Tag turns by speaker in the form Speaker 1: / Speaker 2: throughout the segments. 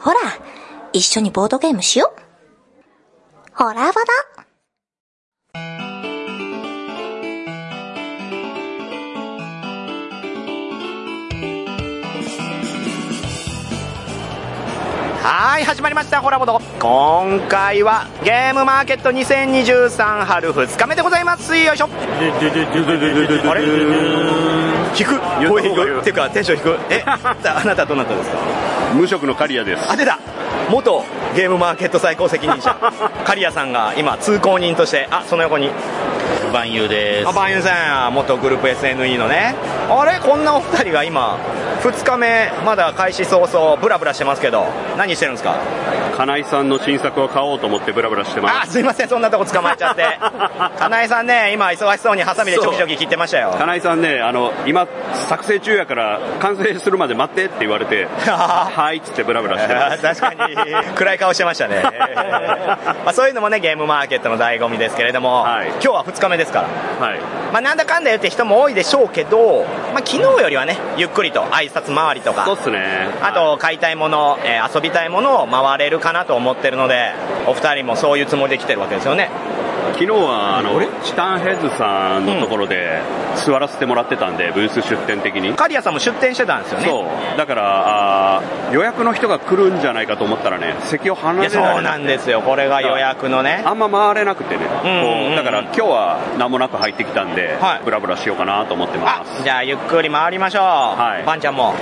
Speaker 1: ほら、一緒にボードゲームしよう。ほらばだ。
Speaker 2: はい始まりましたホラボド今回はゲームマーケット2023春2日目でございますよいしょあれ引く声引くっていうかテンション引くえあなたどなたですか
Speaker 3: 無職の刈谷です
Speaker 2: あ出た元ゲームマーケット最高責任 者刈谷さんが今通行人としてあその横に
Speaker 4: 万有で
Speaker 2: あバインさん元グループ SNE のねあれこんなお二人が今2日目まだ開始早々ブラブラしてますけど何してるんですか
Speaker 3: 金井さんの新作を買おうと思ってブラブラしてま
Speaker 2: あ
Speaker 3: す
Speaker 2: すいませんそんなとこ捕まえち ゃって金井さんね今忙しそうにハサミでちょきちょき切ってましたよ
Speaker 3: 金井さんねあの今作成中やから完成するまで待ってって言われ てはいっつってブラブラしてま
Speaker 2: あー
Speaker 3: す
Speaker 2: 確かに暗い顔してましたね、 えーまあ、そういうのもねゲームマーケットの醍醐味ですけれども、
Speaker 3: はい
Speaker 2: 今日は2日目ですから、
Speaker 3: はい
Speaker 2: まあ、なんだかんだ言って人も多いでしょうけど、まあ、昨日よりはねゆっくりと挨拶回りとか
Speaker 3: そうっすね
Speaker 2: あと買いたいもの、えー遊びたいものを回れるかなと思ってるのでお二人もそういうつもりで来てるわけですよね
Speaker 3: 昨日はあのチタンヘッズさんのところで座らせてもらってたんでブース出店的に
Speaker 2: 刈谷さんも出店してたんですよね
Speaker 3: そうだからあー予約の人が来るんじゃないかと思ったらね席を離
Speaker 2: い
Speaker 3: れ
Speaker 2: やそう
Speaker 3: られ
Speaker 2: なんですよこれが予約のね
Speaker 3: あんま回れなくてね、
Speaker 2: んうんうん
Speaker 3: こうだから今日は何もなく入ってきたんで、
Speaker 2: はい
Speaker 3: ブラブラしようかなと思ってま
Speaker 2: あ
Speaker 3: す
Speaker 2: じゃあゆっくり回りましょう、
Speaker 3: い
Speaker 2: パンちゃんも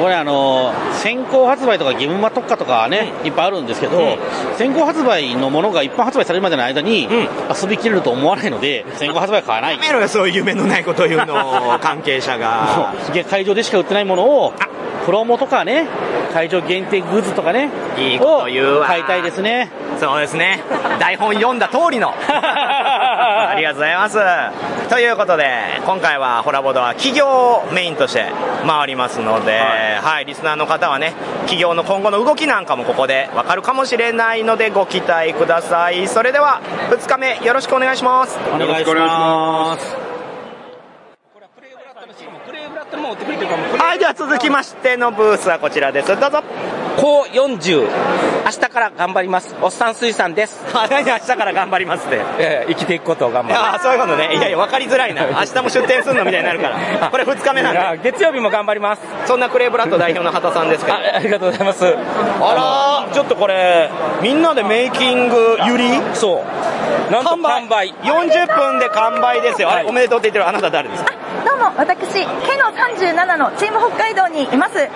Speaker 4: これあの先行発売とか義務化特化とかね、いっぱいあるんですけど、先行発売のものが一般発売されるまでの間に、遊びきれると思わないの で先行発売は買わない
Speaker 2: やめろよそういう夢のないことを言うの 関係者が
Speaker 4: そうで会場でしか売ってないものをプロモとかね会場限定グッズとかね
Speaker 2: いいこと言うわ
Speaker 4: を買いたいですね
Speaker 2: そうですね台本読んだ通りの ありがとうございますということで今回はホラボードは企業をメインとして回りますので、はい
Speaker 3: は
Speaker 2: リスナーの方はね企業の今後の動きなんかもここでわかるかもしれないのでご期待くださいそれでは2日目よろしくお願いします
Speaker 3: よ
Speaker 4: お
Speaker 3: ろ
Speaker 4: 願
Speaker 3: し
Speaker 4: い
Speaker 3: くお
Speaker 4: し
Speaker 3: 願いし
Speaker 4: ます
Speaker 2: はいでは続きましてのブースはこちらですどうぞ
Speaker 5: 高40明日から頑張りますおっさん水産です、
Speaker 2: あ 何明日から頑張りますって
Speaker 5: えー生きていくことを頑張
Speaker 2: ああそういうことねいやいや分かりづらいな明日も出店するのみたいになるからこれ2日目
Speaker 5: る
Speaker 2: な
Speaker 5: い
Speaker 2: ん
Speaker 5: や月曜日も頑張ります
Speaker 2: でそんなクレーブラッド代表の畑さんですけど
Speaker 5: あありがとうございます
Speaker 2: あらーちょっとこれみんなでメイキングゆり
Speaker 5: そうなんと完売
Speaker 2: 40分で完売ですよ、あ
Speaker 5: は
Speaker 2: れ
Speaker 5: い
Speaker 2: おめでとうって言ってるあなた誰ですか
Speaker 6: どうも、私、ケの37のチーム北海道にいます。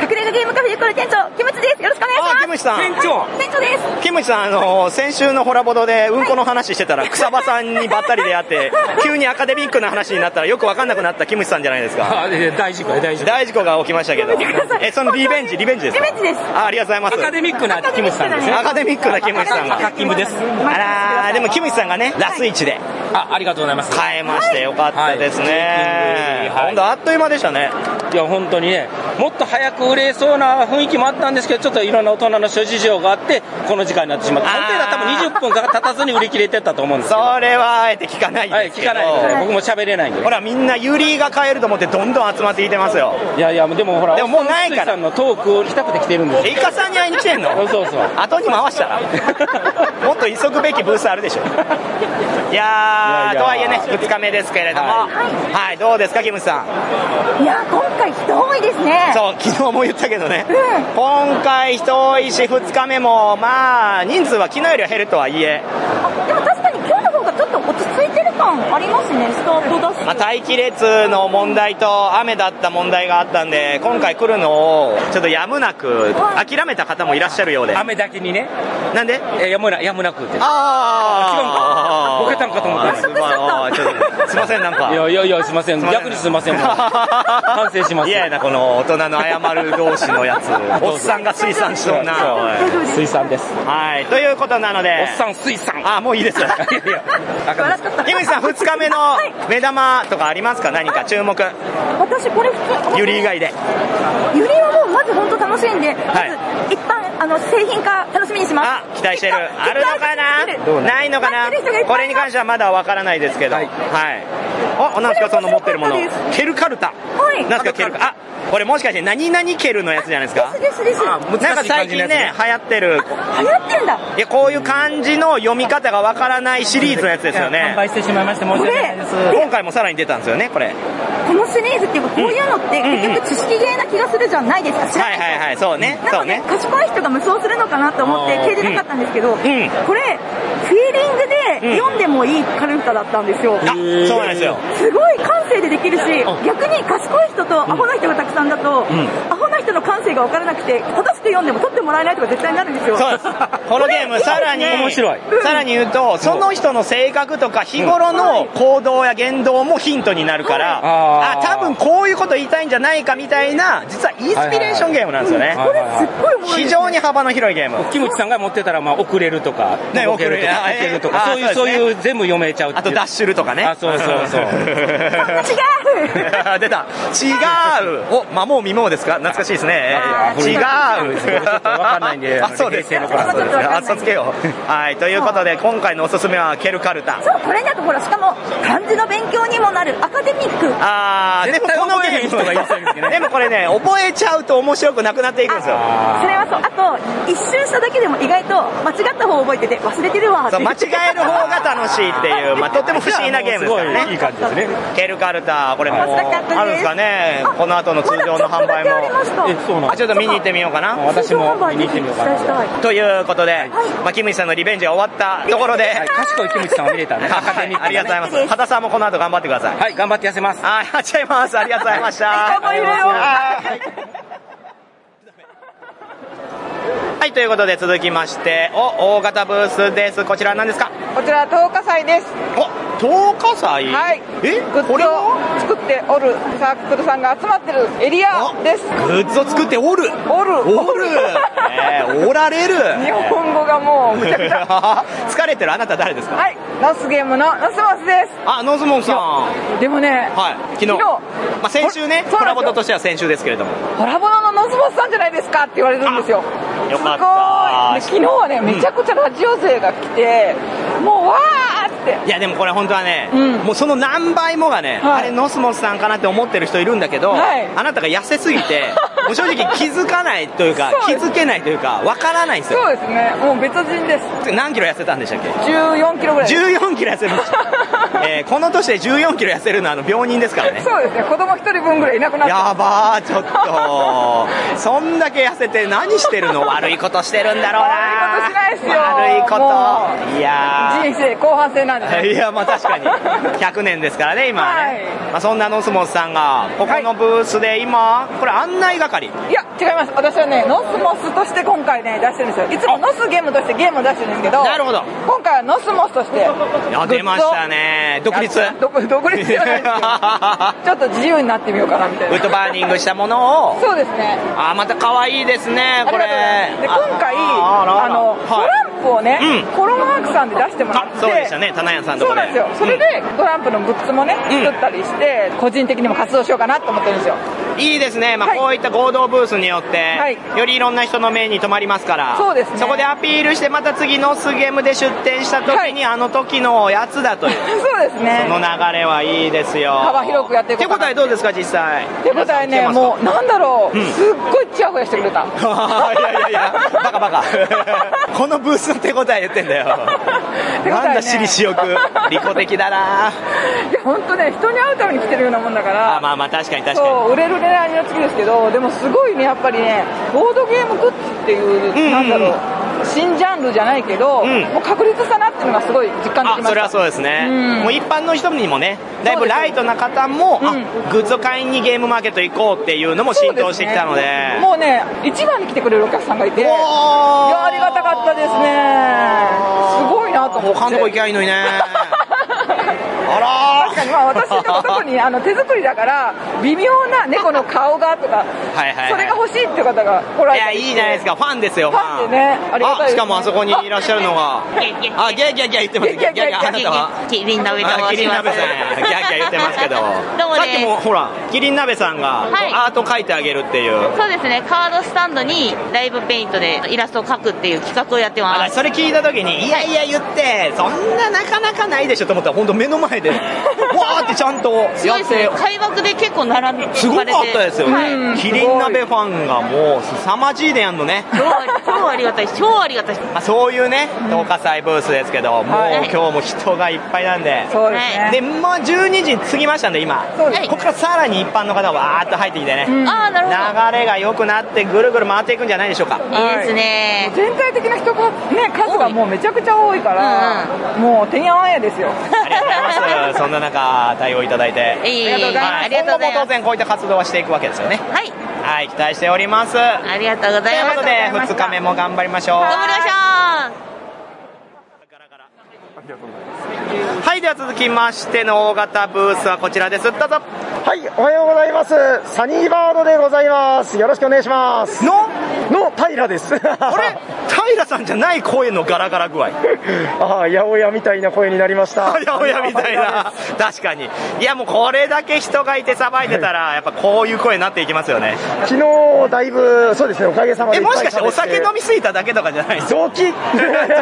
Speaker 6: 隠れ家ゲームカフェゆっこり店長、キムチです。よろしくお願いします。
Speaker 2: あキムチさん
Speaker 6: はい
Speaker 5: 店長
Speaker 6: 店長です。
Speaker 2: キムチさん、あのー先週のホラボドでうんこの話してたら草場さんにばったり出会 って急にアカデミックな話になったらよく分かんなくなったキムチさんじゃないですか
Speaker 5: あいやいや大事故大事故
Speaker 2: 大事故が起きましたけど
Speaker 6: やめてください
Speaker 2: えそのリベンジリベンジですか
Speaker 6: リベンジです
Speaker 2: あありがとうござい
Speaker 5: ア
Speaker 2: ます
Speaker 5: カデミックなキムチさんですね
Speaker 2: アカデミックなキムチさんが
Speaker 5: 赤キムです
Speaker 2: あらーでもキムチさんがねラスイチで
Speaker 5: あありがとうございます
Speaker 2: 変えましてよかったですね、
Speaker 5: はい
Speaker 2: ほんとあっという間でしたね
Speaker 5: いや本当にねもっと早く売れそうな雰囲気もあったんですけどちょっといろんな大人の諸事情があってこの時間になってしまった
Speaker 2: あー
Speaker 5: 本当に多分20分か経たずに売り切れてたと思うんですけど
Speaker 2: それはあえて聞かない
Speaker 5: はい
Speaker 2: です
Speaker 5: 聞
Speaker 2: けど、
Speaker 5: かないので僕も喋れないんで
Speaker 2: ほらみんなユリが買えると思ってどんどん集まってきてますよ
Speaker 5: いやいやでもほら
Speaker 2: でももうないから
Speaker 5: おっさん水産のトークを聞きたくて来てるんです
Speaker 2: イカさんに会いに来てんの
Speaker 5: そうそうそう
Speaker 2: 後に回したら もっと急ぐべきブースあるでしょいやー
Speaker 5: いやいや
Speaker 2: とはいえね2日目ですけれどもは、
Speaker 5: はい
Speaker 2: どうですかキムチさん
Speaker 6: いや、今回人多いですね。
Speaker 2: そう昨日も言ったけどね、
Speaker 6: うん
Speaker 2: 今回人多いし2日目もまあ人数は昨日よりは減るとはいえ、
Speaker 6: あでも確かに今日の方がちょっと落ち着いてる感ありますね、スタートだし。
Speaker 2: まあ、待機列の問題と雨だった問題があったんで今回来るのをちょっとやむなく諦めた方もいらっしゃるようで
Speaker 5: 雨だけにね
Speaker 2: なんで
Speaker 5: えやむなやむなくって
Speaker 2: あ
Speaker 5: あ違うかボケたんかと思った
Speaker 2: あーちょっとすいませんなんか
Speaker 5: いやいやいやすいません
Speaker 2: すいません
Speaker 5: 逆にすいませんもう反省 します
Speaker 2: 嫌やなこの大人の謝る同士の やつおっさんが水産しとんなおい
Speaker 5: 水産です
Speaker 2: はいということなので
Speaker 5: おっさん水産
Speaker 2: あ もういいです
Speaker 5: いやいやあかん
Speaker 6: 笑っ
Speaker 5: です
Speaker 6: ちゃった
Speaker 2: キムチさん2日目の
Speaker 6: はい
Speaker 2: 目玉とかありますか何か注目
Speaker 6: 私これ普通
Speaker 2: ユリ以外で
Speaker 6: ユリはもうまず本当楽しいんで、ま
Speaker 2: はい
Speaker 6: ず一般あの製品化楽しみにします。
Speaker 2: あ期待してる
Speaker 6: きっと
Speaker 2: あるのか
Speaker 6: きっとある
Speaker 2: なないのかな
Speaker 6: 待ってる人がいっぱい
Speaker 2: これに関してはまだわからないですけどはい、あなんですかその持ってるもの
Speaker 6: これ面白かった
Speaker 2: ケルカルタ
Speaker 6: はい
Speaker 2: なんですかケルカあこれもしかして何々ケルのやつじゃないですか
Speaker 6: ですですです。流行
Speaker 2: なんか最近ね流行ってる
Speaker 6: ってんだ。
Speaker 2: いやこういう漢字の読み方がわからないシリーズのやつですよね
Speaker 7: 販売してしまいまして申し
Speaker 6: こ
Speaker 7: 訳
Speaker 6: れ
Speaker 7: ないです。
Speaker 2: 今回もさらに出たんですよねこれ
Speaker 6: このシリーズっていうかこういうのって結局知識ゲーな気がするじゃないですか。知ら
Speaker 2: は
Speaker 6: ないい
Speaker 2: はいはいそうね
Speaker 6: なん
Speaker 2: そ
Speaker 6: か
Speaker 2: う
Speaker 6: ね
Speaker 2: ね、
Speaker 6: 賢い人が無双するのかなと思って、聞いてなかったんですけど、これ、フィーリング
Speaker 2: うん
Speaker 6: で読んでもいいカルタだったんですよ。
Speaker 2: あそうなんですよ
Speaker 6: すごい感性でできるし、逆に賢い人とアホな人がたくさんだと、アホな人の感性が分からなくて、正しく読んでも取ってもらえないとか絶対になるんですよ。
Speaker 2: そうです。このゲーム、さらに、
Speaker 7: 面白い
Speaker 2: さらに言うと、その人の性格とか、日頃の行動や言動もヒントになるから、あ、多分こういうこと言いたいんじゃないかみたいな、実はインスピレーションゲームなんですよね。
Speaker 6: これすっごいおもろい
Speaker 2: 非
Speaker 6: です。
Speaker 2: 常に幅の広いゲーム。
Speaker 3: キムチさんが持ってたら、まあ、遅れるとか、
Speaker 2: ね
Speaker 3: 動けるとか、
Speaker 2: 遅
Speaker 3: 走
Speaker 2: れる
Speaker 3: けると
Speaker 2: あ
Speaker 3: か、そういう、
Speaker 2: そ
Speaker 3: そう
Speaker 2: うですね
Speaker 3: いう、全部読めちゃうってい
Speaker 2: あ
Speaker 3: う。
Speaker 2: と、ダッシュルとかね。
Speaker 3: あそうそうそう
Speaker 6: 違う
Speaker 2: 出た。違う。お、魔もう見もうですか懐かしいですね
Speaker 6: あ。ー
Speaker 2: 違う。
Speaker 3: わかんないんで
Speaker 2: あ、そうです。
Speaker 3: 平成の頃
Speaker 2: あ、そうですね。あ、そうつけよう。はい。ということで、今回のおすすめは、ケルカルタ。
Speaker 6: そう、これだとほら、しかも漢字の勉強にもなるアカデミック。
Speaker 2: あー、でもこのゲームでもこれね、覚えちゃうと面白くなくなっていくんですよ。
Speaker 6: あそれはそう。あと、一周しただけでも意外と間違った方を覚えてて、忘れてるわって
Speaker 2: そう間違える方が楽しいっていう、まあ、とっても不思議なゲームですからね。
Speaker 3: 感じですね。
Speaker 2: ケルカルタ、これもう
Speaker 6: あそうだったんです
Speaker 2: あるんですかね、この後の通常の販売
Speaker 6: まだちょっとだけありまし
Speaker 2: も。
Speaker 6: た。
Speaker 3: え、そうなん
Speaker 2: あ、ちょっと見に行ってみようかな。
Speaker 3: 私も見に行ってみようか
Speaker 6: 通常販売
Speaker 3: な。
Speaker 6: ぜ
Speaker 2: ということで、まあ、キムチさんのリベンジが終わったところで、
Speaker 3: はい、賢いキムチさんを見れたね。アカ
Speaker 2: は
Speaker 3: デミ
Speaker 2: い
Speaker 3: ックなね
Speaker 2: ありがとうございます。羽田さんもこの後頑張ってください。
Speaker 3: はい、頑張って痩せます。
Speaker 2: はい、ありがとうございます。ありがとうございました。
Speaker 6: 頑張りましょう
Speaker 2: はいはい、ということで続きまして、お、大型ブースです。こちら何ですか
Speaker 8: こちら10日祭です。
Speaker 2: お、10日祭
Speaker 8: はい。
Speaker 2: え
Speaker 8: グッズ
Speaker 2: これは
Speaker 8: を作っておるサークルさんが集まってるエリアです。
Speaker 2: グッズを作っておる
Speaker 8: おる
Speaker 2: おるえーおられる
Speaker 8: 日本語がもうむちゃくち ゃ。
Speaker 2: 疲れてるあなた誰ですか
Speaker 8: はい。ノスゲームのノスモスで
Speaker 2: あ、ノズモンさん。
Speaker 8: す。でもね、
Speaker 2: はい、昨日。
Speaker 8: 昨日
Speaker 2: まあ先週ね、
Speaker 8: こ
Speaker 2: コ
Speaker 8: そうな
Speaker 2: ラ
Speaker 8: んで
Speaker 2: ボ
Speaker 8: すよ
Speaker 2: ととしては先週ですけれども。
Speaker 8: ホラボナのノスモスさんじゃないですかって言われるんですよ。
Speaker 2: よかった
Speaker 8: すごい。で昨日はね、めちゃくちゃラジオ勢が来て、もうわーって。
Speaker 2: いやでもこれ本当はね、
Speaker 8: うん
Speaker 2: もうその何倍もがね、
Speaker 8: はい
Speaker 2: あれノスモスさんかなって思ってる人いるんだけど、
Speaker 8: はい
Speaker 2: あなたが痩せす ぎてもう正直気づかないというか
Speaker 8: そう
Speaker 2: 気
Speaker 8: です
Speaker 2: づけないというかわからないんですよ
Speaker 8: そうですね。もう別人です。
Speaker 2: 何キロ痩せたんでしたっけ
Speaker 8: 14キロぐらい。
Speaker 2: 14キロ痩せました、えーこの年で14キロ痩せるのはあの病人ですからね
Speaker 8: そうですね。子供一人分ぐらいいなくなった。
Speaker 2: やばーちょっ とそんだけ痩せて何してるの悪いことしてるんだろうな
Speaker 8: 悪いことしないっすよ
Speaker 2: 悪いこと
Speaker 8: も
Speaker 2: いやー
Speaker 8: 人生後半戦なんですね。
Speaker 2: いやまあ確かに100年ですからね今はね、
Speaker 8: は
Speaker 2: まあ、そんなノスモスさんがここのブースで今、これ案内係
Speaker 8: いや、違います。私はね、ノスモスとして今回ね、出してるんですよ。いつもノスゲームとしてゲームを出してるんですけど、
Speaker 2: なるほど
Speaker 8: 今回はノスモスとして。
Speaker 2: あ出ましたね独立ウッ
Speaker 8: ど独 立じゃないですけど、ちょっと自由になってみようかなみたいな。
Speaker 2: ドバーニングしたものを
Speaker 8: そうですね。
Speaker 2: あまた可愛いですね
Speaker 8: あ
Speaker 2: こ
Speaker 8: り
Speaker 2: れ
Speaker 8: がとうございます。で、今回、
Speaker 2: あら
Speaker 8: あ
Speaker 2: ら
Speaker 8: の、ト
Speaker 2: はい
Speaker 8: ランプをね、
Speaker 2: う
Speaker 8: コロマークさんで出してもらっ
Speaker 2: あ
Speaker 8: て、
Speaker 2: そうでしたね棚屋さんのと
Speaker 8: そ
Speaker 2: こ
Speaker 8: う
Speaker 2: で
Speaker 8: なんですよ。それで、トランプのグッズもね、
Speaker 2: うん
Speaker 8: 作ったりして、個人的にも活動しようかなと思ってるんですよ。
Speaker 2: いいですね、まあ、
Speaker 8: はい
Speaker 2: こういった合同ブースによって、
Speaker 8: はい
Speaker 2: よりいろんな人の目に留まりますから
Speaker 8: そうですね
Speaker 2: こでアピールしてまた次のスゲームで出店した時に、
Speaker 8: はい
Speaker 2: あの時のやつだという
Speaker 8: そうですね。
Speaker 2: その流れはいいですよ
Speaker 8: 幅広くやっていこ
Speaker 2: 手
Speaker 8: うか
Speaker 2: 応
Speaker 8: な
Speaker 2: えどうですか実際
Speaker 8: ってことはね、もう、なんだろう、すっ ごいチヤホヤしてくれた。
Speaker 2: ういやいやいやバカバ カこのブースの手応え言って んだよ
Speaker 8: ね
Speaker 2: なんだ私利私欲利己的だない
Speaker 8: や、本当ね、人に会うために来てるようなもんだか
Speaker 2: あ
Speaker 8: ら、
Speaker 2: まあまあ確かに確か
Speaker 8: そう、売れる売れないの月ですけど、でもすごいね、やっぱりね、ボードゲームグッズっていう、
Speaker 2: んうん
Speaker 8: なんだろう、新ジャンルじゃないけど、
Speaker 2: ん
Speaker 8: もう確立したなっていうのがすごい実感で
Speaker 2: に
Speaker 8: きま
Speaker 2: あそ
Speaker 8: し
Speaker 2: れは
Speaker 8: た。
Speaker 2: そうですね、
Speaker 8: うん
Speaker 2: もう一般の人にもねだいぶライトな方も、
Speaker 8: そうですね
Speaker 2: あグッズを買いにゲームマーケット行こうっていうのも浸透してきたので
Speaker 8: もうね、一番に来てくれるお客さんがいて、いや、
Speaker 2: おー
Speaker 8: ありがたかったですね。すごいなと思って。
Speaker 2: 他のとこ行きゃいいのにね
Speaker 9: あ
Speaker 8: 確かにまあ私のところにあの手作りだから微妙な猫の顔がとか
Speaker 2: はいはい
Speaker 8: それが欲しいって方が来られ
Speaker 2: いや、
Speaker 8: た
Speaker 2: いいじゃないです
Speaker 8: か
Speaker 2: か。ファンですよ、
Speaker 8: ファンでねありがたいですね
Speaker 2: あ、しかもあそこにいらっしゃる のが。あ、ギャーギャーギャー言ってます。ギャーギャー、あなたは。
Speaker 10: キリン鍋と申し
Speaker 2: あ
Speaker 10: ます
Speaker 2: キリン鍋さん。ギャーギャー言ってます けど。
Speaker 10: どうも
Speaker 2: さ
Speaker 10: で
Speaker 2: っ
Speaker 10: す
Speaker 2: きもほら、キリン鍋さんが
Speaker 10: はい
Speaker 2: アート描いてあげるっていう。
Speaker 10: そうですねカードスタンドにライブペイントでイラストを描くっていう企画をやってま
Speaker 2: あ
Speaker 10: す
Speaker 2: それ聞いた時に、いやいや言って、そんななかなかないでしょと思ったら、本当目の 前で、わーってちゃんとやって。
Speaker 10: すごいですね開幕で結構並んで
Speaker 2: すごかったですよね、
Speaker 10: はい
Speaker 2: キリン鍋ファンがもう凄まじいでやんのね、
Speaker 10: 超あり超ありがたいです超ありがたいです
Speaker 2: まあ、そういうね東華祭ブースですけど、もう
Speaker 10: い
Speaker 2: 今日も人がいっぱいなんで、
Speaker 8: そうですね
Speaker 2: でもう12時過ぎましたんで今
Speaker 8: そう
Speaker 10: です
Speaker 2: ここからさらに一般の方がわーっと入ってきてね、
Speaker 10: ああなるほ
Speaker 2: 流れが良くなってぐるぐる回っていくんじゃないでしょうか
Speaker 10: どいいですね
Speaker 8: 全体的な人がね数がもうめちゃくちゃ多いからもうてんやわんやですよ
Speaker 2: ありがとうございますそんな中対応いただいて
Speaker 10: いえいえ
Speaker 2: は
Speaker 10: ありがとうござい
Speaker 2: 今後も
Speaker 10: ま
Speaker 2: 当
Speaker 10: す
Speaker 2: 然こういった活動はしていくわけですよね
Speaker 10: はい
Speaker 2: はい期待しておりますと
Speaker 10: ありがとうござい
Speaker 2: いう
Speaker 10: ま
Speaker 2: こ
Speaker 10: す
Speaker 2: と
Speaker 10: 頑
Speaker 2: で2日目も頑張りましょう
Speaker 10: 張りましょう
Speaker 2: はいでは続きましての大型ブースはこちらですどうぞ
Speaker 11: はい、おはようございます。サニーバードでございます。よろしくお願いします。のの平です。あ
Speaker 2: あれ平さんじゃない声のガラガラ具合
Speaker 11: あー、八百屋みたいな声になり ました。
Speaker 2: 八百屋みた いな確かにいやもうこれだけ人がいて騒いでたらやっぱこういう声になっていきますよね
Speaker 11: 昨日、だいぶ、そうですね、おかげさまで
Speaker 2: え
Speaker 11: いっぱ
Speaker 2: も
Speaker 11: い
Speaker 2: し
Speaker 11: 食べ。
Speaker 2: かしてお酒飲みすぎただけとかじゃないです
Speaker 11: 雑巾
Speaker 2: 出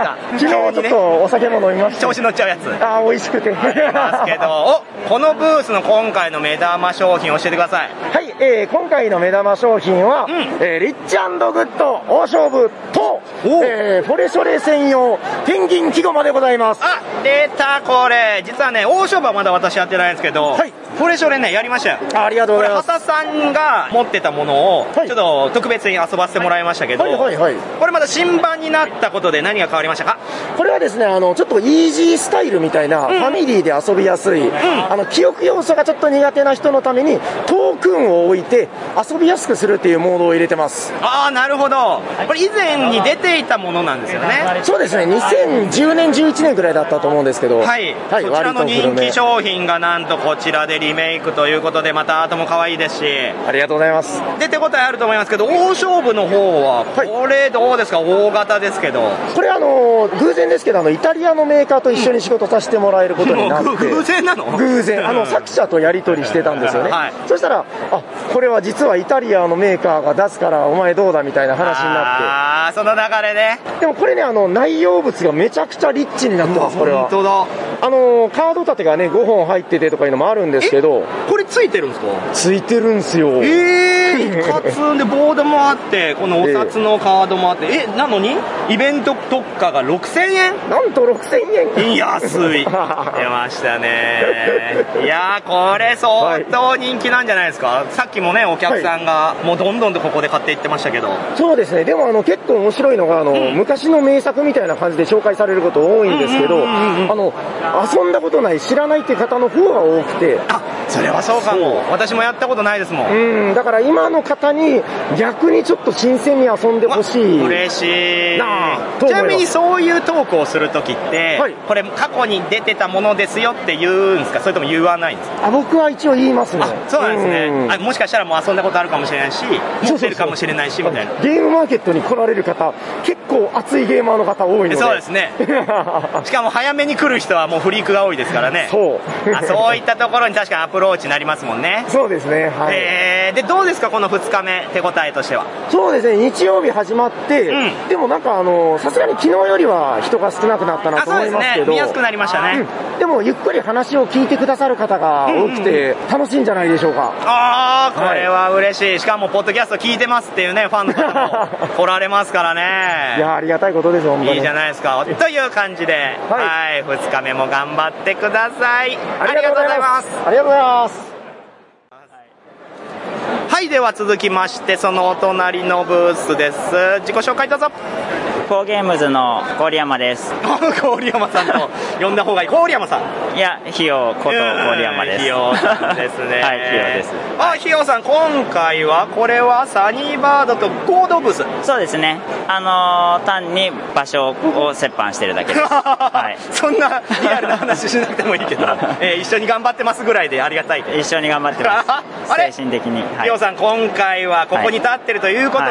Speaker 2: た
Speaker 11: 昨日ちょっとお酒も飲みました。
Speaker 2: 調子乗っちゃうやつ
Speaker 11: ああ、美味しくて。
Speaker 2: ますけどおこのブースの今回の目玉商品教えてください
Speaker 11: はい、えー今回の目玉商品は、えーリッチグッド大勝負と、えーフォレソレ専用ペンギン季語までございます。
Speaker 2: あ出たこれ実はね大勝負はまだ私やってないんですけど、
Speaker 11: はい
Speaker 2: これそれねやりましたよ
Speaker 11: あありがとう
Speaker 2: こ
Speaker 11: ご
Speaker 2: れ
Speaker 11: ざいます。
Speaker 2: 畑さんが持ってたものをちょ
Speaker 11: は
Speaker 2: っ
Speaker 11: い
Speaker 2: と特別に遊ばせてもらいましたけど、
Speaker 11: はいはいはい
Speaker 2: これまた新版になったことで何が変わりましたか
Speaker 11: これはですねあのちょっとイージースタイルみたいな、ファミリーで遊びやすい、あの記憶要素がちょっと苦手な人のためにトークンを置いて遊びやすくするっていうモードを入れてます
Speaker 2: ああなるほどこれ以前に出ていたものなんですよね
Speaker 11: そうですね2010年11年ぐらいだったと思うんですけど
Speaker 2: はい、
Speaker 11: はい、
Speaker 2: そちら
Speaker 11: 割
Speaker 2: の
Speaker 11: と古
Speaker 2: 人気
Speaker 11: め
Speaker 2: 商品がなんとこちらでリメイクということでまたアートも可愛いですし
Speaker 11: ありがとうございます
Speaker 2: で手応えあると思いますけど大勝負の方は
Speaker 11: はい
Speaker 2: これどうですか大型ですけど
Speaker 11: これあの偶然ですけどあのイタリアのメーカーと一緒に仕事させてもらえることになって
Speaker 2: もう 偶偶然なの
Speaker 11: 偶然あ
Speaker 2: うん
Speaker 11: の作者とやり取りしてたんですよね、
Speaker 2: はい
Speaker 11: そしたらあこれは実はイタリアのメーカーが出すからお前どうだみたいな話になって
Speaker 2: ああその流れね
Speaker 11: でもこれね、あの、内容物がめちゃくちゃリッチになってます、これは。
Speaker 2: 当だ
Speaker 11: あのー、カード立てがね、5本入っててとかいうのもあるんですけど、
Speaker 2: これついてるんですか
Speaker 11: ついてるんすよ。
Speaker 2: え え一括でボードもあってこのお札のカードもあってえなのにイベント特価が6000円
Speaker 11: なんと6000円。
Speaker 2: 安 い 出ましたねいやーこれ相当人気なんじゃないですか、さっきもねお客さんがもうどんどんとここで買っていってましたけど
Speaker 11: そうですね。でもあの、結構面白いのが、あの、昔の名作みたいな感じで紹介されること多いんですけど、あの、遊んだことない、知らないっていう方の方が多くて、
Speaker 2: あそれはそうかも私もやったことないですもん
Speaker 11: うん、だから今の方に逆にちょっと新鮮に遊んでほしい。
Speaker 2: わ嬉しい
Speaker 11: なあと
Speaker 2: ちな
Speaker 11: 思います
Speaker 2: みにそういうトークをするときって、
Speaker 11: はい
Speaker 2: これ過去に出てたものですよって言うんですかそれとも言わないんですか
Speaker 11: あ僕は一応言いますね。
Speaker 2: あそうなんですね、
Speaker 11: うん
Speaker 2: あもしかしたらもう遊んだことあるかもしれないし持ってるかもしれないしみたいな
Speaker 11: ゲームマーケットに来られる方、結構熱いゲーマーの方多いので。
Speaker 2: そうです ねしかも早めに来る人はもうフリークが多いですからね
Speaker 11: そう。
Speaker 2: あそういったところに確かにアプローチになりますもんね、
Speaker 11: そうですね。はい。
Speaker 2: えーでどうですかこの2日目手応えとしては
Speaker 11: そうですね。日曜日始まって、
Speaker 2: う
Speaker 11: でもなんかあの、さすがに昨日よりは人が少なくなったな
Speaker 2: あ
Speaker 11: と
Speaker 2: そう
Speaker 11: 思
Speaker 2: で
Speaker 11: い
Speaker 2: す
Speaker 11: ます
Speaker 2: ね
Speaker 11: けど。
Speaker 2: 見やすくなりましたね、
Speaker 11: うんでもゆっくり話を聞いてくださる方が多くて、楽しいんじゃないでしょうか。
Speaker 2: ああこれは嬉しい、しかもポッドキャスト聞いてますっていうねファンの方も来られますからね
Speaker 11: いや、ありがたいことです、本当に。
Speaker 2: いいじゃないですか。という感じで、は、
Speaker 11: はい
Speaker 2: 二2日目も頑張ってください。あ
Speaker 11: ありがとうございます。ありがとうございます。
Speaker 2: ははいでは続きましてそのお隣のブースです自己紹介どうぞ
Speaker 12: フォーゲームズの郡山です。
Speaker 2: 郡山さんと呼んだ方がいい郡山さん
Speaker 12: いや、費用こと郡山です。
Speaker 2: 費用さんですね
Speaker 12: はい、費用です。
Speaker 2: あひよさん今回はこれはサニーバードと合同ブース
Speaker 12: そうですね。あのー 単に場所を折半してるだけです。はい。
Speaker 2: そんなリアルな 話しなくてもいい けど、えー一緒に頑張ってますぐらいでありがたい
Speaker 12: 一緒に頑張ってま
Speaker 2: あれ
Speaker 12: す。精神的に。はい
Speaker 2: ひよさん今回はここに立ってるということは、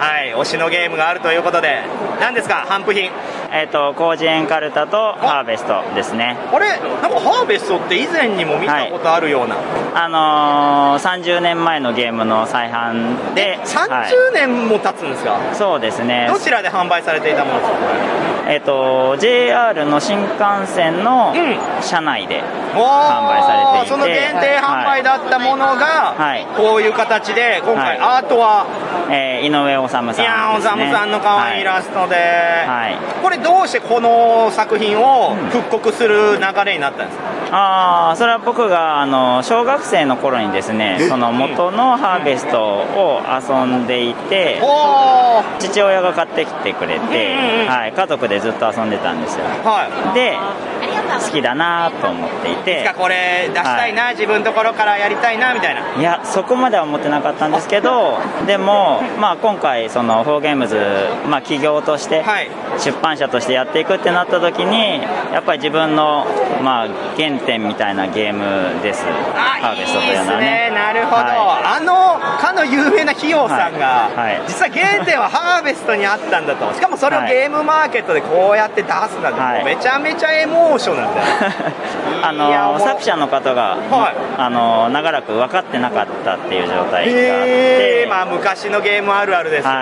Speaker 2: はい推しのゲームがあるということで何ですか頒布品
Speaker 12: えっ、と、工事園カルタとハーベストですね。
Speaker 2: あれなんかハーベストって以前にも見たことあるような、
Speaker 12: あのー、30年前のゲームの再販で。
Speaker 2: 30年も経つんですか、
Speaker 12: そうですね。
Speaker 2: どちらで販売されていたものですか
Speaker 12: えっ、と、JR の新幹線の車内で販売されていて。
Speaker 2: その限定販売だったものが、
Speaker 12: はい。
Speaker 2: こういう形で今回、
Speaker 12: は
Speaker 2: アートは
Speaker 12: えー井上治さんです、ね。
Speaker 2: いやーおさむさんの可愛いイラストで、
Speaker 12: はい。
Speaker 2: これどうしてこの作品を復刻する流れになったんですか、
Speaker 12: ああ、それは僕が、あの、小学生の頃にですね、その元のハーベストを遊んでいて、父親が買ってきてくれて、はい、家族でずっと遊んでたんですよ。で、好きだなと思ってい
Speaker 2: いつ
Speaker 12: て
Speaker 2: か、これ出したいな、自分のところからやりたいなみたいない
Speaker 12: や、そこまでは思ってなかったんですけど、でも、まあ、今回、その、フォーゲームズ、まあ、企業として、出版社としてやっていくってなった時に、やっぱり自分の、まあ、原点みたいなゲームです。ハーベストというのはね。
Speaker 2: ねなるほど、
Speaker 12: は
Speaker 2: あのかの有名な費用さんが、
Speaker 12: はいはい
Speaker 2: 実は原点はハーベストにあったんだ としかもそれをゲームマーケットでこうやって出すなんて、もうめちゃめちゃエモーションなんだよ
Speaker 12: あ
Speaker 2: いやも
Speaker 12: の
Speaker 2: う
Speaker 12: 作者の方が、あの長らく分かってなかったっていう状態があって、
Speaker 2: まあ昔のゲームあるあるですよね、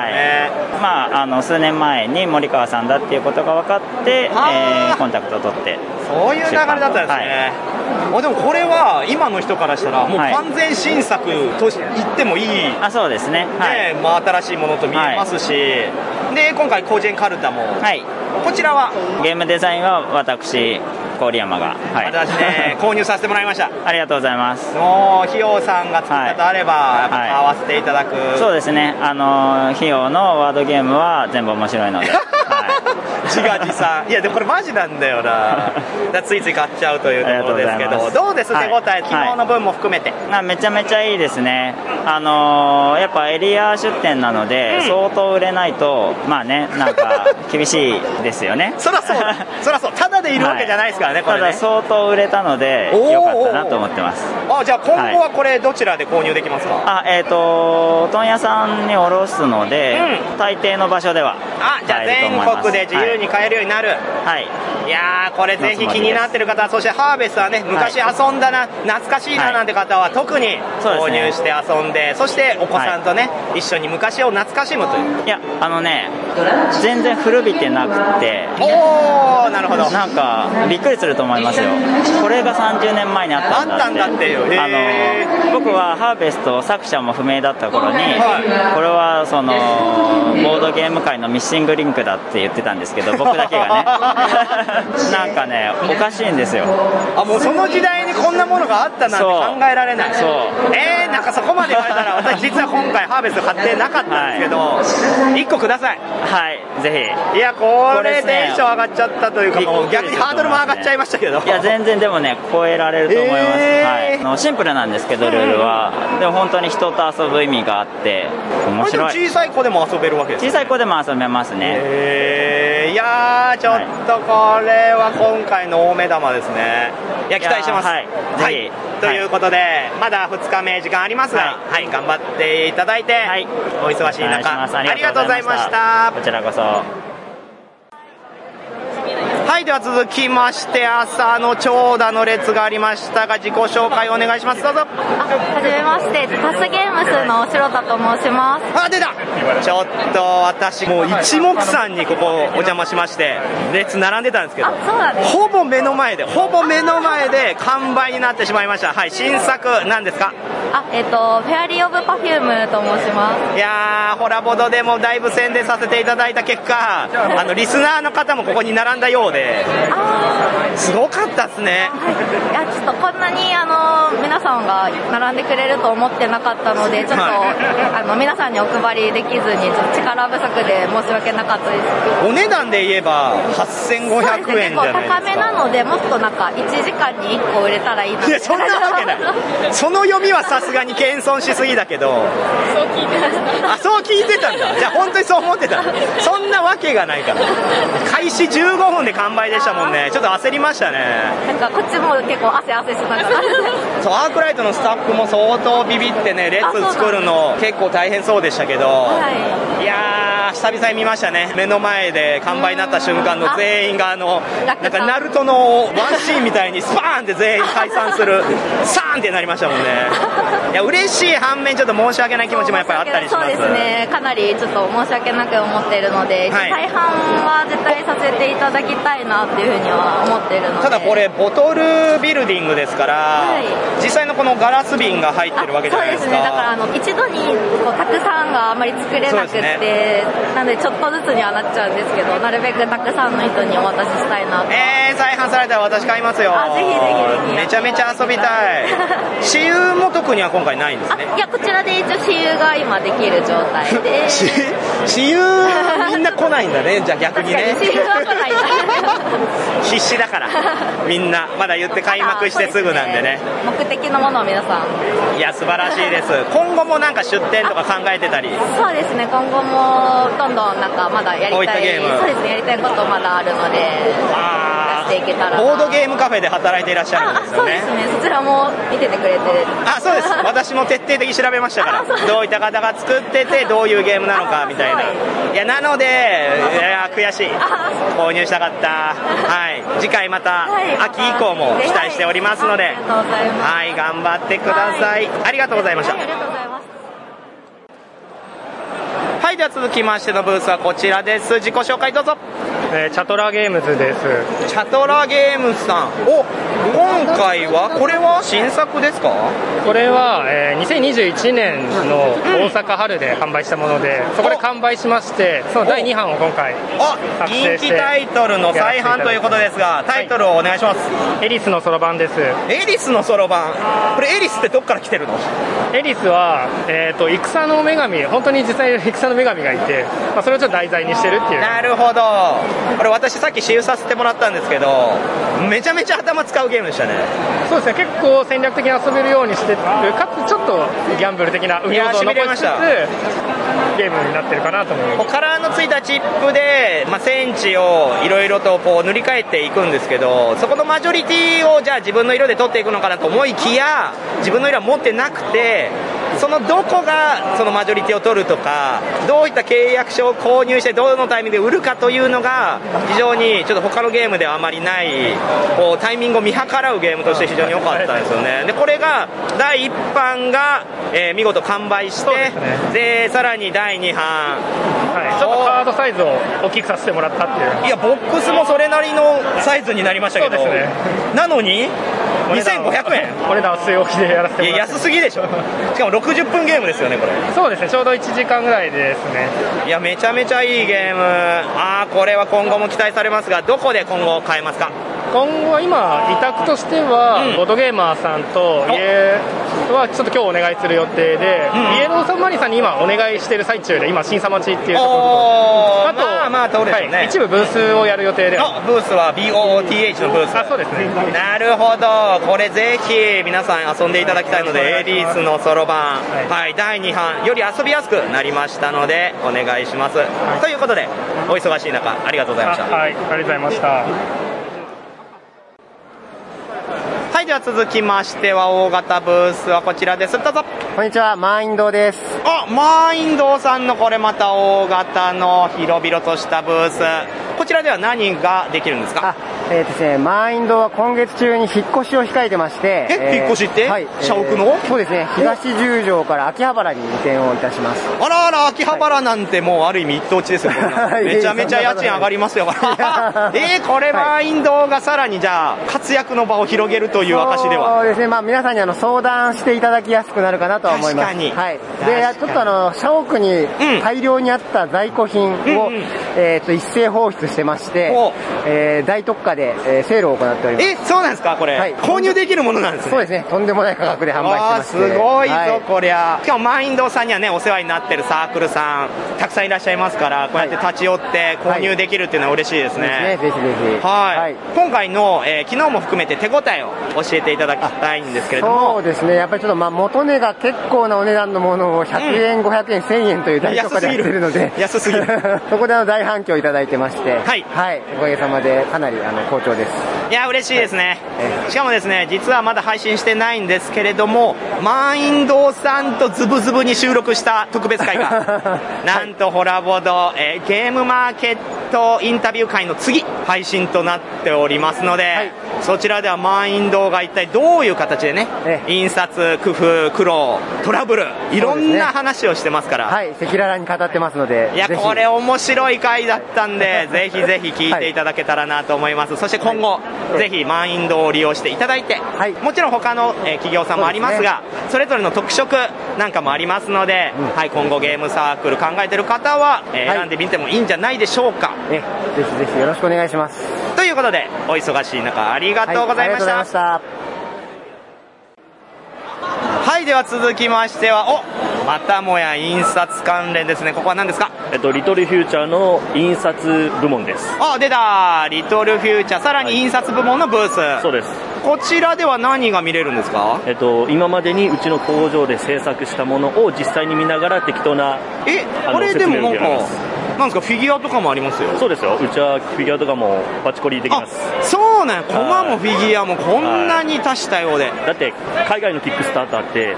Speaker 12: はいまあ、あの数年前に森川さんだっていうことが分かって、えーコンタクトを取って
Speaker 2: そういう流れだったんですね、あでもこれは今の人からしたらもう完全新作と言ってもいい、
Speaker 12: あそうですね,、
Speaker 2: ねまあ、新しいものと見えますし、で今回「高人カルタも」こちらは
Speaker 12: ゲームデザインは私郡山が、はい、
Speaker 2: 私 ね購入させてもらいました
Speaker 12: ありがとうございます
Speaker 2: もう費用さんが作ったとあれば、やっぱ買わせていただく、
Speaker 12: そうですねあの費用のワードゲームは全部面白い ので
Speaker 2: 自画自賛いやでもこれマジなんだよな だからついつい買っちゃうというところですけ
Speaker 12: ありがとう
Speaker 2: ど
Speaker 12: ございます
Speaker 2: どうです手応え、昨日の分も含めて、
Speaker 12: なめちゃめちゃいいですね、あのーやっぱエリア出店なので、相当売れないと、まあね、なんか 厳しいですよね。
Speaker 2: そらそうだそらそうただでいるわけじゃないですからね、こ
Speaker 12: た
Speaker 2: れね
Speaker 12: だ相当売れたので、
Speaker 2: おー
Speaker 12: 良かったなと思ってます。
Speaker 2: あじゃあ今後はこれどちらで購入できますか、
Speaker 12: あ、えっ、と、問屋さんに卸すので、大抵の場所では
Speaker 2: あじゃあ
Speaker 12: 買えると思い
Speaker 2: 全
Speaker 12: ます。
Speaker 2: 国で自由に買えるようになる、
Speaker 12: はい。
Speaker 2: い、やーこれぜひ気になってる方はそしてハーベストはね昔遊んだな、懐かしいななんて方は特に
Speaker 12: そう
Speaker 2: 購
Speaker 12: で
Speaker 2: 入し
Speaker 12: す
Speaker 2: て
Speaker 12: ね
Speaker 2: 遊んでそしてお子さんとね、一緒に昔を懐かしむという
Speaker 12: いや、あのね、全然古びてなくて、
Speaker 2: おーなるほど
Speaker 12: なんか、びっくりすると思いますよ。これが30年前にあったんだって。
Speaker 2: あったんだっていう
Speaker 12: あの、僕はハーベスト作者も不明だった頃に、これはその、ボードゲーム界のミッシングリンクだって言ってたんですけど、僕だけ がね、なんかね、おかしいんですよ。
Speaker 2: あもうその時代にこんなものがあったなんて
Speaker 12: そう
Speaker 2: 考えられない
Speaker 12: そう
Speaker 2: えー、なんかそこまで言われた ら私実は今回ハーベスト買ってなかったんですけど、1個ください
Speaker 12: はい、ぜひ。
Speaker 2: いやこ
Speaker 12: これで
Speaker 2: れ
Speaker 12: すね
Speaker 2: テンション上がっちゃったというかもう逆にハードルも上がっちゃいましたけど
Speaker 12: いや全然でもね超えられると思います、はいあの、シンプルなんですけどルールはでも本当に人と遊ぶ意味があって面白
Speaker 2: これでも
Speaker 12: い
Speaker 2: 小さい子でも遊べるわけです
Speaker 12: 小さい子でも遊べますね
Speaker 2: えーいやーちょっとこれは今回の大目玉ですねいや期待してます
Speaker 12: いやーはいぜ
Speaker 2: はいということで、まだ2日目時間ありますが、はい頑張っていただいて、お忙しい
Speaker 12: お願いし
Speaker 2: 中
Speaker 12: ます
Speaker 2: ありがとうございました
Speaker 12: ありがとうございましたこちらこそ
Speaker 2: はいでは続きまして朝の長蛇の列がありましたが自己紹介お願いしますどうぞ
Speaker 1: はじめまして、タスゲームスの城田と申します。
Speaker 2: あ、出たちょっと私もう一目散にここお邪魔しまして列並んでたんですけどほぼ目の前でほぼ目の前で完売になってしまいましたはい新作なんですか
Speaker 1: あ、えっ、と、フェアリーオブパフュームと申します。
Speaker 2: いやー、ホラボドでもだいぶ宣伝させていただいた結果、あのリスナーの方もここに並んだようで、すごかったっすね。
Speaker 1: いや、ちょっとこんなに、あの、皆さんが並んでくれると思ってなかったので、ちょっと、あの、皆さんにお配りできずに、ちょっと力不足で申し訳なかったです。
Speaker 2: お値段で言えば8500円じ
Speaker 1: 結構
Speaker 2: ゃないですか
Speaker 1: 高。めなので、もっとなんか、1時間に1個売れたらいいな。
Speaker 2: いやそんなわ けないその読みはさすがに謙遜しすぎだけど
Speaker 1: そう聞いてました
Speaker 2: あそう聞いてたんだじゃあ本当にそう思ってたそんなわけがないから開始15分で完売でしたもんねちょっと焦りましたね
Speaker 1: なんか、こっちも結構汗汗しながら。
Speaker 2: そうアークライトのスタッフも相当ビビってね列作るの結構大変そうでしたけど、い、やー久々に見ましたね目の前で完売になった瞬間の全員があのなんかナルトのワンシーンみたいにスパーンって全員解散す るサーンってなりましたもんねいや嬉しい反面ちょっと申し訳ない気持ちもやっぱりあったりし
Speaker 1: そう
Speaker 2: ます
Speaker 1: ですね、かなりちょっと申し訳なく思っているので、
Speaker 2: はい
Speaker 1: 大半は絶対させていただきたいなっていうふうには思っているので、
Speaker 2: ただこれボトルビルディングですから、実際のこのガラス瓶が入ってるわけじゃ
Speaker 1: そう
Speaker 2: ない
Speaker 1: で
Speaker 2: ですす
Speaker 1: ね、だから
Speaker 2: か
Speaker 1: あの一度にこうたくさんがあんまり作れなく
Speaker 2: そう
Speaker 1: て、
Speaker 2: です
Speaker 1: なのでちょっとずつにはなっちゃうんですけど、なるべくたくさんの人にお渡ししたいなと。
Speaker 2: えー、再販されたら私買いますよ
Speaker 1: あぜひぜひぜひ
Speaker 2: めちゃめちゃ遊びたい私有も特には今回ないんですね
Speaker 1: いやこちらで一応私有が今できる状態で
Speaker 2: 私私有みんな来ないんだねじゃあ逆にね
Speaker 1: 私有は来ない
Speaker 2: 必死だからみんなまだ言って開幕してすぐなんでね
Speaker 1: 目的のものを皆さん
Speaker 2: いや素晴らしいです今後もなんか出店とか考えてたり
Speaker 1: そうですね今後もどんどんなんかまだやり
Speaker 2: こういった
Speaker 1: たい
Speaker 2: ゲーム
Speaker 1: そうですねやりたいことまだあるので出していけたら
Speaker 2: ボードゲームカフェで働いていらっしゃるんですよ
Speaker 1: そう
Speaker 2: ね
Speaker 1: ですねそちらも見ててくれて
Speaker 2: あそうです 私も徹底的に調べましたからどういった方が作って てどういうゲームなのかみたいないやなのでいや悔しい購入したかったはい次回また秋以降も期待しておりますのではい頑張ってくださいありがとうございましたはいでは続きましてのブースはこちらです自己紹介どうぞ
Speaker 5: えーチャトラゲームズです
Speaker 2: チャトラゲームズさんお今回はこれは新作ですか
Speaker 5: これは、えー2021年の大阪春で販売したものでそこで完売しましてその第2版を今回作
Speaker 2: 人
Speaker 5: 成し
Speaker 2: 気
Speaker 5: て
Speaker 2: タイトルの再販ということですがタイトルをお願いします、
Speaker 5: エリスのそろばんです
Speaker 2: エリスのそろばんこれエリスってどっから来てるの
Speaker 5: エリスは、えー、と戦の女神本当に実際に戦の女神がいて、まあ、それをちょっと題材にしてるっていう
Speaker 2: なるほどこれ私さっき私有させてもらったんですけどめちゃめちゃ頭使うゲームでしたね
Speaker 5: そうですね結構戦略的に遊べるようにしてるかつちょっとギャンブル的な運用度を
Speaker 2: いや痺れ
Speaker 5: 残
Speaker 2: ま
Speaker 5: し
Speaker 2: し
Speaker 5: つつ
Speaker 2: た
Speaker 5: ゲームになってるかなと思います
Speaker 2: こうカラーのついたチップで、まあ、戦地をいろいろとこう塗り替えていくんですけどそこのマジョリティをじゃあ自分の色で取っていくのかなと思いきや自分の色は持ってなくてそのどこがそのマジョリティを取るとかどういった契約書を購入してどのタイミングで売るかというのが非常にちょっと他のゲームではあまりないこうタイミングを見計らうゲームとして非常に良かったですよねでこれが第1版が、えー見事完売してで,、さらに第2版
Speaker 5: はい、ちょっとカードサイズを大きくさせてもらったっていう
Speaker 2: いやボックスもそれなりのサイズになりましたけど
Speaker 5: そうですね
Speaker 2: なのに2500円
Speaker 5: お値段は据え置きでやらせてもらって
Speaker 2: いや安すぎでしょしかも60分ゲームですよねこれ
Speaker 5: そうですねちょうど1時間ぐらいですね
Speaker 2: いやめちゃめちゃいいゲームああこれは今後も期待されますがどこで今後買えますか
Speaker 5: 今後は今委託としては、ボードゲーマーさんと家はちょっと今日お願いする予定で、イエローサマリーさんに今お願いしてる最中で今審査待ちっていうところとあと、はい一部ブースをやる予定で
Speaker 2: あブースは BOOTH のブース
Speaker 5: あそうですね
Speaker 2: なるほどこれぜひ皆さん遊んでいただきたいのでエリースのそろばんはい、第2版より遊びやすくなりましたのでお願いします、ということでお忙しい中ありがとうございました
Speaker 5: はいありがとうございました
Speaker 2: はい、では続きましては大型ブースはこちらです。どうぞ。
Speaker 4: こんにちは、マインドです。
Speaker 2: あ、マインドさんのこれまた大型の広々としたブース。こちらでは何ができるんですか
Speaker 13: えーとですね、マインドは今月中に引っ越しを控えてまして、
Speaker 2: え引っ越しって
Speaker 13: はい、
Speaker 2: 社屋の
Speaker 13: そうですね、東十条から秋葉原に移転をいたします。
Speaker 2: あらあら、秋葉原なんてもうある意味一等地ですよ、こんなの
Speaker 13: い
Speaker 2: めちゃめちゃ家賃上がりますよ、えー、これはインドがさらにじゃあ、活躍の場を広げるという証では。
Speaker 13: そうですね、まあ皆さんにあの相談していただきやすくなるかなとは思います。
Speaker 2: 確かに
Speaker 13: はい。で、ちょっとあの、社屋に大量にあった在庫品を、えっと、一斉放出してまして、えー大特価で、えーセールを行っております。
Speaker 2: え、そうなんですか、これ、
Speaker 13: はい
Speaker 2: 購入できるものなんですね。
Speaker 13: そうですね、とんでもない価格で販売してまして。
Speaker 2: わあすごいぞ、
Speaker 13: は
Speaker 2: こりゃしかもマインドさんにはねお世話になってるサークルさんたくさんいらっしゃいますからこうやって立ち寄って購入できるっていうのは嬉しいですね、
Speaker 13: はいそうですねぜひぜひ
Speaker 2: はい、今回の、えー昨日も含めて手応えを教えていただきたいんですけれども
Speaker 13: そうですね、やっぱりちょっとまあ元値が結構なお値段のものを100円、500円、1000円という大特価でやってるので、
Speaker 2: 安すぎる
Speaker 13: そこであの大反響いただいてまして、
Speaker 2: はい
Speaker 13: おかげさまでかなりあの好調です。
Speaker 2: いや嬉しいですね、しかもですね実はまだ配信してないんですけれどもマインドさんとズブズブに収録した特別 会がなんとホラボド、えーゲームマーケットインタビュー会の次配信となっておりますので、そちらではマインドが一体どういう形でね、印刷工夫苦労トラブルいろんな話をしてますから
Speaker 13: はい、赤裸々に語ってますので、
Speaker 2: いや、
Speaker 13: ぜひ
Speaker 2: これ面白い回だった んで、ぜひぜひ聞いていただけたらなと思います。そして今後、ぜひマインドを利用していただいて、もちろん他の、えー企業さんもありますが、それぞれの特色なんかもありますので、はい、今後ゲームサークル考えてる方は、えー
Speaker 13: はい
Speaker 2: 選んでみてもいいんじゃないでしょうか。
Speaker 13: えぜひぜひよろしくお願いします。
Speaker 2: ということで、お忙しい中、ありがとうござい
Speaker 13: はいあり
Speaker 2: ました。
Speaker 13: がとうございました。
Speaker 2: はい、では続きましては、おまたもや印刷関連ですね。ここは何ですか
Speaker 3: えっと、リトルフューチャーの印刷部門です。
Speaker 2: あ、出たリトルフューチャー、さらに印刷部門のブース。
Speaker 3: そうです。
Speaker 2: こちらでは何が見れるんですか
Speaker 3: えっと、今までにうちの工場で制作したものを実際に見ながら適当な、
Speaker 2: え、
Speaker 3: あ
Speaker 2: これでもなんか、なんですか、フィギュアとかもありますよ。
Speaker 3: そうですよ。うちはフィギュアとかもバチコリできます。
Speaker 2: そうなんやコマもフィギュアもこんなに多種多様で。
Speaker 3: だって、海外のキックスターターって、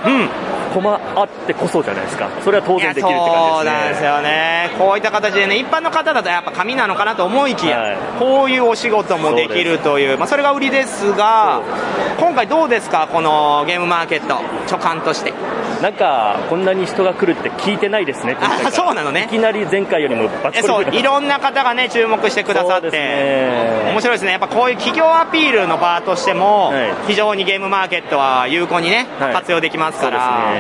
Speaker 3: コマあってこそじゃないですか。それは当然できるって
Speaker 2: そ
Speaker 3: 感
Speaker 2: う
Speaker 3: じ
Speaker 2: なん
Speaker 3: で
Speaker 2: ですす
Speaker 3: ね。
Speaker 2: よね。こういった形でね、一般の方だとやっぱ紙なのかなと思いきや、こういうお仕事もできるという、まあそれが売りですが、今回どうですか、このゲームマーケット、直感として。
Speaker 3: なんか、こんなに人が来るって聞いてないですね、今回から
Speaker 2: あ そうなのね
Speaker 3: いきなり前回よりもバチ
Speaker 2: え
Speaker 3: コ
Speaker 2: そ
Speaker 3: リ
Speaker 2: ういろんな方がね注目してくださって、面白いですねやっぱこういう企業アピールの場としても、非常にゲームマーケットは有効にね、活用できますから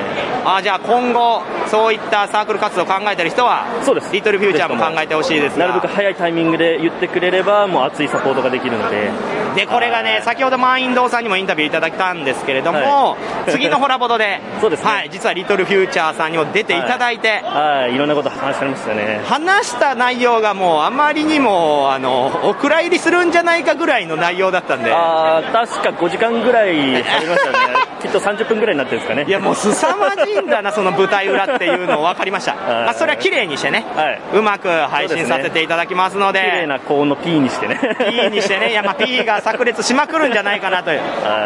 Speaker 2: あじゃあ今後そういったサークル活動を考えてる人はリトルフューチャーも考えてほしいです
Speaker 3: な
Speaker 2: が
Speaker 3: るべく早いタイミングで言ってくれれば、もう熱いサポートができるので。
Speaker 2: でこれがね先ほどマインドさんにもインタビューいただいたんですけれども、
Speaker 3: は
Speaker 2: 次のホラボ ドではい、実はリトルフューチャーさんにも出ていただいて、
Speaker 3: はい、いろんなこと話されましたね。
Speaker 2: 話した内容がもうあまりにもあのお蔵入りするんじゃないかぐらいの内容だったんで
Speaker 3: あー確か5時間ぐらいされま したね。きっと30分ぐらいになってるんですかね。
Speaker 2: いやもう凄まじいんだなその舞台裏っていうの分かり ました、まあ、それは綺麗にしてね、うまく配信させていただきますので
Speaker 3: 綺麗な高音の P にしてね。
Speaker 2: P にしてね、いやまあ P が炸裂しまくるんじゃないかなという、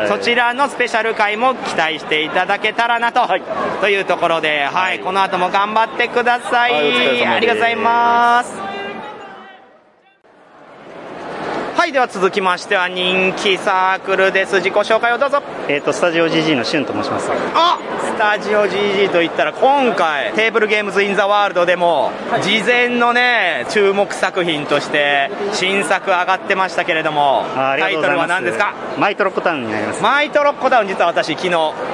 Speaker 2: そちらのスペシャル回も期待していただけたらなと、というところで、はいこの後も頑張ってください、
Speaker 14: はいお疲れ様です
Speaker 2: ありがとうございますはいでは続きましては人気サークルです自己紹介をどうぞ
Speaker 14: えっ、と、スタジオ GG のしゅんと申します。
Speaker 2: あスタジオ GG といったら今回テーブルゲームズ・イン・ザ・ワールドでも事前のね注目作品として新作上がってましたけれども
Speaker 14: ありが
Speaker 2: タイ
Speaker 14: とう
Speaker 2: ト
Speaker 14: ござい
Speaker 2: ル
Speaker 14: ま
Speaker 2: は
Speaker 14: す
Speaker 2: 何ですか
Speaker 14: マイトロッコタウンになります。
Speaker 2: マイトロッコダウン実は私昨日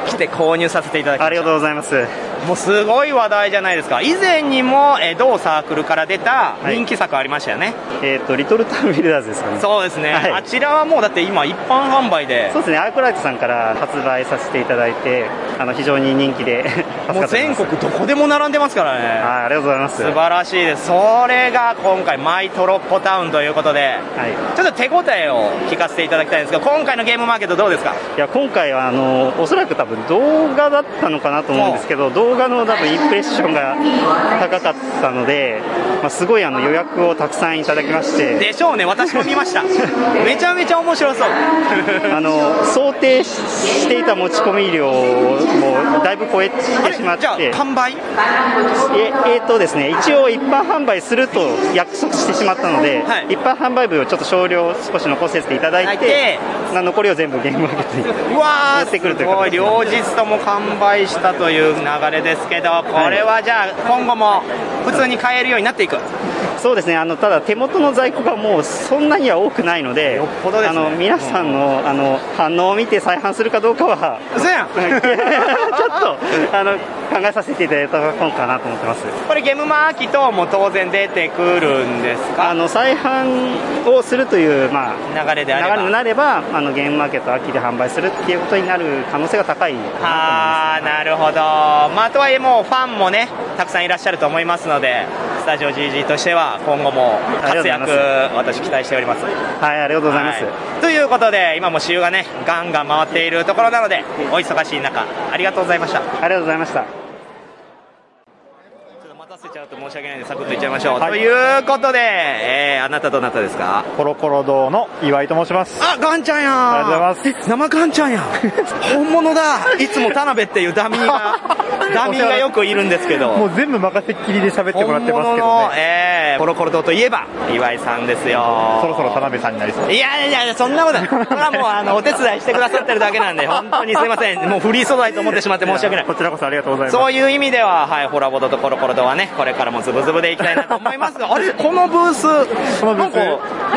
Speaker 2: 来て購入させていただきましたありがとうございますもうすごい話題じゃないですか以前にも、えー同サークルから出た人気作ありましたよね、
Speaker 14: えっ、と、リトルタウンビルダーズですかね。
Speaker 2: そうですね、あちらはもうだって今一般販売で
Speaker 14: そうですね、アークライトさんから発売させていただいて、あの、非常に人 気で助
Speaker 2: も
Speaker 14: か
Speaker 2: う
Speaker 14: っており
Speaker 2: 全
Speaker 14: ます。
Speaker 2: 国どこでも並んでますからね
Speaker 14: はい、ありがとうございます。
Speaker 2: 素晴らしいですそれが今回マイトロッコタウンということで、ちょっと手応えを聞かせていただきたいんですけど今回のゲームマーケットどうですか
Speaker 14: いや今回はあのおそらく多分動画だったのかなと思うんですけど動画の多分インプレッションが高かったので、まあ、すごいあの予約をたくさんいただきまして
Speaker 2: でしょうね私も見 ましためちゃめちゃ面白そう
Speaker 14: あの想定していた持ち込み量をもうだいぶ超えてしまっしまって、
Speaker 2: 完売
Speaker 14: ええーとですね、一応一般販売すると約束してしまったので、一般販売分をちょっと少量少し残せていただいて、な残りを全部ゲームマーケットに
Speaker 2: うわ
Speaker 14: 持ってくるという
Speaker 2: ー
Speaker 14: 形
Speaker 2: すごい両日とも完売したという流れですけどこれはじゃあ今後も普通に買えるようになっていく
Speaker 14: そうですねあのただ手元の在庫がもうそんなには多くないの
Speaker 2: で
Speaker 14: で
Speaker 2: す
Speaker 14: あ
Speaker 2: ね
Speaker 14: の皆さんのあの反応を見て再販するかどうかは
Speaker 2: そう やん
Speaker 14: ちょっとあの考えさせていただいた本かなと思ってます
Speaker 2: これゲームマーキとも当然出てくるんですか
Speaker 14: あの再販をするという、ま
Speaker 2: あ、流れであれば
Speaker 14: 流れになればあのゲームマーケット秋で販売するっていうことになる可能性が高いかなと思います
Speaker 2: あーなるほど、まあ、とはいえもうファンもねたくさんいらっしゃると思いますのでスタジオ GG としては今後も活躍私期待しております
Speaker 14: はいありがとうございます、
Speaker 2: はいということで今も週がねガンガン回っているところなのでお忙しい中ありがとうございましたあ
Speaker 14: りがとうございました
Speaker 2: 待たせちゃうと申し訳ないんでサクッといっちゃいましょう、ということで、えーあなたどなたですか
Speaker 3: コロコロ堂の岩井と申します。
Speaker 2: あガンちゃんやん
Speaker 3: ありがとうございます。
Speaker 2: 生ガン ちゃんやん。本物だいつも田辺っていうダミ ーがダミーがよくいるんですけど
Speaker 3: もう全部任せっきりで喋ってもらってますけ
Speaker 2: 本
Speaker 3: ど
Speaker 2: 物の、
Speaker 3: ね。
Speaker 2: えー、コロコロ堂といえば岩井さんですよ
Speaker 3: そろそろ田辺さんになりそう。
Speaker 2: いやいやいや、そんなことない。これはもう、あの、お手伝いしてくださってるだけなんで、本当にすいませ ん。もうフリー素材と思ってしまって申し訳ない。
Speaker 3: こちらこそありがとうございます。
Speaker 2: そういう意味では、はい、ホラボドとコロコロドはね、これからもズブズブでいきたい なと思いますが、あれこのブース、なんか、なん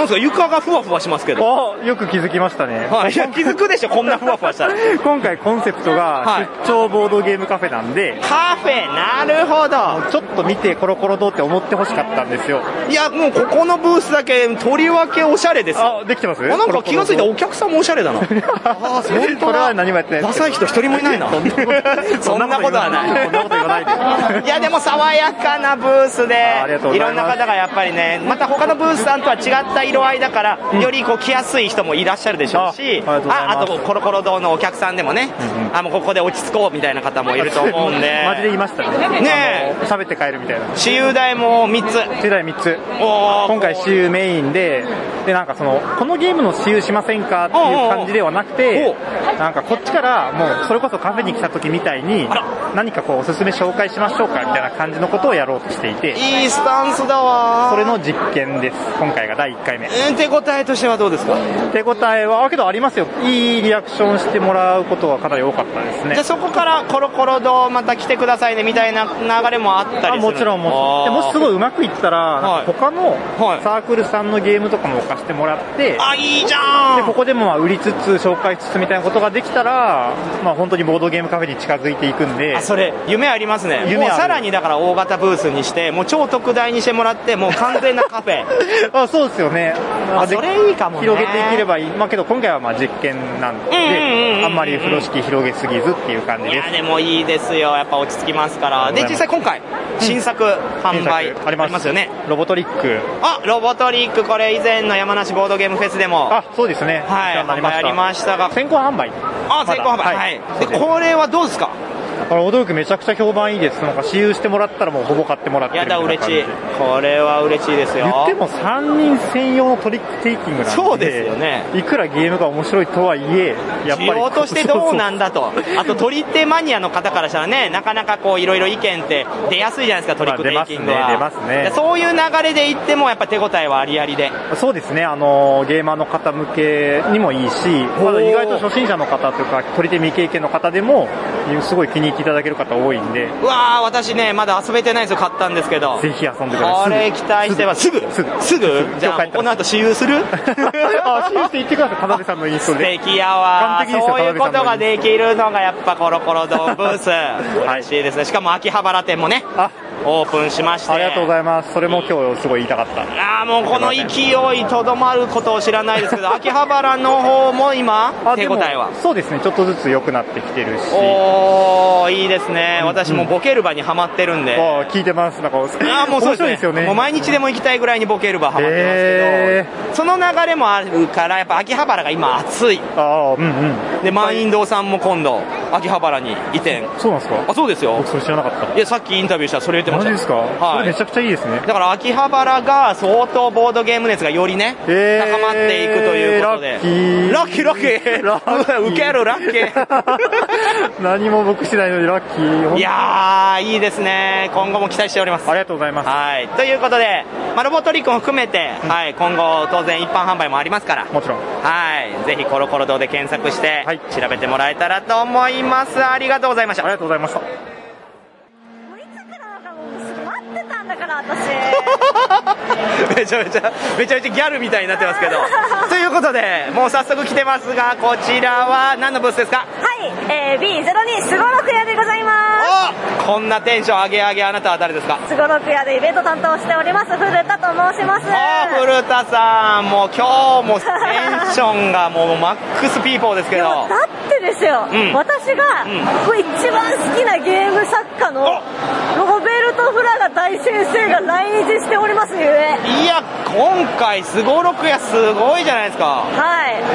Speaker 2: ですか、床がふわふわしますけど。
Speaker 3: およく気づきましたね。
Speaker 2: はい、いや、気づくでしょ、こんなふわふわしたら。
Speaker 3: 今回コンセプト
Speaker 2: は
Speaker 3: が
Speaker 2: い
Speaker 3: 出張ボードゲームカフェなんで、
Speaker 2: カフェ、なるほど。
Speaker 3: ちょっと見てコロコロ堂って思ってほしかったんですよ。
Speaker 2: いや、もうここのブースだけ、とりわけおしゃれですよ。
Speaker 3: あ、できてます
Speaker 2: あなんか気がついたお客さんもおしゃれだ な。ああ、それ
Speaker 3: これは何もやってない
Speaker 2: ダサい人一人もいな いな。 そんなことはない。そんなこと言わないで。いや、でも爽やかなブースで
Speaker 3: りがとう、
Speaker 2: い
Speaker 3: ござ
Speaker 2: ろ
Speaker 3: います
Speaker 2: んな方がやっぱりね、また他のブースさんとは違った色合いだから、よりこう来やすい人もいらっしゃるでしょうし、
Speaker 3: あありがとうございます
Speaker 2: あ、あとコロコロ堂のお客さんでもね、あ、もうここで落ち着こうみたいな方もいると思うんで。
Speaker 3: マジで言いましたね。
Speaker 2: ね
Speaker 3: え。喋って帰るみたいな。
Speaker 2: 私有代も3つ。
Speaker 3: 私有代3つ。今回私有メインで、で、なんかその、このゲームの私有しませんかっていう感じではなくて、なんかこっちからもう、それこそカフェに来た時みたいに、何かこうおすすめ紹介しましょうかみたいな感じのことをやろうとしていて、
Speaker 2: いいスタンスだわ
Speaker 3: それの実験です。今回が第1回目。
Speaker 2: うん手応えとしてはどうですか
Speaker 3: 手応えは、あけどありますよ。いいリアクションしてもらうことはかなり多かったですね。
Speaker 2: じゃあそこからコロコロ堂また来てくださいねみたいな流れもあったりする
Speaker 3: あもちろんもちろんでもしすごいうまくいったら、なんか他のサークルさんのゲームとかも貸してもらって、
Speaker 2: あいいじゃん
Speaker 3: でここでもまあ売りつつ紹介しつつみたいなことができたら、まあ、本当にボードゲームカフェに近づいていくんで
Speaker 2: あそれ夢ありますね
Speaker 3: 夢ある
Speaker 2: もうさらにだから大型ブースにしてもう超特大にしてもらってもう完全なカフェ
Speaker 3: あそうですよね
Speaker 2: あ
Speaker 3: で
Speaker 2: それいいかもね
Speaker 3: 広げていければいい、まあ、けど今回はまあ実験なんで、
Speaker 2: うんうんうんうん
Speaker 3: あんまり風呂敷広げすぎずっていう感じ
Speaker 2: い
Speaker 3: で
Speaker 2: や
Speaker 3: す
Speaker 2: でもいいですよやっぱ落ち着きますからで
Speaker 3: あり
Speaker 2: 実
Speaker 3: がと
Speaker 2: 際
Speaker 3: うご
Speaker 2: 今回新作販売
Speaker 3: あります
Speaker 2: ますよね
Speaker 3: ロボトリック
Speaker 2: あロボトリックこれ以前の山梨ボードゲームフェスでも
Speaker 3: あそうですね
Speaker 2: はい販売ありましたが
Speaker 3: 先行販売
Speaker 2: あ先行販売はい、でこれはどうですか
Speaker 3: あれ驚くめちゃくちゃ評判いいですなんか私有してもらったらもうほぼ買ってもらってる
Speaker 2: や
Speaker 3: みた
Speaker 2: だ
Speaker 3: いな
Speaker 2: 嬉
Speaker 3: 感じ
Speaker 2: しいこれは嬉しいですよ
Speaker 3: 言っても3人専用のトリックテイキングなんで
Speaker 2: そうですよね
Speaker 3: いくらゲームが面白いとはいえやっぱり
Speaker 2: 需要としてどうなんだと、あと取り手マニアの方からしたらね、なかなかこういろいろ意見って出やすいじゃないですか、トリックテイキングは。
Speaker 3: まあ出ますね出ますね
Speaker 2: でそういう流れでいっても、やっぱ手応えはありありで。
Speaker 3: そうですね、あのゲーマーの方向けにもいいし、まだ意外と初心者の方とか、取り手未経験の方でも、すごい気に入っていただける方多いんで、
Speaker 2: うわー、私ね、まだ遊べてないんですよ、買ったんですけど。
Speaker 3: ぜひ遊んでください
Speaker 2: これ期待してます。すぐすぐじゃあ、この後私有 する
Speaker 3: あ、私有して言ってください、田辺さんのインスト
Speaker 2: 素
Speaker 3: で。
Speaker 2: 敵や
Speaker 3: 完
Speaker 2: わー
Speaker 3: 璧ですよ
Speaker 2: そういうことができるのがやっぱコロコロドブース
Speaker 3: は
Speaker 2: 嬉しいですねしかも秋葉原店もねオープンしまして
Speaker 3: ありがとうございます。それも今日すごい言いたかった。
Speaker 2: あーもうこの勢いとどまることを知らないです けど秋葉原の方も今手応えは
Speaker 3: そうですね、ちょっとずつ良くなってきてるし。
Speaker 2: おーいいですね私もボケる場にはまってるんで、
Speaker 3: あ聞いてます。なんか、
Speaker 2: あーもうそうです
Speaker 3: 面白
Speaker 2: ね
Speaker 3: いですよね。
Speaker 2: もう毎日でも行きたいぐらいにボケる場ハマってますけど、その流れもあるからやっぱ秋葉原が今暑い
Speaker 3: ああうんうん
Speaker 2: で満員堂さんも今度秋葉原に移転。
Speaker 15: そうなんですか
Speaker 2: あ、そうですよ。
Speaker 15: 僕それ知らなかった。
Speaker 2: いや、さっきインタビューしたらそれ言ってました。
Speaker 15: マジですか
Speaker 2: はい。
Speaker 15: それめちゃくちゃいいですね。
Speaker 2: だから秋葉原が相当ボードゲーム熱がよりね、高まっていくということで。ラッキー。ラッキー、ラッキー。 ウケる、ラッキー。
Speaker 15: 何も僕してないのにラッキー。
Speaker 2: いやー、いいですね。今後も期待しております。あ
Speaker 15: りがとうございます。
Speaker 2: はい。ということで、まあ、ロボットリックも含めて、はい、今後当然一般販売もありますから。
Speaker 15: もちろん。
Speaker 2: はい。ぜひコロコロ堂で検索して、調べてもらえたらと思います。ありがとうございました。あり
Speaker 15: がとうございました。
Speaker 6: たんだから私
Speaker 2: めちゃめちゃ、めちゃめちゃギャルみたいになってますけ ど。ということで、もう早速来てますが、こちらは何のブースですか
Speaker 6: はい、えー、B02 すごろく屋でございます
Speaker 2: こんなテンション上げ上げ、あなたは誰ですか
Speaker 6: すごろく屋でイベント担当しております古田と申します
Speaker 2: あー古田さん、もう今日もテンションがもうマックスピーポーですけど。
Speaker 6: だってですよ、
Speaker 2: うん
Speaker 6: 私が、もう一番好きなゲーム作家のロベルト・フラガ大先生が来日しておりますゆえ
Speaker 2: いや、今回、すごろくやすごいじゃないですか。
Speaker 6: は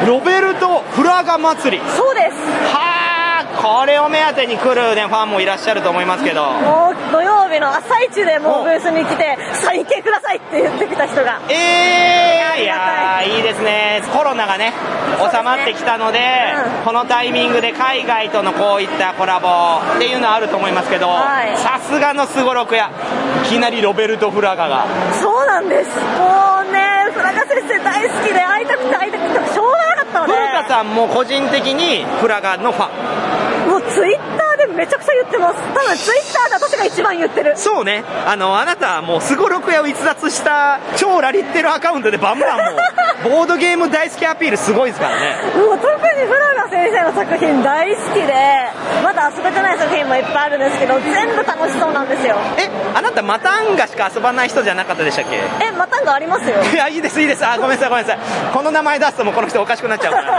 Speaker 6: い
Speaker 2: ロベルト・フラガ祭り。
Speaker 6: そうです
Speaker 2: はー、これを目当てに来るね、ファンもいらっしゃると思いますけど。
Speaker 6: もう土曜日の朝一でもうブースに来てサイン系くださいって言ってきた人が
Speaker 2: えー、いやーいいですね、コロナがね、収まってきたので、このタイミングで海外とのこういったコラボっていうのはあると思いますけど、
Speaker 6: はい
Speaker 2: さすがのすごろくや、いきなりロベルト・フラガが、
Speaker 6: そうなんですもうねフラガ先生大好きで会いたくて会いたくてしょうがなかったので
Speaker 2: 古田さんも個人的にフラガのファン。
Speaker 6: もうツイッターでめちゃくちゃ言ってます多分ツイッターで私が一番言ってる
Speaker 2: そうね、あのあなたはもうすごろくやを逸脱した超ラリってるアカウントでバンバンも うボードゲーム大好きアピールすごいですからね
Speaker 6: もう特にフラガ先生の作品大好きでまだ遊べてない作品もいっぱいあるんですけど全部楽しそうなんですよ
Speaker 2: えあなたマタンガしか遊ばない人じゃなかったでしたっ け
Speaker 6: えまたんがありますよ
Speaker 2: いや、いいです、いいです。あ、ごめんなさい、ごめんなさい。この名前出すともうこの人おかしくなっちゃうからな。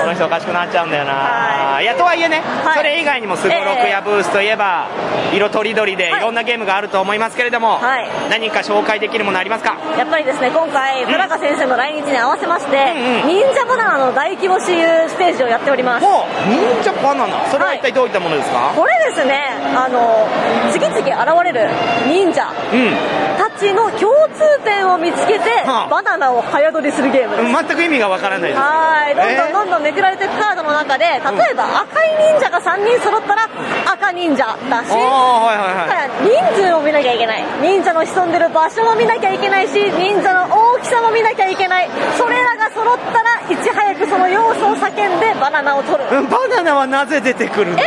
Speaker 2: この人おかしくなっちゃうんだよな。い、や、とはいえね、それ以外にもすごろくやブースといえば、色とりどりでいろんなゲームがあると思いますけれども、
Speaker 6: はい
Speaker 2: 何か紹介できるものありますか
Speaker 6: やっぱりですね今回フラガ先生の来日に合わせまして、忍者バナナの大規模私有ステージをやっております
Speaker 2: 忍者バナナそれは一体どういったものですか、
Speaker 6: これですねあの次々現れる忍者たちの共通点を見つけて、バナナを早取りするゲームです
Speaker 2: うん。全く意味がわからないです。
Speaker 6: はいどんどん
Speaker 2: え
Speaker 6: どんどんめくられていくカードの中で例えば赤い忍者が3人揃ったら赤忍者だし、
Speaker 2: あーはいはいは
Speaker 6: だから人数も見なきゃいけない忍者の潜んでる場所も見なきゃいけないし忍者の大きさも見なきゃいけないそれらが揃ったらいち早くその要素を叫んでバナナを取る
Speaker 2: うんバナナはなぜ出てくるの
Speaker 6: は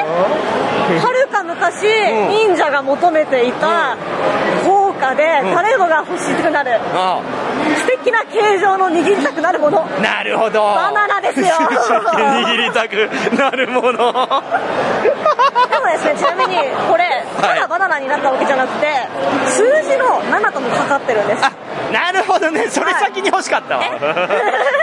Speaker 6: るか昔、
Speaker 2: うん
Speaker 6: 忍者が求めていた効果で
Speaker 2: うん
Speaker 6: 誰もが欲しくなる、
Speaker 2: あ
Speaker 6: 素敵な形状の握りたくなるもの
Speaker 2: あなるほど。
Speaker 6: バナナで すよ
Speaker 2: 握りたく なるもの。
Speaker 6: でもですねちなみにこれただバナナになったわけじゃなくて数字の7ともかかってるんです
Speaker 2: なるほどね、それ先に欲しかったわ。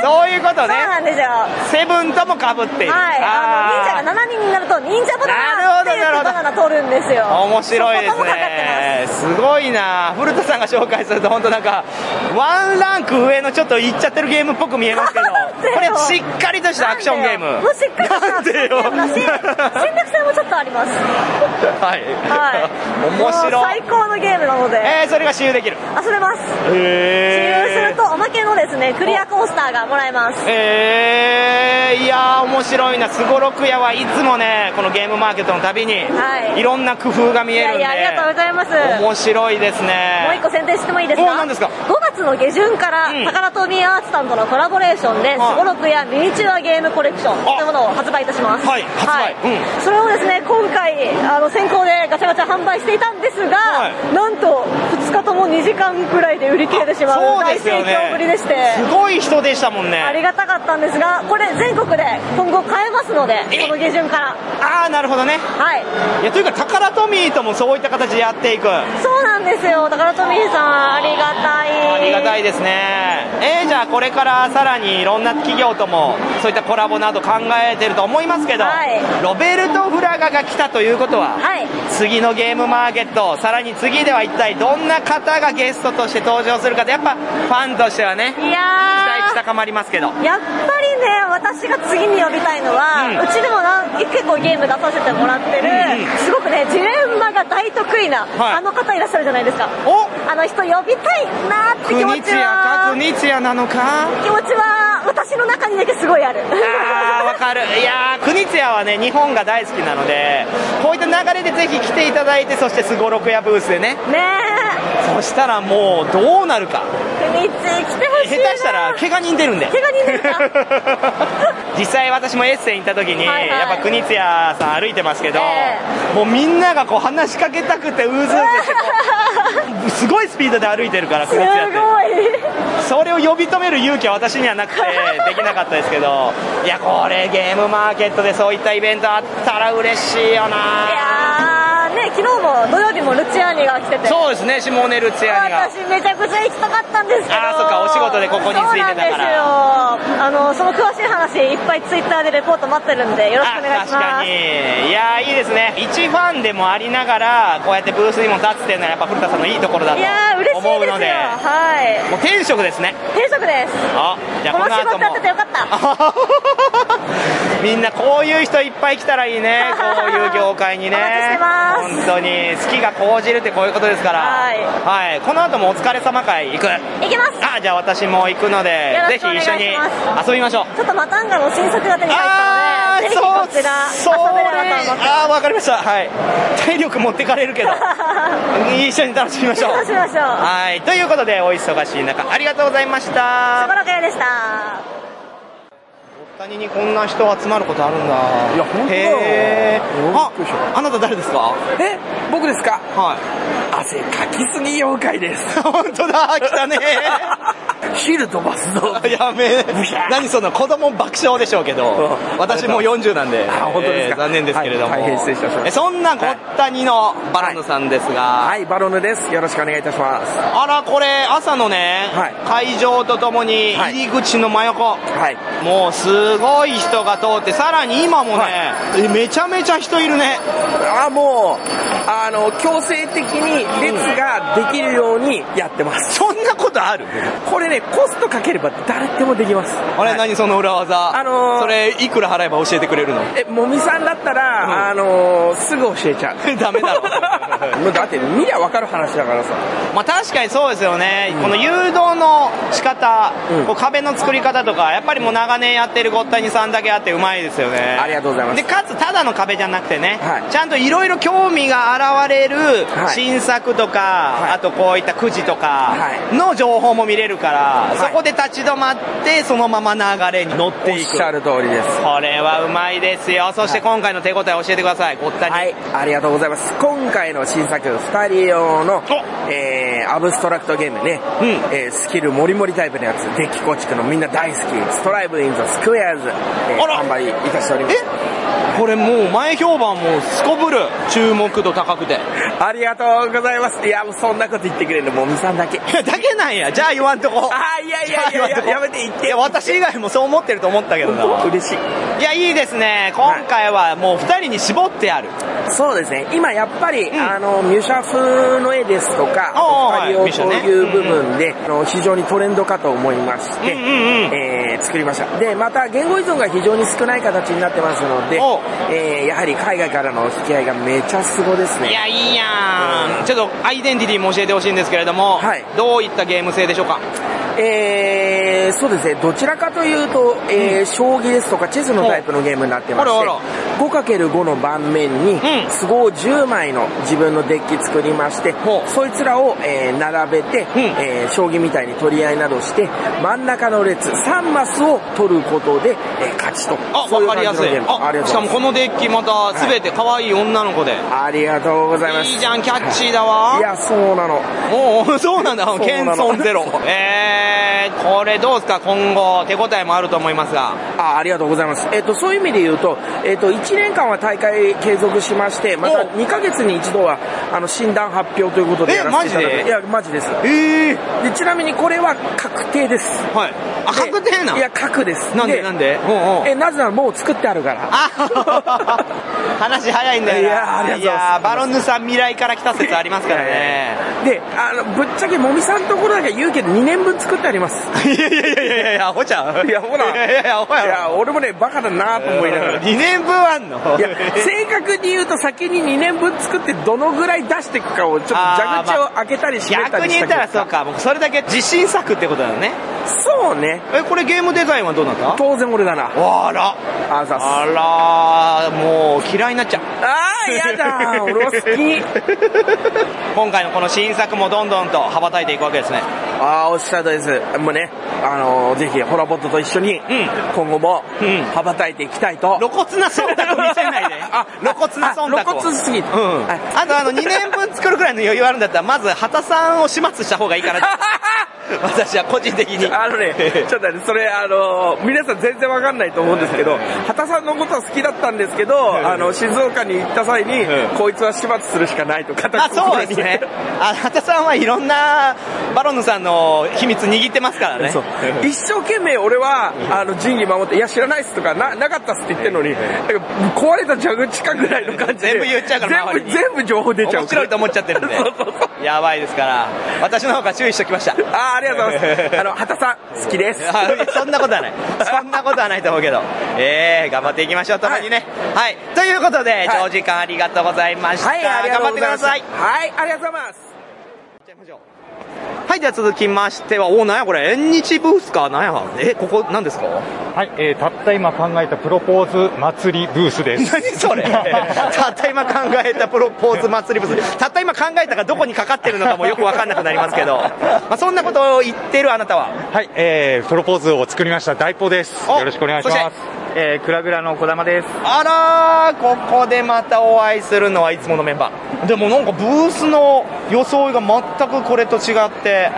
Speaker 2: そういうことね。そうなん
Speaker 6: ですよ。
Speaker 2: セブンとも被っている。
Speaker 6: はい、あ
Speaker 2: あー
Speaker 6: の忍者が7人になると忍者バナナって
Speaker 2: なる
Speaker 6: 言
Speaker 2: ほ
Speaker 6: って
Speaker 2: ど
Speaker 6: バナナ取るんですよ
Speaker 2: 面白いで
Speaker 6: そこ
Speaker 2: すね。すごいな古田さんが紹介すると本当なんか、ワンランク上のちょっといっちゃってるゲームっぽく見えますけど、これしっかりとしたアクションゲーム。
Speaker 6: もうしっかりとしたアクションゲームだし戦略性もちょっとあります
Speaker 2: はい。面
Speaker 6: もう
Speaker 2: 白い
Speaker 6: 最。高のゲームなので
Speaker 2: えー、それが私有できる。
Speaker 6: 遊べます
Speaker 2: へ
Speaker 6: そうするとおまけのですねクリアコースターがもらえます
Speaker 2: えー、いやー、面白いな、すごろくやはいつもね、このゲームマーケットのたびに、
Speaker 6: はい
Speaker 2: いろんな工夫が見えるんで、
Speaker 6: いやいやありがとうございます
Speaker 2: 面白いです
Speaker 6: もう一
Speaker 2: ね、
Speaker 6: 個宣伝してもいいですか5月の下旬から、タカラトミーアーツさんとのコラボレーションで、すごろくやミニチュアゲームコレクションというものを発売いたします。はい、それをですね、今回、あの、先行でガチャガチャ販売していたんですが、なんと、2日とも2時間くらいで売り切れてしまう
Speaker 2: そう
Speaker 6: 大
Speaker 2: です
Speaker 6: 盛
Speaker 2: よね
Speaker 6: 況ぶりでして、
Speaker 2: すごい人でしたもんね、
Speaker 6: ありがたかったんですが、これ全国で今後買えますので、この下旬から。
Speaker 2: あー、なるほどね、
Speaker 6: はい。
Speaker 2: いやというか、タカラトミーともそういった形でやっていく、あ
Speaker 6: そうなんですよ、タカラトミーさん、ありがたい。
Speaker 2: りがたいですね、えー、じゃあ、これからさらにいろんな企業とも、そういったコラボなど考えてると思いますけど、ロベルト・フラガが来たということは、
Speaker 6: はい。
Speaker 2: 次のゲームマーケット、さらに次では一体どんな方がゲストとして登場するかって、やっぱファンとしてはね、期
Speaker 6: や
Speaker 2: 待値高まりますけど。
Speaker 6: やっぱりね、私が次に呼びたいのは、
Speaker 10: う
Speaker 6: う
Speaker 10: ん
Speaker 6: ちでもなん結構ゲーム出させてもらってる、
Speaker 10: うんうん
Speaker 6: すごくね、ジレンマが大得意な、あの方いらっしゃるじゃないですか。あの人呼びたいなって気持ちは、
Speaker 2: 国津屋なのか
Speaker 6: 気持ちは私の中にだけすごいある。
Speaker 2: あーわかるいやー国津屋はね日本が大好きなのでこういった流れでぜひ来ていただいてそしてすごろくやブースでねねそしたらもうどうなるか
Speaker 6: 国津来てほしい
Speaker 2: 下手したら怪我人出るんで
Speaker 6: 怪我人ですか
Speaker 2: 実際私もエッセイに行った時に、
Speaker 6: はいはい
Speaker 2: やっぱ国津屋さん歩いてますけど、もう みんながこう話しかけたくてうずうず してすごいスピードで歩いてるから国津屋ってそれを呼び止める勇気は私にはなくてできなかったですけどいやこれゲームマーケットでそういったイベントあったら嬉しいよな
Speaker 6: あーね、昨日も土曜日もルチアーニが来てて。
Speaker 2: そうですねシモーネ・ルツヤニが
Speaker 6: 私めちゃくちゃ行きたかったんですけど
Speaker 2: あーそっかお仕事でここについてたから
Speaker 6: そうなんですよあのその詳しい話いっぱいツイッターでレポート待ってるんでよろしくお願いし
Speaker 2: 確か
Speaker 6: ま
Speaker 2: に
Speaker 6: す
Speaker 2: いやーいいですね一ファンでもありながらこうやってブースにも立つっていうのはやっぱ古田さんのいいところだと
Speaker 6: いやー嬉しいですよ
Speaker 2: 思うので
Speaker 6: はい
Speaker 2: もう天職ですね
Speaker 6: 定食です
Speaker 2: あじゃあ
Speaker 6: こ
Speaker 2: こ
Speaker 6: の
Speaker 2: の
Speaker 6: 仕
Speaker 2: 後
Speaker 6: 事やって
Speaker 2: も
Speaker 6: てよかった
Speaker 2: みんなこういう人いっぱい来たらいいねこういう業界 にね本当に好きが高じるってこういうことですから
Speaker 6: はい
Speaker 2: はいこの後もお疲れ様会行く
Speaker 6: 行きます
Speaker 2: あじゃあ私も行くので
Speaker 6: よろ
Speaker 2: ぜ
Speaker 6: し
Speaker 2: ひ
Speaker 6: くお願い
Speaker 2: 一
Speaker 6: し
Speaker 2: 緒
Speaker 6: ます
Speaker 2: に遊びましょう
Speaker 6: ちょっとマタンガの新作が手に入ったのでぜひこちら遊べればと思って
Speaker 2: ああわかりましたはい体力持ってかれるけ ど一緒に楽しみましょう
Speaker 6: 楽しみましょう
Speaker 2: はいということでお忙しい中ありがとうございました
Speaker 6: しばらくやでした
Speaker 2: 谷にこんな人集まることあるんだいや本当
Speaker 13: へ
Speaker 2: ああなた誰ですか
Speaker 13: え僕ですか
Speaker 2: はい
Speaker 13: 汗かきすぎ妖怪です
Speaker 2: 本当だ来たね
Speaker 13: ヒル飛ばすぞ
Speaker 2: やめ何その子供爆笑でしょうけど私もう40なんで
Speaker 13: あ本当ですか
Speaker 2: えー残念ですけれども、
Speaker 13: はい大変失礼しました
Speaker 2: えそんなごったにのバロンドさんですが、
Speaker 13: はいバロヌですよろしくお願いいたします
Speaker 2: あらこれ朝のね、会場とともに入り口の真横、もうすごい人が通ってさらに今もね、えめちゃめちゃ人いるね
Speaker 13: あもうあの強制的に列ができるようにやってます、
Speaker 2: そんなことある
Speaker 13: これねコストかければ誰でもできます
Speaker 2: あれ、何その裏技、あのそれいくら払えば教えてくれるの
Speaker 13: えもみさんだったら、あのすぐ教えちゃう
Speaker 2: ダメだろ
Speaker 13: もうだって見りゃ分かる話だからさ
Speaker 2: まあ確かにそうですよね、この誘導の仕方、こう壁の作り方とかやっぱりもう長年やってるごったにさんだけあってうまいですよねありがとうございますでかつただの壁じゃなくてね、ちゃんといろいろ興味が現れる
Speaker 13: はい
Speaker 2: 新作とか、あとこういったくじとかの情報も見れるから、そこで立ち止まってそのまま流れに乗っていく
Speaker 13: おっしゃる通りです
Speaker 2: これはうまいですよそして今回の手応え教えてくださいごったに
Speaker 13: はいありがとうございます今回の新作2人用の、えー、アブストラクトゲームね、えースキルもりもりタイプのやつデッキ構築のみんな大好きストライブインザスクエアーズ、えー販売いたしております
Speaker 2: これもう前評判もうすこぶる注目度高くて
Speaker 13: ありがとうございますいやもうそんなこと言ってくれるのもみさんだけ
Speaker 2: だけなんやじゃあ言わんとこ
Speaker 13: あいやいやいやいややめて言って
Speaker 2: いや私以外もそう思ってると思ったけどな
Speaker 13: 嬉しい
Speaker 2: いやいいですね今回はもう2人に絞ってある
Speaker 13: そうですね今やっぱり、あのミュシャ風の絵ですとかあと
Speaker 2: はい
Speaker 13: 二人用という部分で、あの非常にトレンドかと思いまして、えー作りましたでまた言語依存が非常に少ない形になってますので、えーやはり海外からの引き合いがめちゃすごですね
Speaker 2: いやいいやんちょっとアイデンティティも教えてほしいんですけれども、どういったゲーム性でしょうか
Speaker 13: えーそうですね、どちらかというと、えー将棋ですとかチェスのタイプのゲームになってま
Speaker 2: あ
Speaker 13: して
Speaker 2: らあ、
Speaker 13: 5×5 の盤面に、都合10枚の自分のデッキ作りまして、そいつらを、えー並べて、えー将棋みたいに取り合いなどして、真ん中の列3マスを取ることで、えー勝ちと。
Speaker 2: あ
Speaker 13: そう
Speaker 2: 分
Speaker 13: う
Speaker 2: かりやすい
Speaker 13: 感じのゲームあり
Speaker 2: あ
Speaker 13: が
Speaker 2: し
Speaker 13: とう
Speaker 2: か
Speaker 13: ございます
Speaker 2: もこのデッキまた全て可愛い女の子で、
Speaker 13: ありがとうございます。
Speaker 2: いいじゃんキャッチーだわ
Speaker 13: いや、そうなの。
Speaker 2: おおそうなんだ
Speaker 13: そうなの
Speaker 2: 謙遜ゼロえー、これどうですか今後手応えもあると思いますが
Speaker 13: あありがとうございます。えっ、と、そういう意味で言うと、えっ、と、一1年間は大会継続しまして、また2ヶ月に一度はあの診断発表ということでやらせていただ
Speaker 2: えマジ
Speaker 13: く。
Speaker 2: で
Speaker 13: いや、マジです。でちなみにこれは確定です。はい。あ、確定ないや、確です。
Speaker 2: なんでなんでおうおう
Speaker 13: え、なぜならもう作ってあるから。
Speaker 2: 話早いんだよ
Speaker 13: いやありがとうございます
Speaker 2: いやバロンヌさん未来から来た説ありますからね
Speaker 13: で、あの、ぶっちゃけもみさんのところだけは言うけど2年分作ってあります。
Speaker 2: いやいやいやいやいや、アホちゃん。
Speaker 13: いや、ほら。
Speaker 2: いやいやいやアホやろ
Speaker 13: いや、俺もね、バカだなと思いながら。
Speaker 2: 2年分あんの
Speaker 13: いや、正確に言うと先に2年分作ってどのぐらい出していくかを、ちょっと
Speaker 2: あー
Speaker 13: 蛇口
Speaker 2: ま
Speaker 13: を
Speaker 2: あ
Speaker 13: 開けたり閉めた
Speaker 2: 逆
Speaker 13: り
Speaker 2: に
Speaker 13: し
Speaker 2: 言
Speaker 13: た
Speaker 2: ったら
Speaker 13: 結果
Speaker 2: そうかもうそれだけ自信作ってことだよね
Speaker 13: そうね
Speaker 2: えこれゲームデザインはどうなった
Speaker 13: 当然俺だな
Speaker 2: あら
Speaker 13: あざっす
Speaker 2: あらもう嫌いになっちゃう
Speaker 13: ああやだ俺は好き
Speaker 2: 今回のこの新作もどんどんと羽ばたいていくわけですね
Speaker 13: ああ、おっしゃるとりです。もうね、あのーぜひ、ホラボットと一緒に、今後も、羽ばたいていきたいと。露
Speaker 2: 骨な忖度見せないで あ露骨な忖度を
Speaker 13: 露骨すぎ。うん。
Speaker 2: あとあの2年分作るくらいの余裕あるんだったらまず畑さんを始末した方がいいか なと私は個人的に
Speaker 13: あの ね、ちょっとね、それ、あのー皆さん全然わかんないと思うんですけど、畑さんのことは好きだったんですけど、あの、静岡に行った際に、こいつは始末するしかないと、
Speaker 2: まあそうですね。あ、畑さんはいろんなバロンヌさんの秘密握ってますからね。
Speaker 13: そう一生懸命俺は、あの、仁義守って、いや、知らないっすとか、な、なかったっすって言ってんのに、なんか壊れた蛇口かぐらいの感じで。
Speaker 2: 全部言っちゃうから
Speaker 13: 全部、全部情報出ちゃう
Speaker 2: 面白いと思っちゃっ てるんで。やばいですから。私の方が注意しておきました。
Speaker 13: あーありがとうございます。あの、畑さん、好きです。
Speaker 2: あ そんなことはない。そんなことはないと思うけど。えー、頑張っていきましょう、共にね。はい。ということで、長時間ありがとうございました。
Speaker 13: はい、ありが
Speaker 2: 頑
Speaker 13: とう
Speaker 2: 張っ
Speaker 13: ご
Speaker 2: てく
Speaker 13: ざい
Speaker 2: だ
Speaker 13: ます。
Speaker 2: さい。
Speaker 13: はい、ありがとうございます。
Speaker 2: はい、では続きましては、お、なんやこれ、縁日ブースかなんやえ、ここ、なんですか
Speaker 16: はい、えーたった今考えたプロポーズ祭りブース です。
Speaker 2: 何それたった今考えたプロポーズ祭りブースたった今考えたがどこにかかってるのかもよくわかんなくなりますけど、まあ、そんなことを言ってるあなたは
Speaker 16: はい、えープロポーズを作りました大ポです。よろしくお願いします。えクラグラの小玉です。
Speaker 2: あらーここでまたお会いするのはいつものメンバーでもなんかブースの装いが全くこれと違って、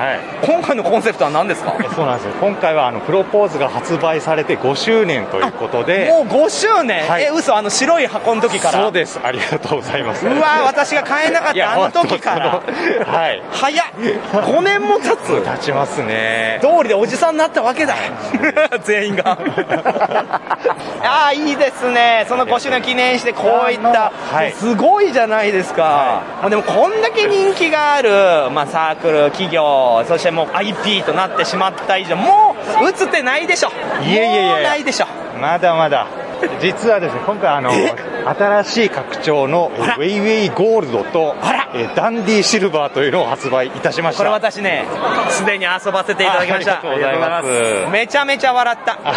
Speaker 2: 今回のコンセプトは何ですか
Speaker 16: そうなんですよ。今回はあのプロポーズが発売されて5周年ということで。
Speaker 2: もう5周年、
Speaker 16: はい
Speaker 2: え嘘あの白い箱の時から
Speaker 16: そうです。ありがとうございます。
Speaker 2: うわ私が買えなかっ
Speaker 16: いや
Speaker 2: たあの時から
Speaker 16: 本当そのはい。
Speaker 2: 早っ5年も経つ
Speaker 16: 経ちますね。
Speaker 2: 通りでおじさんになったわけだ全員がああいいですねその5周年記念してこういった、
Speaker 16: はい
Speaker 2: すごいじゃないですか、まあでもこんだけ人気がある、まあ、サークル企業そしてもう IP となってしまった以上もう映ってないでしょ
Speaker 16: いえいえいえ
Speaker 2: もうないでしょ
Speaker 16: まだまだ。実はですね、今回あの、新しい拡張のウェイウェイゴールドと、えーダンディシルバーというのを発売いたしました。
Speaker 2: これ私ねすでに遊ばせていただきました
Speaker 16: あありがとうございます
Speaker 2: めちゃめちゃ笑ったこん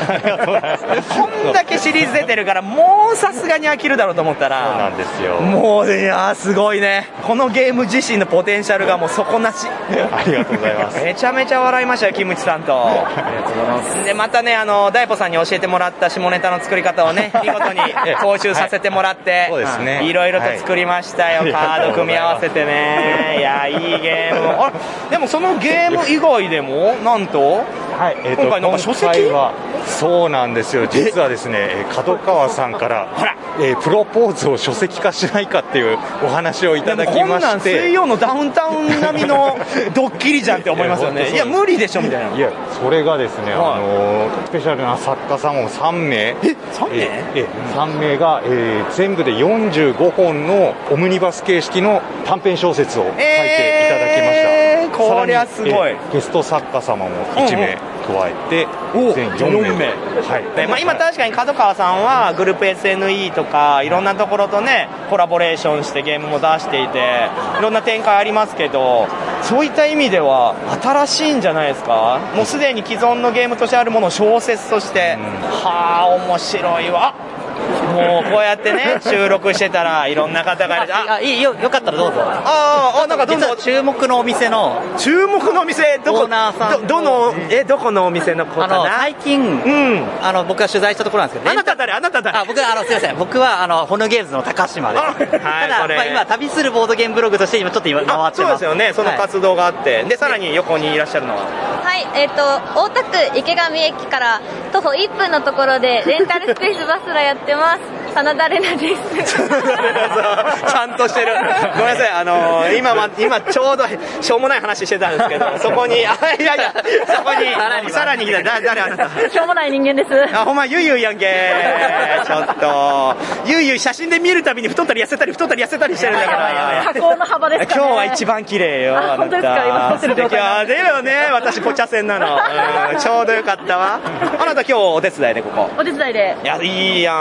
Speaker 2: だけシリーズ出てるからもうさすがに飽きるだろうと思ったらそうなん
Speaker 16: ですよ
Speaker 2: もういやーすごいねこのゲーム自身のポテンシャルがもう底なし
Speaker 16: ありがとうございます。
Speaker 2: めちゃめちゃ笑いましたよキムチさん とありがとうございますでまたねあの大ポさんに教えてもらった下ネタの作り方 をね見事に講習させてもらって、
Speaker 16: そうですね
Speaker 2: いろいろと作りましたよ、
Speaker 16: はい
Speaker 2: カード組み合わせて ねいやいいゲームをあれでもそのゲーム以外でもなんと、
Speaker 16: はいえーと
Speaker 2: 今回なんか書籍
Speaker 16: 今回はそうなんですよ実はですねえー角川さんからえープロポーズを書籍化しないかっていうお話をいただき
Speaker 2: こん
Speaker 16: ま
Speaker 2: なん
Speaker 16: し
Speaker 2: 水
Speaker 16: て
Speaker 2: 曜のダウンタウン並みのドッキリじゃんって思いますよねいや無理でしょみたいない
Speaker 16: やそれがですね、あのースペシャルな作家さんを3名え3名え3名が、えー全部で45本のオムニバス形式の短編小説を書いていただきました、
Speaker 2: えーこりゃす
Speaker 16: さ
Speaker 2: ご
Speaker 16: らに
Speaker 2: い
Speaker 16: えーゲスト作家様も1名加えて、全4名
Speaker 2: 四名
Speaker 16: はい
Speaker 2: でまあ、今確かに角川さんはグループ SNE とかいろんなところとねコラボレーションしてゲームも出していていろんな展開ありますけどそういった意味では新しいんじゃないですかもうすでに既存のゲームとしてあるものを小説として、はあ面白いわもうこうやってね収録してたらいろんな方がいるあ
Speaker 14: いいよよかったらどうぞ
Speaker 2: ああなんかどんどん
Speaker 14: 注目のお店の
Speaker 2: 注目のお店どこ
Speaker 14: オーナーさん
Speaker 2: どどのえどこのお店のこと
Speaker 14: あ
Speaker 2: か
Speaker 14: の
Speaker 2: な
Speaker 14: 最近、あの僕が取材したところなんですけどあなた
Speaker 2: 誰あなた誰
Speaker 14: あ僕あのすいません僕はあのホノゲームズの高島ですた
Speaker 2: こ
Speaker 14: だ、
Speaker 2: れ
Speaker 14: まあ、今旅するボードゲームブログとして今ちょっと今回ってます
Speaker 2: そうですよねその
Speaker 14: はい
Speaker 2: 活動があって、でさらに横にいらっしゃるのは
Speaker 17: はい、えっ、と、大田区池上駅から徒歩1分のところで、レンタルスペースバスラやってます。
Speaker 1: 真田玲奈です。
Speaker 2: ちゃんとしてる。ごめんなさい、あのー今ま、今ちょうど、しょうもない話してたんですけ ど、そこに、あ、いやいや、そこに、さらに来た、だ誰あなた。
Speaker 6: しょうもない人間です。
Speaker 2: あ、ほんま、ゆいゆいやんけちょっと。ゆいゆい写真で見るたびに太ったり痩せたり太ったり痩せたりしてるんだから。
Speaker 6: 加工の幅ですか、ね、
Speaker 2: 今日は一番綺麗よ。
Speaker 6: あ本当ですか今撮ってる状態
Speaker 2: あなた素敵あでもね、私、ぽちゃせんなの。うんちょうどよかったわ。あなた、今日お手伝いで、ここ。
Speaker 6: お手伝いで
Speaker 2: いや、いいや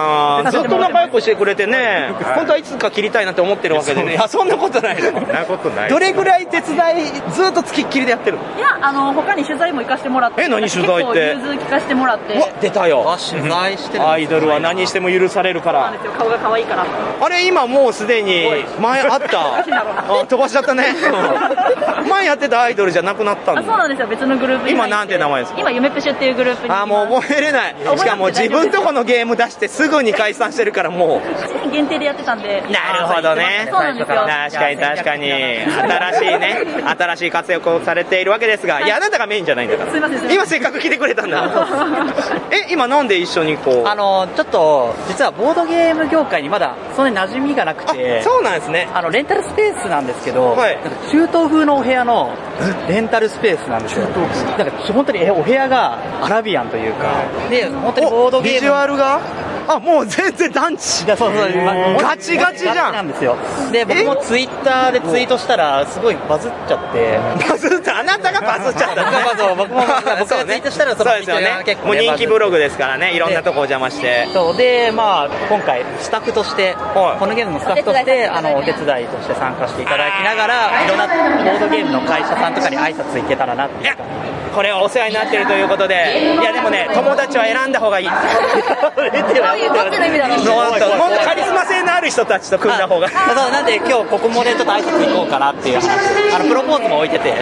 Speaker 2: ん。 ずっと仲良くしてくれてね、本当はいつか切りたいなって思ってるわけで ね。いや、そんなことないの。
Speaker 16: なことな
Speaker 2: どれぐらい手伝い、ずっとつきっきりでやってるの
Speaker 18: いや、あの、他に取材も行かせてもらって。
Speaker 2: え何取材って
Speaker 18: 結構融通聞かせてもらって。
Speaker 2: 出たよ。取材してる。アイドルは何しても許されるから。
Speaker 18: 顔が可愛いから。
Speaker 2: あれ、今もうすでに、前あった。 あ飛ばしちゃったね。うん 前やってたアイドルじゃなくなった
Speaker 18: あ、
Speaker 2: の
Speaker 18: そうなんですよ。別のグループに入
Speaker 2: 今
Speaker 18: って
Speaker 2: なんて名前ですか
Speaker 18: 今、夢プシュっていうグループに。
Speaker 2: あもう覚えれない
Speaker 18: 覚えなくて大丈夫です
Speaker 2: しかも自分とこのゲーム出してすぐに解散してるからもう
Speaker 18: 限定でやってたんで。
Speaker 2: なるほどね
Speaker 18: そうなんですよ。
Speaker 2: 確かに確かに新しいね 新しい活躍をされているわけですがいやあなたがメインじゃないんだから
Speaker 18: すいませんすいません
Speaker 2: 今せっかく来てくれたんだえ今なんで一緒にこう
Speaker 14: あのちょっと 実はボードゲーム業界にまだそんなに馴染みがなくて
Speaker 2: そうなんですね
Speaker 14: あのレンタルスペースなんですけど、なんか中東風のお部屋のレンタルスペースなんですよなんか本当にえお部屋がアラビアンというかで本当にボードゲーム
Speaker 2: ビジュアルがあもう全然団地
Speaker 14: だそうそうま
Speaker 2: ガチガチじゃん
Speaker 14: なんですよで僕もツイッターでツイートしたらすごいバズっちゃって
Speaker 2: バズったあなたがバズっちゃっ た
Speaker 14: そう僕も僕がツイートしたらその
Speaker 2: そうですよ
Speaker 14: 人が
Speaker 2: ね
Speaker 14: 結構
Speaker 2: もう
Speaker 14: ね
Speaker 2: 人気ブログですからねいろんなとこお邪魔して
Speaker 14: そうでまあ今回スタッフとしてこのゲームのスタッフとしてあのお手伝いとして参加していただきながらいろんなボードゲームの会社さんとかに挨拶行けたらなっていう
Speaker 2: これはお世話になってるということでいやでもね友達は選んだ方がいいそうそうもっとカリスマ性のある人たちと組んだ方が
Speaker 14: そうなんで今日ここもねちょっと挨拶行こうかなっていう話あのプロポーズも置いてて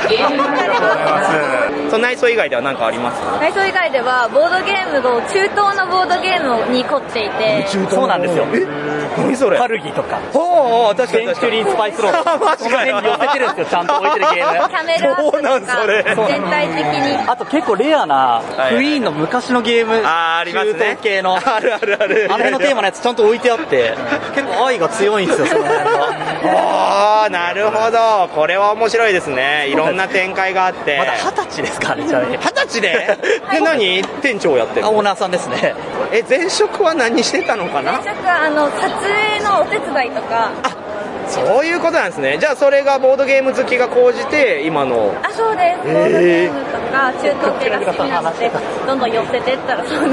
Speaker 2: その内装以外では何かありますか
Speaker 1: 内装以外では、ボードゲームの中東のボードゲームに凝っていて、
Speaker 14: そうなんですよ
Speaker 2: 何それ
Speaker 14: カルギとか
Speaker 2: ほう確かに
Speaker 14: センチュリースパイスロー
Speaker 2: マジかよ
Speaker 14: この辺に寄せてるんですよちゃんと置いてる ゲーム
Speaker 1: キャメルアップとか、全体的に。
Speaker 14: あと結構レアなクイーンの昔のゲーム
Speaker 2: ありますね
Speaker 14: 中東系の
Speaker 2: あるあるある
Speaker 14: あれのテーマのやつちゃんと置いてあって結構愛が強いんですよその辺は
Speaker 2: ああなるほどこれは面白いですねいろんな展開があってまだ
Speaker 14: 二十歳ですかねちなみに
Speaker 2: 二十 歳でで何店長やってる
Speaker 14: あオーナーさんですね
Speaker 2: え前職は何してたのかな
Speaker 1: ちょっとあの、撮影のお手伝いとか、
Speaker 2: そういうことなんですねじゃあそれがボードゲーム好きが高じて今の
Speaker 1: あ、そうです、ボードゲームとか、中東系が好きな ので、どんどん寄せてったらそうなる。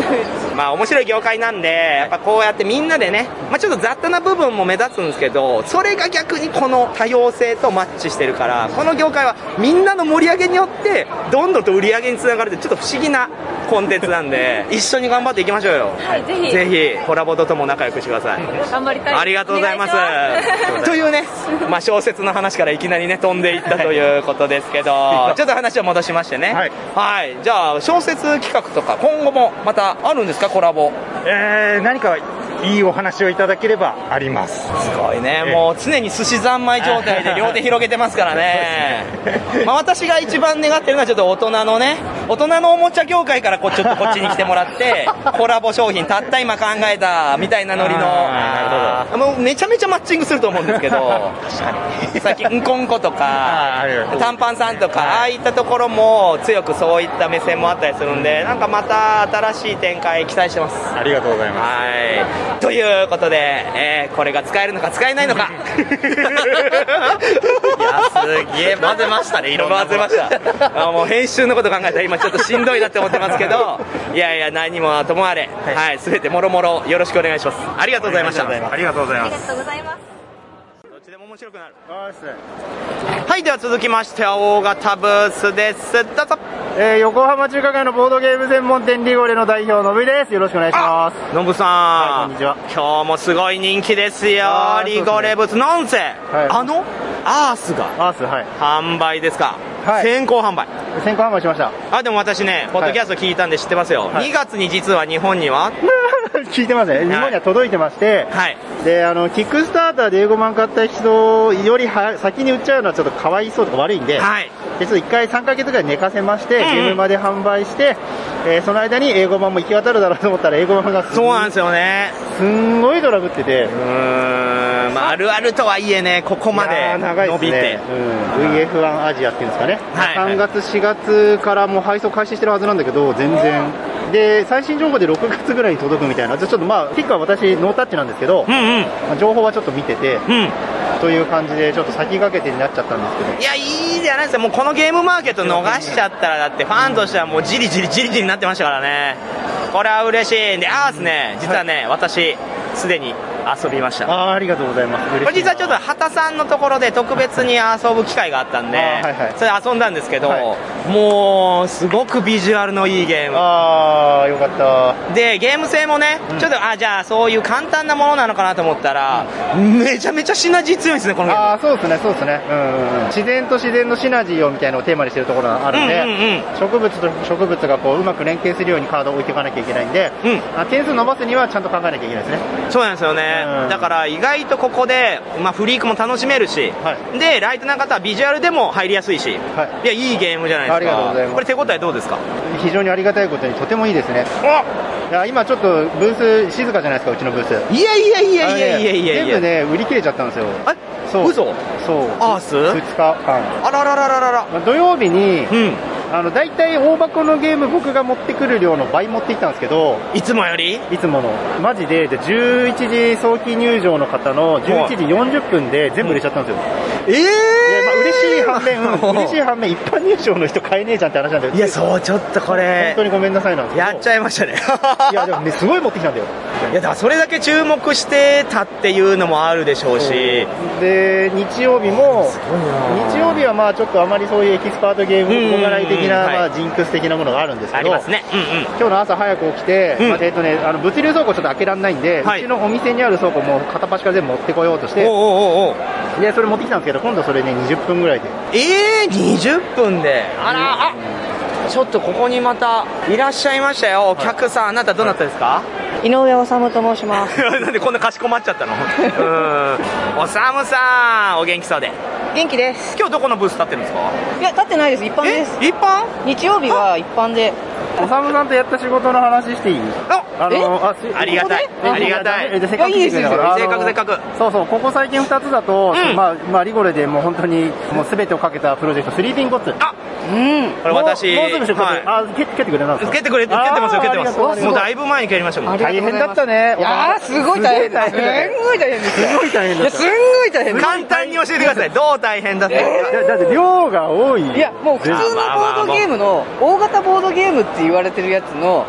Speaker 2: まあ面白い業界なんで、やっぱこうやってみんなでね、まあちょっと雑多な部分も目立つんですけど、それが逆にこの多様性とマッチしてるから、この業界はみんなの盛り上げによって、どんどんと売り上げにつながるってちょっと不思議なコンテンツなん で、一緒に頑張っていきましょうよ。
Speaker 1: はいぜひ
Speaker 2: ぜひ、コラボととも仲良くしてください。
Speaker 1: 頑張りたいです
Speaker 2: ありがとうございます
Speaker 1: お願します
Speaker 2: というね、まあ、小説の話からいきなりね飛んでいったということですけどちょっと話を戻しましてねはい、じゃあ小説企画とか今後もまたあるんですかコラボ
Speaker 15: えー、何かいいお話をいただければありますす
Speaker 2: ごいねもう常に寿司三昧状態で両手広げてますからねまあ私が一番願ってるのはちょっと大人のね大人のおもちゃ業界からこうちょっとこっちに来てもらって コラボ商品たった今考えたみたいなノリのもうめちゃめちゃマッチングすると思うんですけど確かにさっきうんこんことか短パンさんとかああいったところも強くそういった目線もあったりするんでなんかまた新しい展開期待してます
Speaker 15: ありがとうございます
Speaker 2: はいということで、えーこれが使えるのか使え ないのかいやすげえ混ぜましたねいろんな混ぜましたあ もう編集のこと考えたら今ちょっとしんどいなって思ってますけどいやいや何もともあれ、はい、全てもろもろよろしくお願いしますありがとうございました
Speaker 16: ありがとうございます
Speaker 1: とうございます。
Speaker 2: どっちでも面白くなる。はい、では続きましては大型ブースです。どうぞ。
Speaker 4: えー横浜中華街のボードゲーム専門店リゴレの代表のぶいです。よろしくお願いします。
Speaker 2: のぶさん、こんにちは。今日もすごい人気ですよ。リゴレブツ、なんせ、あのアースが。
Speaker 4: アース、はい。
Speaker 2: 販売ですか。先行販売。
Speaker 4: 先行販売しました。
Speaker 2: あ、でも私ね、ポッドキャスト聞いたんで知ってますよ。
Speaker 4: はい
Speaker 2: 2月に実は日本には、
Speaker 4: 聞いてますね。日本には届いてまして、
Speaker 2: はい。
Speaker 4: で、あの、キックスターターで英語版買った人よりは先に売っちゃうのはちょっとかわいそうとか悪いんで、
Speaker 2: はい。
Speaker 4: で、ちょっと一回3ヶ月ぐらい寝かせまして、ゲームまで販売して、えーその間に英語版も行き渡るだろうと思ったら英語版がす
Speaker 2: そうなんですよね
Speaker 4: すんごいドラブっててう
Speaker 2: ーん、まあ、あるあるとはいえねここまで伸びて、
Speaker 4: VF1 アジアっていうんですかね、3月、4月からもう配送開始してるはずなんだけど、全然、で最新情報で6月ぐらいに届くみたいな、ちょっとまあ、ピックは私、ノータッチなんですけど、まあ情報はちょっと見てて、という感じで、ちょっと先駆けてになっちゃったんですけど、
Speaker 2: いやいいじゃないですかもうこのゲームマーケット逃しちゃったらだってファンとしてはもうじりじりじりじりになってましたからねこれは嬉しいんでアースね実はね、私すでに遊びました
Speaker 4: あーありがとうございます、嬉しい
Speaker 2: これ実はちょっと畑さんのところで特別に遊ぶ機会があったんで、
Speaker 4: あーはいはい
Speaker 2: それ遊んだんですけど、もうすごくビジュアルのいいゲーム
Speaker 4: ああよかった
Speaker 2: でゲーム性もね、ちょっとあじゃあそういう簡単なものなのかなと思ったら、めちゃめちゃシナジー強いですねこのゲーム
Speaker 4: あーそうですね、そうですね、うんうん、自然と自然のシナジーをみたいなのをテーマにしてるところがあるんで、
Speaker 2: うん
Speaker 4: 植物と植物がこううまく連携するようにカードを置いていかなきゃいけないんで、あ点数伸ばすにはちゃんと考えなきゃいけないですね。
Speaker 2: そうなんですよね、だから意外とここで、まあ、フリークも楽しめるし、でライトな方はビジュアルでも入りやすいし、い、やいいゲームじゃないですか
Speaker 4: ありがとうございます
Speaker 2: これ手応えどうですか
Speaker 4: 非常にありがたいことにとてもいいですねいや今ちょっとブース静かじゃないですかうちのブース
Speaker 2: いやいやいやいやいやいやいや
Speaker 4: あのね全部ね売り切れちゃったんですよえそう嘘そうアース2日間
Speaker 2: あららららら
Speaker 4: 土曜日に、あの大体大箱のゲーム僕が持ってくる量の倍持ってきたんですけど
Speaker 2: いつもより
Speaker 4: いつものマジでで11時早期入場の方の11時40分で全部売れちゃったんですよ、
Speaker 2: ええ
Speaker 4: まあ、嬉しい反 面、嬉しい反面、一般入賞の人買えねえじゃんって話なんだよ。い
Speaker 2: や、そう、ちょっとこれ。
Speaker 4: 本当にごめんなさいなんですけど
Speaker 2: やっちゃいましたね。
Speaker 4: いや、でもね、すごい持ってきたんだよ。
Speaker 2: いやだからそれだけ注目してたっていうのもあるでしょうし
Speaker 4: で、日曜日も、日曜日はまあちょっとあまりそういうエキスパートゲーム動かない的
Speaker 2: うん
Speaker 4: な、
Speaker 2: うんうん
Speaker 4: ま
Speaker 2: は
Speaker 4: あ、ジンクス的なものがあるんですけ
Speaker 2: あ
Speaker 4: ど、
Speaker 2: りますねうんうん
Speaker 4: 今日の朝早く起きて、まあえっとね、あの物流倉庫ちょっと開けられないんで、うちのお店にある倉庫もう片っ端から全部持ってこようとして、で、それ持ってきたんですけど、今度それね、20分ぐらいで。
Speaker 2: ええ20分であらあちょっとここにまたいらっしゃいましたよお客さんあなたどなたですか、
Speaker 17: 井上治と申します。
Speaker 2: なんでこんなかしこまっちゃ ったのうんおさむさんお元気そうで
Speaker 17: 元気です
Speaker 2: 今日どこのブース立ってるんですか
Speaker 17: いや、立ってないです。一般です。
Speaker 2: 一般
Speaker 17: 日曜日は一般で。
Speaker 4: おさむさんとやった仕事の話していいあのあす
Speaker 2: ありがたい
Speaker 4: ここで
Speaker 2: ありがたい
Speaker 4: えじゃあせっかく
Speaker 2: いやいいです
Speaker 4: 聞てんだか
Speaker 2: い
Speaker 4: ら
Speaker 2: いです
Speaker 4: あの
Speaker 2: せっかくせっか
Speaker 4: そうそう、ここ最近2つだと、まあ、まあ、リゴレでもう本当に、もう全てをかけたプロジェクト、スリーピンゴッツ。あ
Speaker 17: うん。
Speaker 2: これ私
Speaker 4: もうもうすぐ出発
Speaker 2: はい
Speaker 4: あ、蹴蹴ってくれたんですか
Speaker 2: 蹴ってくれて蹴ってますよ蹴ってま
Speaker 4: あ
Speaker 2: す
Speaker 4: ーありがとうございます
Speaker 2: もうだいぶ前に蹴りましたもん
Speaker 4: 大変だったね。
Speaker 17: いやー、すごい大変だ。すんごい大変です。
Speaker 4: すごい大変だ
Speaker 17: いや、すんごい大変
Speaker 2: 簡単に教えてくださいどう大変だったのか
Speaker 4: だって量が多い。
Speaker 17: いや、もう普通のボードゲームの、大型ボードゲームって言われてるやつの、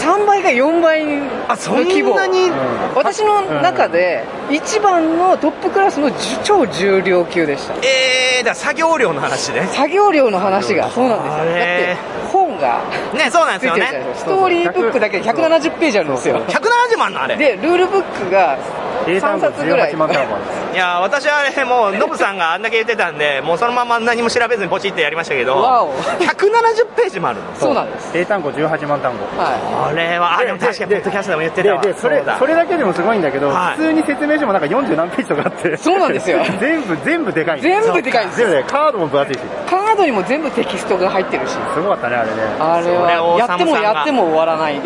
Speaker 17: 3倍か4倍の規模。
Speaker 2: そんなに
Speaker 17: 私の中で、一番のトップクラスの超重量級でした。
Speaker 2: えー、だから作業量の話ね
Speaker 17: 作業量の話が、そうなんですよ。だって、本が。
Speaker 2: ねそうなんですよね
Speaker 17: ついてるじゃないですかストーリーブックだけで170ページあるんですよ。
Speaker 2: 170万のあれ
Speaker 17: で、ルールブックが3冊ぐら
Speaker 2: い
Speaker 17: い。
Speaker 2: やー私はあれもうノブさんがあんだけ言ってたんでもうそのまま何も調べずにポチってやりましたけど
Speaker 17: わお
Speaker 2: 170ページもあるの
Speaker 17: そうなんです。
Speaker 4: 英単語18万単語。
Speaker 2: これはあでも確かにポッドキャストでも言ってたわ
Speaker 4: ででそれ
Speaker 2: うだ
Speaker 4: それだけでもすごいんだけど、
Speaker 2: はい
Speaker 4: 普通に説明書もなんか40何ページとかあって
Speaker 17: そうなんですよ
Speaker 4: 全部全部でかい
Speaker 17: 全部でかいです
Speaker 4: 全部でかカードも分厚いし
Speaker 17: カードにも全部テキストが入ってるし。す
Speaker 4: ごかったね、あれね。
Speaker 17: あれは、やってもやっても終わらない。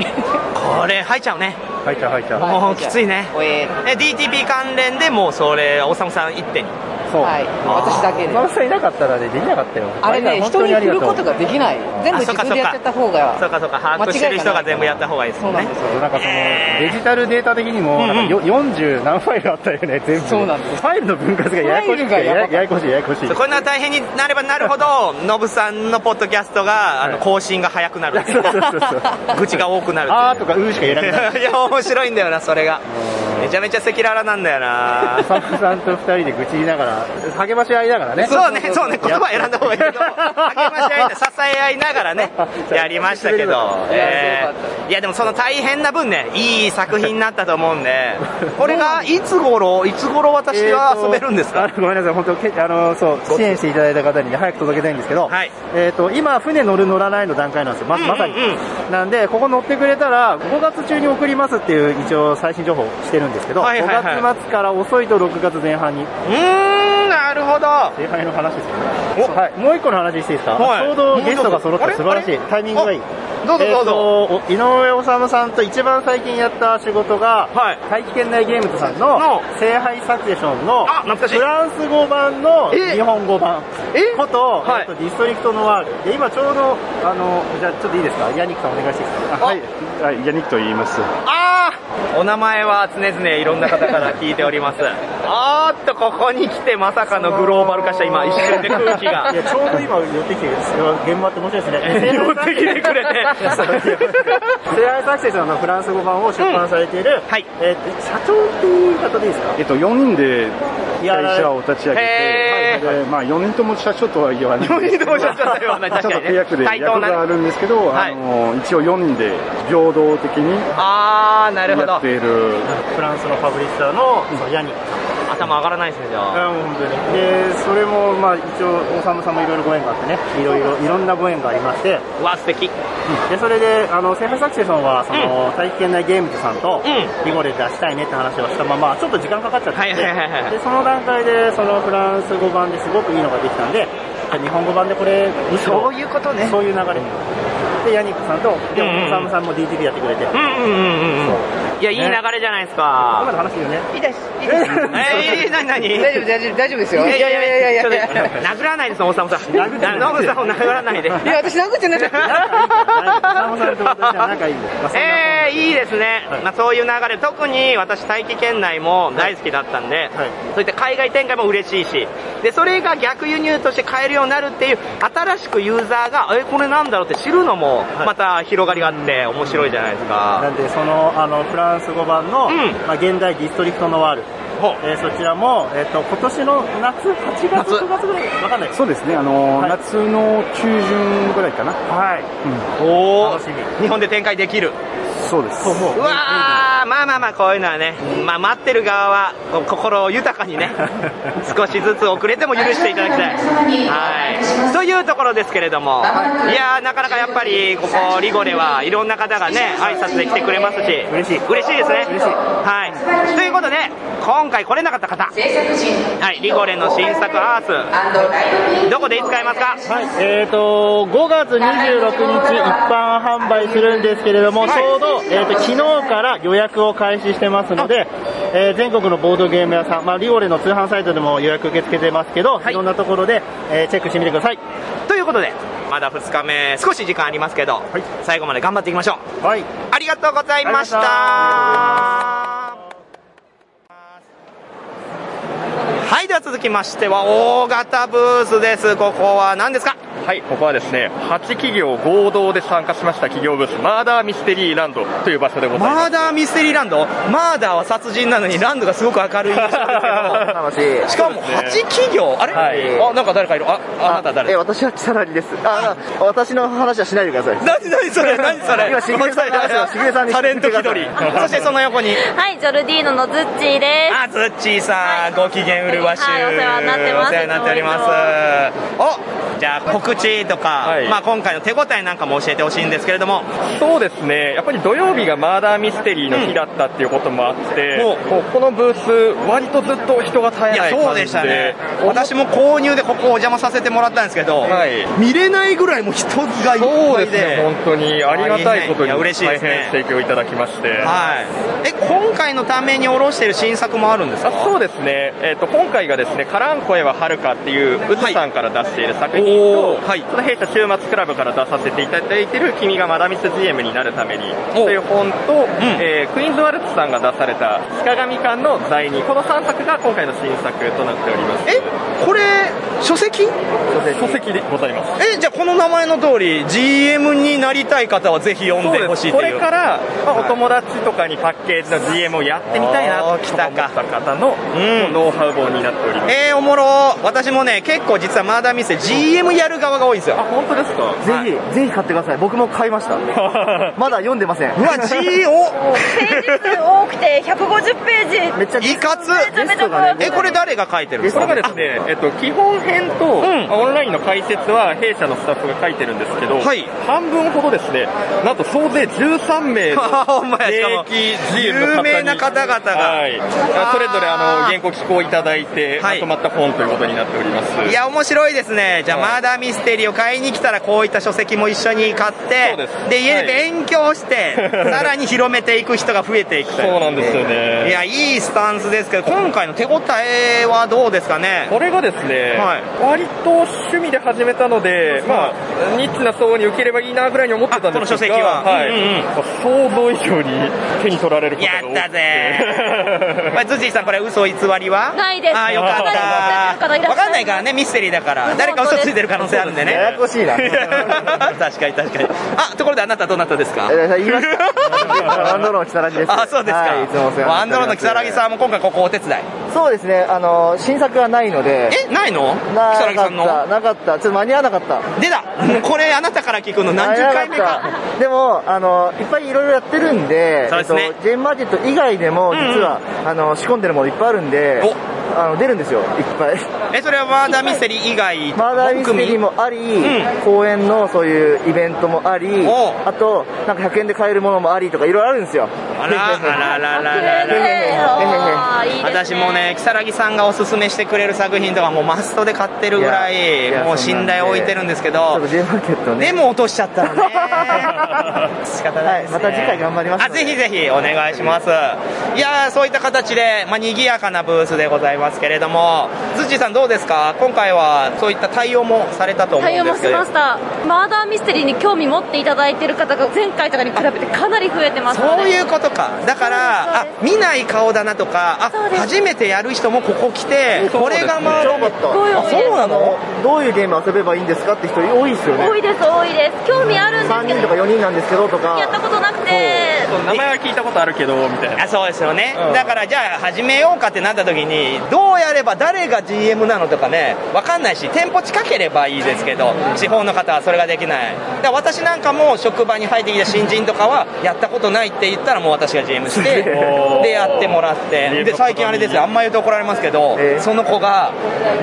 Speaker 2: これ入っちゃうね
Speaker 4: 入っちゃう入っちゃ う
Speaker 2: もうきついねえ DTP 関連でもうそれおさむさん一手に
Speaker 4: そう、
Speaker 17: はい、私だけで
Speaker 4: さんいなかったらねできなかったよ
Speaker 17: あれね、
Speaker 4: だ
Speaker 17: 人
Speaker 4: から本当
Speaker 17: に
Speaker 4: あり
Speaker 17: 振
Speaker 4: が
Speaker 17: る
Speaker 4: とう
Speaker 17: ことができない。全部自分でやっちゃった方が。
Speaker 2: そうかそうか把握してる人が全部やった方がいいですよね
Speaker 4: そうなんかそのデジタルデータ的にもなんかよ40何ファイルあったよね全部そうなんですファイルの分割がややこしく
Speaker 2: ファ
Speaker 4: て
Speaker 2: イルがやば
Speaker 4: や
Speaker 2: か
Speaker 4: や
Speaker 2: った
Speaker 4: やこしいややこしい
Speaker 2: そうこんな大変になればなるほど、ノブさんのポッドキャストが、あの、更新が早くなる。 愚痴が多くなる。あ
Speaker 4: ーとかうーし か言えなくな る
Speaker 2: いや、面白いんだよな、それが。めちゃめちゃ赤裸々なんだよな。
Speaker 4: スタッフさんと二人で愚痴言いながら励まし合いながらね
Speaker 2: そうね、そうね、言葉選んだ方がいいけど、励まし合いで支え合いながらね、やりましたけど、えーいや、でもその大変な分ね、いい作品になったと思うんで、これがいつ頃、いつ頃私は遊べるんですか、
Speaker 4: か、あのごめんなさい、本当けあのそう支援していただいた方にね、早く届けたいんですけど、えっと今、船乗る、乗らないの段階なんですよ、ままさに、なんで、ここ乗ってくれたら、5月中に送りますっていう、一応、最新情報してるんですけど、
Speaker 2: はいはいはい
Speaker 4: 5月末から遅いと6月前半に。う
Speaker 2: ーん、なるほど。
Speaker 4: 正解の話ですよね、はい、もう一個の話していいですか、
Speaker 2: はい
Speaker 4: ちょうどゲストが揃って
Speaker 2: もう一個
Speaker 4: 素晴らしい、タイミングがいい。
Speaker 2: どうぞどう
Speaker 4: ぞ、えーとお井上治さんと一番最近やった仕事が、大気圏内ゲームズさんの「聖杯サクセションの」フランス語版の日本語版こと,、えーとディストリクトノワールで今ちょうどあのじゃあちょっといいですかヤニックさんお願いしていいですかはい
Speaker 19: はい、ヤニックと言います。
Speaker 2: ああお名前は常々いろんな方から聞いております。あーっと、ここに来てまさかのグローバル化した今、一瞬で空気が
Speaker 4: い。やちょうど今寄ってきて現場って面白いですね
Speaker 2: 寄ってきてくれ て
Speaker 4: 聖愛サクセスのフランス語版を出版されている、えーと社長っていう方でいいですか
Speaker 19: えっと、4人で会社を立ち上げて、でまあ、4人とも社長とは言 わない
Speaker 2: 4人とも社長とは言わない
Speaker 19: ちょっと
Speaker 2: 確かにね
Speaker 19: 契約で
Speaker 2: 対
Speaker 19: 役
Speaker 2: 等なね
Speaker 19: があるんですけど、あの一応4人で平等的に
Speaker 2: あー、なるほ
Speaker 19: や
Speaker 2: ど
Speaker 19: っ。ている。
Speaker 4: フランスのファブリッサーのそのヤニック
Speaker 2: 頭上がらないですね、じゃあ。
Speaker 4: あ本当にでそれもまあ一応大沢さんもいろいろご縁があってねいろいろいろんなご縁がありまして
Speaker 2: わ素敵
Speaker 4: でそれであのセーフサクセションはその、体験内ゲームズさんと囲碁で出したいねって話をしたままちょっと時間かかっちゃって、
Speaker 2: はいはいはいはい
Speaker 4: でその段階でそのフランス語版ですごくいいのができたんで日本語版でこれそういうことねそういう流れでヤニックさんとで
Speaker 2: うんうん
Speaker 4: 大沢さんも DTV やってくれて、
Speaker 2: うんうんうんうん。いや、いい流れじゃないですか。
Speaker 4: 今の話いいよね
Speaker 2: いいです。いいです。え ー、なになに
Speaker 17: 大丈夫大丈夫大丈夫ですよ
Speaker 2: いやいやいやいやいや
Speaker 17: いやいやいやいや
Speaker 2: ちょっと殴らないです、大沢さん。殴ってノブさんを殴らないで。い
Speaker 17: いや、私殴ってなか
Speaker 4: った。仲いいんで。
Speaker 2: えー、いいですね、まあ、そういう流れ、特に私、大気圏内も大好きだったんで、そういった海外展開も嬉しいしで、それが逆輸入として買えるようになるっていう、新しくユーザーが、え、これなんだろうって知るのも、また広がりがあって、面白いじゃないです
Speaker 4: な
Speaker 2: か。
Speaker 4: んでそのあのフランス語版の、まあ、現代ディストリクトのワール、えーそちらも、えー、と今年の夏8月9月ぐらいわかんない
Speaker 19: そうですね、あの、夏の中旬ぐらいかな。
Speaker 4: はい。
Speaker 2: おお日本で展開できる。
Speaker 19: そうです。
Speaker 2: うわー、まあまあまあ、こういうのはね、まあ、待ってる側は、こう心を豊かに ね、少しずつ遅れても許していただきたい。はい。というところですけれども、いやー、なかなかやっぱり、ここ、リゴレはいろんな方がね、挨拶で来てくれますし、嬉しい。嬉しいですね。はい。ということで、今回来れなかった方、はい、リゴレの新作アース、どこでいつ買えますか
Speaker 4: はい、えっ、と、5月26日一般販売するんですけれども、ちょうど、えっ、と、昨日から予約を開始してますので、えー全国のボードゲーム屋さん、まあ、リオレの通販サイトでも予約受け付けてますけど、い、ろんなところで、えーチェックしてみてください。
Speaker 2: ということで、まだ2日目、少し時間ありますけど、最後まで頑張っていきましょう。
Speaker 4: はい。
Speaker 2: ありがとうございました。はい、では続きましては、大型ブースです。ここは何ですか
Speaker 3: はい、ここはですね、8企業合同で参加しました企業ブース、マーダーミステリーランドという場所でございます。
Speaker 2: マーダーミステリーランドマーダーは殺人なのにランドがすごく明るい印象ですけどしかも8企業あれ、あ、なんか誰かいる。あ、あなた誰
Speaker 4: え、私は木更木です。あ、私の話はしないでください。
Speaker 2: 何、何それ、何それ。
Speaker 4: 今、しげるさんの話をしげるさん に
Speaker 2: タレント気取り。そしてその横に。
Speaker 20: はい、ジョルディーノのズッチーで
Speaker 2: あ、ズッチーさん、ご機嫌うるわしゅう。
Speaker 20: はいお世話になってます
Speaker 2: お世話になっております。お、じゃあ告知とか、まあ今回の手応えなんかも教えてほしいんですけれども。
Speaker 3: そうですね、やっぱり土曜日がマーダーミステリーの日だったっていうこともあって、こうこのブース、割とずっと人が絶えない感
Speaker 2: いや、
Speaker 3: じで。
Speaker 2: そうでしたね。私も購入でここお邪魔させてもらったんですけど、見れないぐらいもう人がいっ
Speaker 3: そう
Speaker 2: ぱ
Speaker 3: で
Speaker 2: い
Speaker 3: す
Speaker 2: で
Speaker 3: ね、。本当にありがたいことに
Speaker 2: や
Speaker 3: 大
Speaker 2: 嬉しいで
Speaker 3: 変
Speaker 2: すね
Speaker 3: 提供いただきまして。
Speaker 2: はい。え、今回のためにおろしてる新作もあるんですか
Speaker 3: そうですね、えっと今回がですね「からん声ははるか」っていううつさんから出している作品と、その弊社週末クラブから出させていただいている「君がマダミス GM になるために」という本と、えークイーンズワルツさんが出された「鹿神館の罪人」この3作が今回の新作となっております
Speaker 2: えこれ書籍
Speaker 3: 書籍でございます
Speaker 2: え、じゃあこの名前の通り、GM になりたい方はぜひ読んでほしいっていう。
Speaker 3: これから、まあ、お友達とかにパッケージの GM をやってみたいなとか思った方の、ノウハウ本になっております
Speaker 2: えー、おもろ私もね結構実はマーダーミスで GM やる側が多いんですよあ
Speaker 3: 本当ですか
Speaker 2: ぜ
Speaker 4: ぜひ、ぜひ買ってください。僕も買いました。 まだ読んでません。う
Speaker 2: うわ GO
Speaker 20: 多くて150ページ。
Speaker 4: めっちゃ
Speaker 2: いかつえこれ誰が書いてるんです
Speaker 3: こ
Speaker 2: か
Speaker 3: れがですね、えっと、基本編と、オンラインの解説は弊社のスタッフが書いてるんですけど、半分ほどです ね、なんと総勢13名
Speaker 2: ほん
Speaker 3: の
Speaker 2: まやしかも
Speaker 3: 現役 GM の方に
Speaker 2: 有名な方々が
Speaker 3: はいそれぞれあの原稿寄稿いただいて、まとまった本ということになっております。
Speaker 2: いや面白いですねじゃあ、マーダーミステリーを買いに来たらこういった書籍も一緒に買ってで家で勉強して、 さらに広めていく人が増えていくとい
Speaker 3: そうなんですよね
Speaker 2: いやいいスタンスですけど今回の手応えはどうですかね
Speaker 3: これがですね、
Speaker 2: はい
Speaker 3: 割と趣味で始めたので、まあ、ニッチな層に受ければいいなぐらいに思ってたんですが、この
Speaker 2: 書籍は
Speaker 3: はい
Speaker 2: うんうん
Speaker 3: まあ想像以上に手に取られることが多くて
Speaker 2: だぜ まあズッジーさんこれ嘘偽りは
Speaker 6: ないです
Speaker 2: ああよか
Speaker 6: わ
Speaker 2: った分かんないからねミステリーだから誰か嘘ついてる可能性あるんでね
Speaker 4: そうですねややこしいな
Speaker 2: 確かに確かにあところであなたどなたですか
Speaker 4: 言いましたワンドローの木更木で す
Speaker 2: あそうですか、
Speaker 4: はいいつもお世話になっております
Speaker 2: ワンドローの木更木さんも今回ここお手伝い
Speaker 4: そうですねあの新作がないので
Speaker 2: えないの
Speaker 4: な
Speaker 2: 木更木さんの
Speaker 4: かったなかったちょっと間に合わなかった
Speaker 2: 出たもうこれあなたから聞くの何十回目か
Speaker 4: でもあのいっぱいいろいろやってるんで
Speaker 2: そうですね
Speaker 4: えっと、ジェンマーケット以外でも
Speaker 2: うんうん
Speaker 4: 実は、あの仕込んでるものいっぱいあるんであの出るんですよいっぱい
Speaker 2: えそれはマーダーミステリー以 外
Speaker 4: マーダーミステリーもあり、公演のそういうイベントもありあとなんか100円で買えるものもありとかいろいろあるんですよ
Speaker 2: あらあららららら
Speaker 4: あいいです
Speaker 2: 私もね如月さんがおすすめしてくれる作品とかもうマストで買ってるぐらい
Speaker 4: いや
Speaker 2: もう
Speaker 4: そんなん
Speaker 2: 信
Speaker 4: で
Speaker 2: 頼を置いてるんですけどでも落としちゃったらね仕方ないですね
Speaker 4: また次回頑張ります
Speaker 2: あぜひぜひお願いしますいやーそういった形で、まあ、賑やかなブースでございますけれども辻さんどうですか今回はそういった対応もされたと思う
Speaker 6: 対応
Speaker 2: んで
Speaker 6: も
Speaker 2: す
Speaker 6: し
Speaker 2: けど
Speaker 6: ましたマーダーミステリーに興味持っていただいてる方が前回とかに比べてかなり増えてますので
Speaker 2: そういうことかだからあ見ない顔だなとかあ初めてやる人もここ来てこれがまあ
Speaker 4: そうだった
Speaker 2: あそうなの
Speaker 4: どういうゲーム遊べばいいんですかって人多いですよね
Speaker 6: 多いです多いです興味あるんです
Speaker 4: 3人とか4人なんですけどとか
Speaker 6: やったことなくて
Speaker 2: 名前は聞いたことあるけどみたいなあそうですよね、だからじゃあ始めようかってなった時にどうやれば誰が GM なのとかね分かんないし店舗近ければいいですけど地方の方はそれができないだから私なんかも職場に入ってきた新人とかはやったことないって言ったらもう私が GM し
Speaker 4: す
Speaker 2: て
Speaker 4: げえ
Speaker 2: でやってもらってで最近あれですよあんま言うと怒られますけど、その子が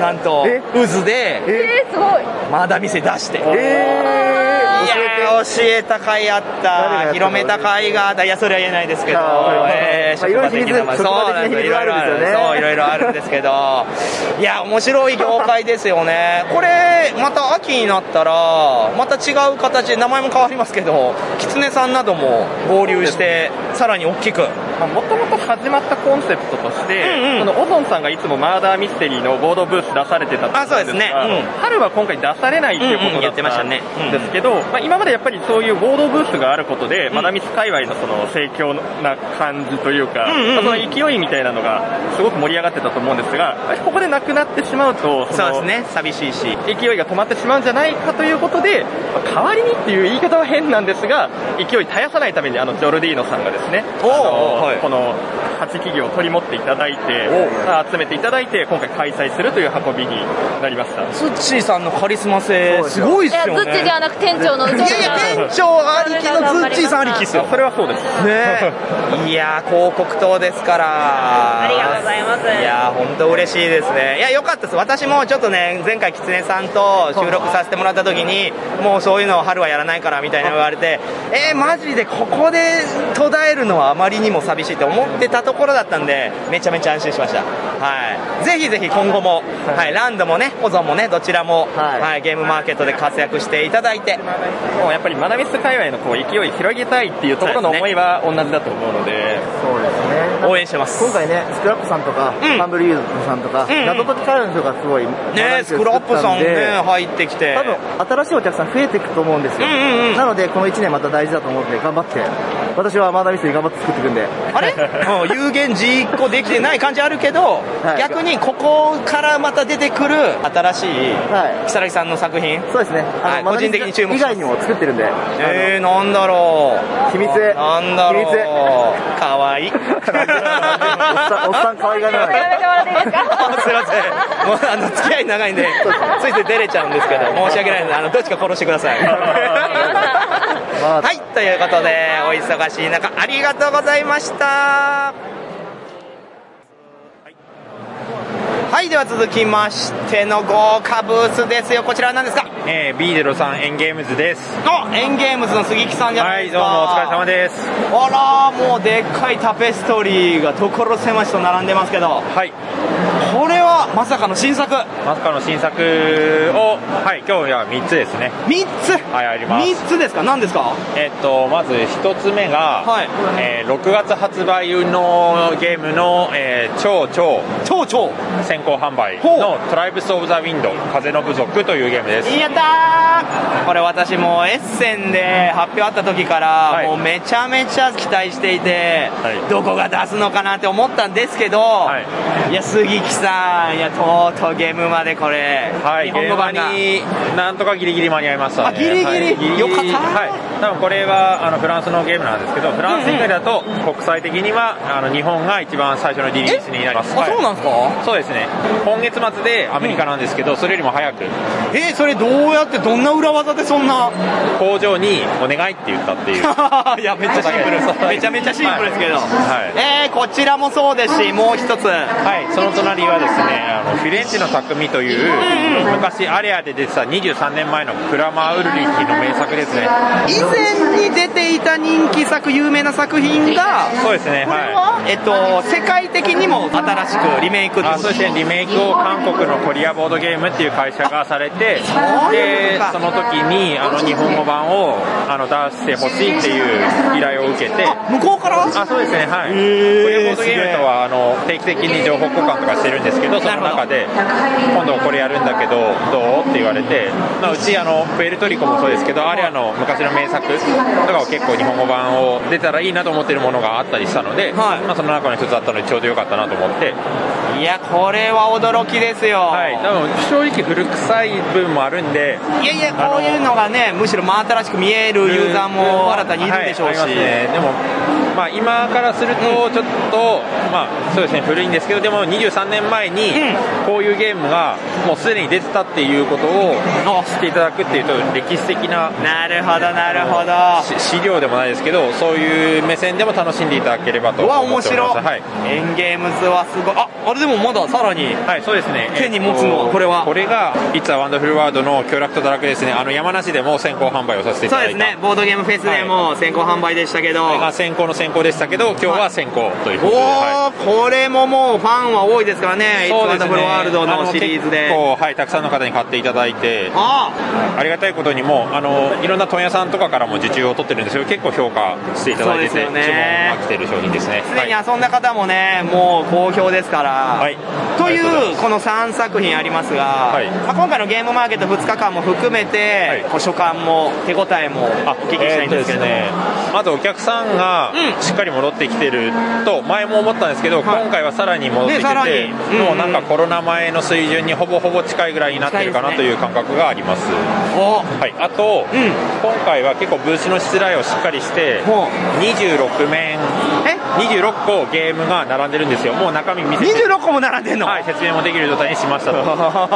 Speaker 2: なんと渦で
Speaker 6: えーすごい
Speaker 2: まだ店出して。いやー教えた会あった広めた会があったいやそれは言えないですけど、えー
Speaker 4: まあいろいろ
Speaker 2: 職場的なまあ
Speaker 4: 秘密
Speaker 2: そうなんですよいろいろあるんですよそういろいろあるんですけどいや面白い業界ですよねこれまた秋になったらまた違う形で名前も変わりますけど狐さんなども合流してさらに大きく
Speaker 3: もともと始まったコンセプトとして、そのオゾンさんがいつもマーダーミステリーのボードブース出されてたと思うんですが
Speaker 2: あそうですねうん
Speaker 3: 春は今回出されないっていうこ
Speaker 2: うんうん
Speaker 3: とだ
Speaker 2: 言っ
Speaker 3: って
Speaker 2: ました
Speaker 3: たん
Speaker 2: ねうん
Speaker 3: ですけど、まあ、今までやっぱりそういうボードブースがあることで、マダミス界隈のその盛況な感じというか、
Speaker 2: うんうんうん
Speaker 3: まあその勢いみたいなのがすごく盛り上がってたと思うんですがここでなくなってしまうとそ
Speaker 2: そう
Speaker 3: の
Speaker 2: ですね寂しいし
Speaker 3: 勢いが止まってしまうんじゃないかということで、まあ代わりにっていう言い方は変なんですが、勢い絶やさないために、あのジョルディーノさんがですね、あのこの8企業を取り持っていただいて、集めていただいて、今回開催するという運びになりました。
Speaker 2: ツッチーさんのカリスマ性すごいっすよね
Speaker 6: いやズッチーではなく店長の
Speaker 2: い
Speaker 6: ズッチーさん
Speaker 2: やいや店長ありきのズッチーさんありきっすよ
Speaker 3: それはそうです
Speaker 2: ねえ いやー広告塔ですから
Speaker 6: ありがとうございます
Speaker 2: いやー本当嬉しいですねいや良かったです私もちょっとね前回きつねさんと収録させてもらった時にもうそういうのを春はやらないからみたいなの言われてえー、マジでここで途絶えるのはあまりにも寂しいって思ってたところだったんでめちゃめちゃ安心しましたはいぜひぜひ今後も、はい、ランドもねオゾンもねどちらも、はい、ゲームマーケットで活躍していただいて
Speaker 3: もうやっぱりマダミス界隈のこう勢い広げたいっていうところの思いは同じだと思うので、
Speaker 4: そうですね
Speaker 2: 応援してます
Speaker 4: 今回ねスクラップさんとか、ハンブルユーズさんとか、
Speaker 2: うんうん
Speaker 4: 謎解き会話の人がすごい
Speaker 2: ねえスクラップさんね入ってきて
Speaker 4: 多分新しいお客さん増えていくと思うんですよ、なのでこの1年また大事だと思うんで頑張って私はマーダーミステリー頑張って作っていくんで
Speaker 2: あ れもう有言実行できてない感じあるけど、逆にここからまた出てくる新しい木更木さんの作品、
Speaker 4: そうですね
Speaker 2: はい、個人的に注目
Speaker 4: 以外にも作ってるんで
Speaker 2: えー、なんだろう
Speaker 4: 秘密
Speaker 2: なんだろ
Speaker 4: 秘密
Speaker 2: うかわ いい
Speaker 4: おっさん可愛がらない
Speaker 2: すいませんもうあの付き合い長いんでついつい出れちゃうんですけど申し訳ないのであのどっちか殺してくだ さいはいということでお忙しい中ありがとうございましたはい、では続きましての豪華ブースですよ。こちらは何ですか
Speaker 21: えー、ビーデロさん、エンゲームズです。
Speaker 2: あ、エンゲームズの杉木さんじゃないですか。
Speaker 21: はいどうもお疲れ様です
Speaker 2: あらー、もうでっかいタペストリーが所狭しと並んでますけど。
Speaker 21: はい。
Speaker 2: これはまさかの新作
Speaker 9: まさかの新作を、はい、今日は3つですね。
Speaker 2: 3つ
Speaker 9: はい、あります。
Speaker 2: 3つですか何ですか
Speaker 9: えっと、まず1つ目が、えー6月発売のゲームの、えー超超
Speaker 2: 超超
Speaker 9: 先行販売のトライブス・オブ・ザ・ウィンドウ風の部族というゲームです。
Speaker 2: やったーこれ私もうエッセンで発表あった時からもうめちゃめちゃ期待していてどこが出すのかなって思ったんですけどいや杉木さんいやとうとうゲームまでこれ
Speaker 9: はい、
Speaker 2: 日本語版が
Speaker 9: 現場になんとかギリギリ間に合いました、ね、
Speaker 2: あギリギリよかった
Speaker 9: はい、多分これはあのフランスのゲームなんですけどフランス以外だと国際的にはあの日本が一番最初のリリースになります、はい、
Speaker 2: そうなんですか
Speaker 9: そうですね今月末でアメリカなんですけど、それよりも早く
Speaker 2: えーそれどうやってどんな裏技でそんな
Speaker 9: 工場にお願いって言った っていう
Speaker 2: いやめっちゃシンプルですめちゃめちゃシンプルですけど、
Speaker 9: はい
Speaker 2: えーこちらもそうですしもう一つ
Speaker 9: はいその隣はですねあのフィレンチの匠という昔アレアで出てた23年前のクラマー・ウルリッヒの名作ですね
Speaker 2: 以前に出ていた人気作有名な作品が
Speaker 9: そうですねは
Speaker 2: えっと世界的にも新しくリメイク
Speaker 9: いあそうですねリメイクを韓国のコリアボードゲームっていう会社がされてでその時にあの日本語版をあの出してほしいっていう依頼を受けて
Speaker 2: 向こうから
Speaker 9: あそうですねはいコリアボードゲームとはあの定期的に情報交換とかしてるんですけどその中で今度これやるんだけどどうって言われて、まあ、うちあのプエルトリコもそうですけどアリアの昔の名作とかを結構日本語版を出たらいいなと思ってるものがあったりしたので、まあ、その中の一つだったのでちょうどよかったなと思って
Speaker 2: いやこれは驚きですよ、
Speaker 9: はい多分正直古臭い部分もあるんで
Speaker 2: いやいやこういうのがねむしろ真新しく見えるユーザーも新たにいるでしょうし、
Speaker 9: はいありますねでもまあ、今からすると、ちょっと、まあ、そうですね、古いんですけど、でも23年前に、こういうゲームがもうすでに出てたっていうことを知っていただくっていうと、歴史的な、
Speaker 2: なるほどなるほど
Speaker 9: し資料でもないですけど、そういう目線でも楽しんでいただければと
Speaker 2: うわ
Speaker 9: 思っております。
Speaker 2: 面白
Speaker 9: はい
Speaker 2: エンゲームズはすごいああれでもまださらに
Speaker 9: はい、そうですね。
Speaker 2: 手に持つのは
Speaker 9: えっと
Speaker 2: これは
Speaker 9: これが、It's a Wonderful World の協楽と堕落ですね。あの、山梨でも先行販売をさせていた
Speaker 2: そう
Speaker 9: だ
Speaker 2: で
Speaker 9: い
Speaker 2: す
Speaker 9: た。
Speaker 2: ねボードゲームフェスでも先行販売でしたけど、
Speaker 9: が先行の先行でしたけど、今日は先行とい
Speaker 2: お
Speaker 9: うこと
Speaker 2: お
Speaker 9: で。
Speaker 2: ー、これももうファンは多いですからね、いつワンダフルワールドのシリーズで。
Speaker 9: あの結構、はい、たくさんの方に買っていただいて、ありがたいことにもうあの、いろんな問屋さんとかからも受注を取ってるんですけど、結構評価していただいてて、
Speaker 2: そうですよね
Speaker 9: 注文が来てる商品ですね。
Speaker 2: すでに遊んだ方もね、もう好評ですから。という、この3作品ありますが、まあ、今回のゲームマーケット2日間も含めて、図書館も手応えもお聞きしたいんですけれども。
Speaker 9: えーとですねまずお客さんがしっかり戻ってきてると前も思ったんですけど、今回はさらに戻ってき
Speaker 2: ねさ
Speaker 9: て
Speaker 2: ら
Speaker 9: て、
Speaker 2: に
Speaker 9: もうなんかコロナ前の水準にほぼほぼ近いぐらいになってるかなという感覚がありますはい、あと、今回は結構ブースのしつらいをしっかりして26面26個ゲームが並んでるんですよもう中身見せて
Speaker 2: 26個も並んでんの
Speaker 9: はい説明もできる状態にし ましたと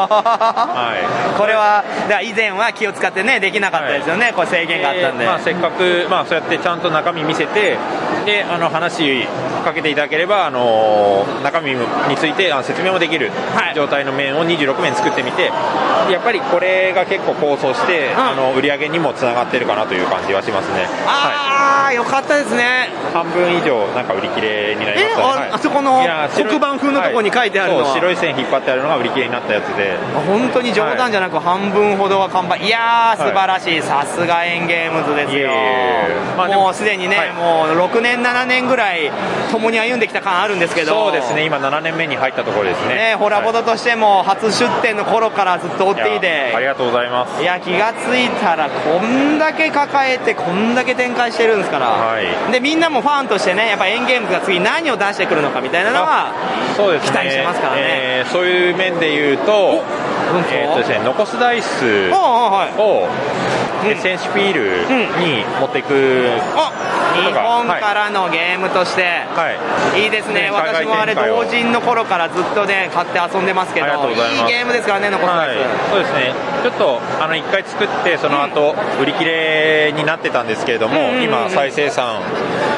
Speaker 9: はい
Speaker 2: これは、だから以前は気を使ってね、できなかったですよね、これ制限があったんで。
Speaker 9: まあ、せっかく、まあ、そうやってちゃんと中身見せてであの話かけていただければ、あの中身についてあの説明もできる状態の面を26面作ってみてやっぱりこれが結構構想して、あの売り上げにもつながってるかなという感じはしますね
Speaker 2: ああ、よかったですね。
Speaker 9: 半分以上なんか売り切れになりましたね
Speaker 2: あ
Speaker 9: はい
Speaker 2: あそこの
Speaker 9: いや白
Speaker 2: 黒
Speaker 9: い
Speaker 2: 板風のとこに書いてあるのは
Speaker 9: はいそう白い線引っ張ってあるのが売り切れになったやつで
Speaker 2: 本当に冗談じゃなく半分ほどは完売いやー素晴らしい、さすがエンゲームズですよ、もうすでにね、もう6年7年ぐらい共に歩んできた感あるんですけど
Speaker 9: そうですね今7年目に入ったところですね
Speaker 2: ねホラボドとしても初出店の頃からずっと追っていて
Speaker 9: ありがとうございます
Speaker 2: いや気がついたらこんだけ抱えてこんだけ展開してるんですから、でみんなもファンとしてねやっぱエンゲームズが次何を出してくるのかみたいなのは
Speaker 9: そうですね
Speaker 2: 期待してますからね、
Speaker 9: えーそういう面で言うと,、えーとですね、残すダイスを、エッセンシピールに持っていく、
Speaker 2: 日本からのゲームとして、い、いですね、
Speaker 9: ね海外
Speaker 2: 私もあれ、
Speaker 9: 展開を
Speaker 2: 同人の頃からずっとね、買って遊んでますけど、
Speaker 9: ありがとうございます
Speaker 2: いゲームですからね、残ったや
Speaker 9: はいそうですねちょっとあの1回作ってその後売り切れになってたんですけれども、今再生産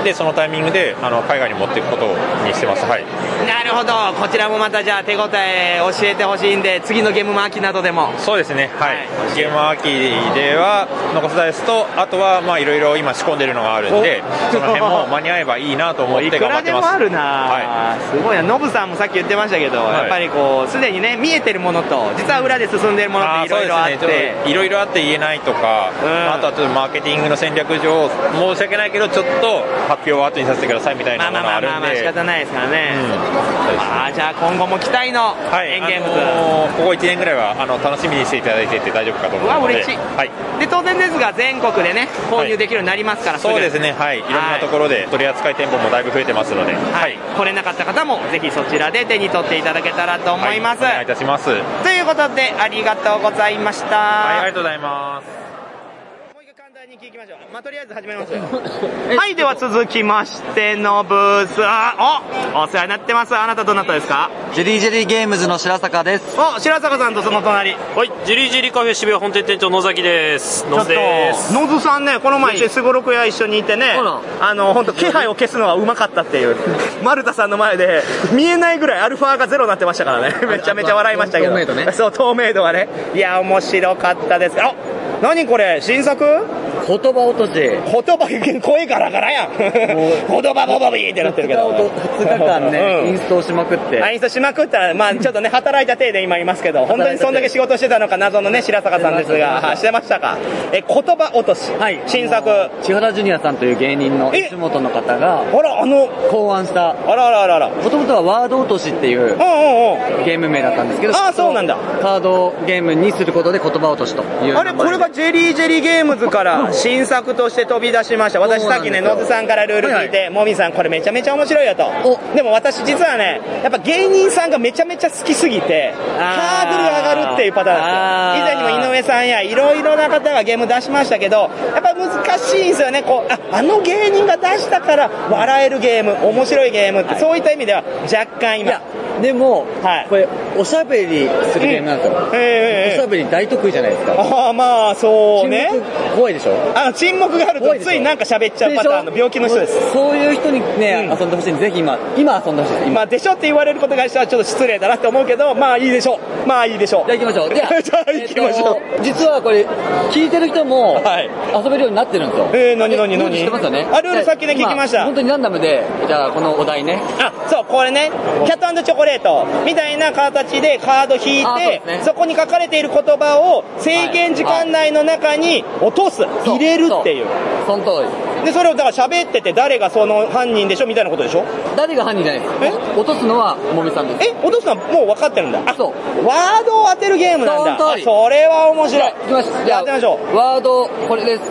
Speaker 9: でそのタイミングであの海外に持っていくことにしてますはい
Speaker 2: つ、なるほど、こちらもまたじゃあ、手応え教えてほしいんで、次のゲームマーキなどでも、
Speaker 9: そうですね、はい、ゲームアーキーでは、のコスダイスと、あとはまあいろいろ今仕込んでるのがあるんで、その辺も間に合えばいいなと思っ
Speaker 2: い
Speaker 9: て
Speaker 2: く
Speaker 9: 頑張
Speaker 2: ら
Speaker 9: って
Speaker 2: で
Speaker 9: ます。
Speaker 2: もあるな、
Speaker 9: はい
Speaker 2: すごいなノブさんもさっき言ってましたけど、
Speaker 9: はい
Speaker 2: やっぱりこうすでにね見えてるものと実は裏で進んでるものっていろいろあって
Speaker 9: そうですねちょっといろいろあって言えないとか、あとはちょっとマーケティングの戦略上申し訳ないけどちょっと発表を後にさせてくださいみたいなものがあるんで、
Speaker 2: まあまあまあまあ仕方ないですからね、あーじゃあ今後も期待の園芸物、
Speaker 9: もうここ1年ぐらいはあの楽しみにしていただいてて大丈夫かと思
Speaker 2: う
Speaker 9: う
Speaker 2: わ
Speaker 9: ので
Speaker 2: 嬉しい
Speaker 9: はい、
Speaker 2: で当然ですが全国でね購入できるようになりますから、ぐ
Speaker 9: そうですねはいいろんなところで取り扱い店舗もだいぶ増えてますので、はい
Speaker 2: 来れなかった方もぜひそちらで手に取っていただけたらと思います、
Speaker 9: お願いいたしますはい
Speaker 2: ということでありがとうございました、
Speaker 9: ありがとうございます
Speaker 2: まあ、とりあえず始めます。はい、では続きましてのブース、あ、お、お世話になってます。あなたどなたですか
Speaker 22: ジェリージェリーゲームズの白坂です。
Speaker 2: お、白坂さんとその隣。
Speaker 22: はい、ジェリージェリーカフェ渋谷本店店長野崎です。野崎です。
Speaker 2: ノズさんね、この前一緒にすごろく屋一緒にいてね、あの、本当気配を消すのがうまかったっていう、丸田さんの前で、見えないぐらいアルファがゼロになってましたからね、めちゃめちゃ笑いましたけど。
Speaker 22: 透明度ね
Speaker 2: そう、透明度がね。いや、面白かったです。あ、何これ、新作言葉落とし。言葉、声ガラガラやん。言葉ボボビーってなってるけど。
Speaker 22: 2日間ね、
Speaker 2: うん
Speaker 22: インストールしまくって。
Speaker 2: アインストしまくったら、まあ、ちょっとね、働いた体で今いますけど、本当にそんだけ仕事してたのか、謎のね、白坂さんですが、はいしてましたか。え、言葉落とし、新作。
Speaker 22: 千原ジュニアさんという芸人の吉本の方が、
Speaker 2: あら、あの、
Speaker 22: 考案した、
Speaker 2: あらあらあらあら。
Speaker 22: もともとはワード落としっていう、ゲーム名だったんですけど、
Speaker 2: あーそうなんだ。
Speaker 22: カードゲームにすることで言葉落としという。
Speaker 2: あれ、これがジェリージェリーゲームズから新作として飛び出しました。私さっきね、
Speaker 22: そうなんです
Speaker 2: 野津
Speaker 22: よ
Speaker 2: さんからルール聞いて、もみさんこれめちゃめちゃ面白いよと。でも私実はね、やっぱ芸人さんがめちゃめちゃ好きすぎて、ハードルが上がるっていうパターンなんですよ。以前にも井上さんやいろいろな方がゲーム出しましたけど、やっぱ難しいんですよね。こう、あ、あの芸人が出したから笑えるゲーム、面白いゲームって、そういった意味では若干今。
Speaker 22: でも、
Speaker 2: はい、
Speaker 22: これ、おしゃべりするゲームなんですよ。おしゃべり大得意じゃないですか。
Speaker 2: ああ、まあ、そうね。
Speaker 22: 怖いでしょ
Speaker 2: あの、沈黙があるとついなんか喋っちゃうパターンの病気の人です。
Speaker 22: そういう人にね、遊んでほしいんで、ぜひ今、今遊んでほしいです。今
Speaker 2: まあ、でしょって言われることがしたらちょっと失礼だなって思うけど、まあいいでしょう。まあいいでしょう。じゃあ行きましょ う。じゃあ行きましょう。
Speaker 22: 実はこれ、聞いてる人も、遊べるようになってるんですよ。
Speaker 2: えー、何何何
Speaker 22: ルール知ってますよね。
Speaker 2: あルールさっきね聞きました
Speaker 22: 今本当にランダムで、じゃあこのお題ね。
Speaker 2: あ、そう、これね、キャットチョコレートみたいな形でカード引い
Speaker 22: あそう
Speaker 2: て
Speaker 22: で
Speaker 2: そ,、
Speaker 22: すね
Speaker 2: こに書かれている言葉を制限時間内の中に落とす、入れるっていう。
Speaker 22: その通
Speaker 2: り。で、それをだから喋ってて誰がその犯人でしょみたいなことでしょ
Speaker 22: 誰が犯人じゃないです。え落とすのは、もみさんです。
Speaker 2: え落とすのはもう分かってるんだ。あ、
Speaker 22: そう。
Speaker 2: ワードを当てるゲームなんだ。
Speaker 22: その通り
Speaker 2: あそれは面白い。
Speaker 22: 行きましょう。じゃあ、ましょう。ワード、これです。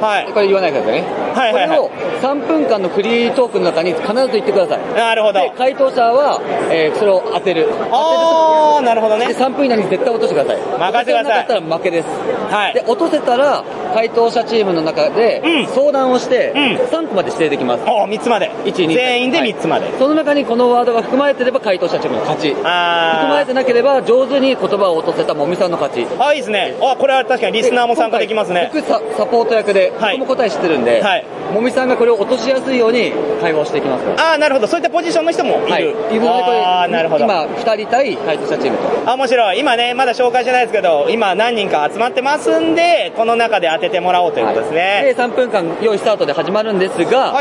Speaker 2: はい。
Speaker 22: これ言わないでくださいね。
Speaker 2: はいはいはい
Speaker 22: これを3分間のフリートークの中に必ず言ってください。
Speaker 2: なるほど。
Speaker 22: で、回答者は、えーそれを当てる。
Speaker 2: あー、なるほどね。
Speaker 22: で、3分以内に絶対落としてください。任
Speaker 2: せてください
Speaker 22: なかったら負けです。
Speaker 2: はい。
Speaker 22: で、落とせたら、回答者チームの中で、相談をして、3個まで指定できます。
Speaker 2: お3つまで。
Speaker 22: 1、2、
Speaker 2: 全員で3つまで。
Speaker 22: その中にこのワードが含まれてれば回答者チームの勝ち。含
Speaker 2: あ
Speaker 22: まれてなければ上手に言葉を落とせたもみさんの勝ち。
Speaker 2: あ、いいですね。あ、これは確かにリスナーも参加できますね。
Speaker 22: 僕ササポート役で、僕も答え知ってるんで、もみさんがこれを落としやすいように会話をしていきますから。
Speaker 2: ああ、なるほど。そういったポジションの人もいる。
Speaker 22: はい。いうことでこれ
Speaker 2: ああ、なるほど。
Speaker 22: 今、2人対回答者チームと。
Speaker 2: あ、面白い。今ね、まだ紹介してないですけど、今何人か集まってますんで、この中で当ててもらおうということですね。
Speaker 22: で、3分間、用意スタートで始まるんですが、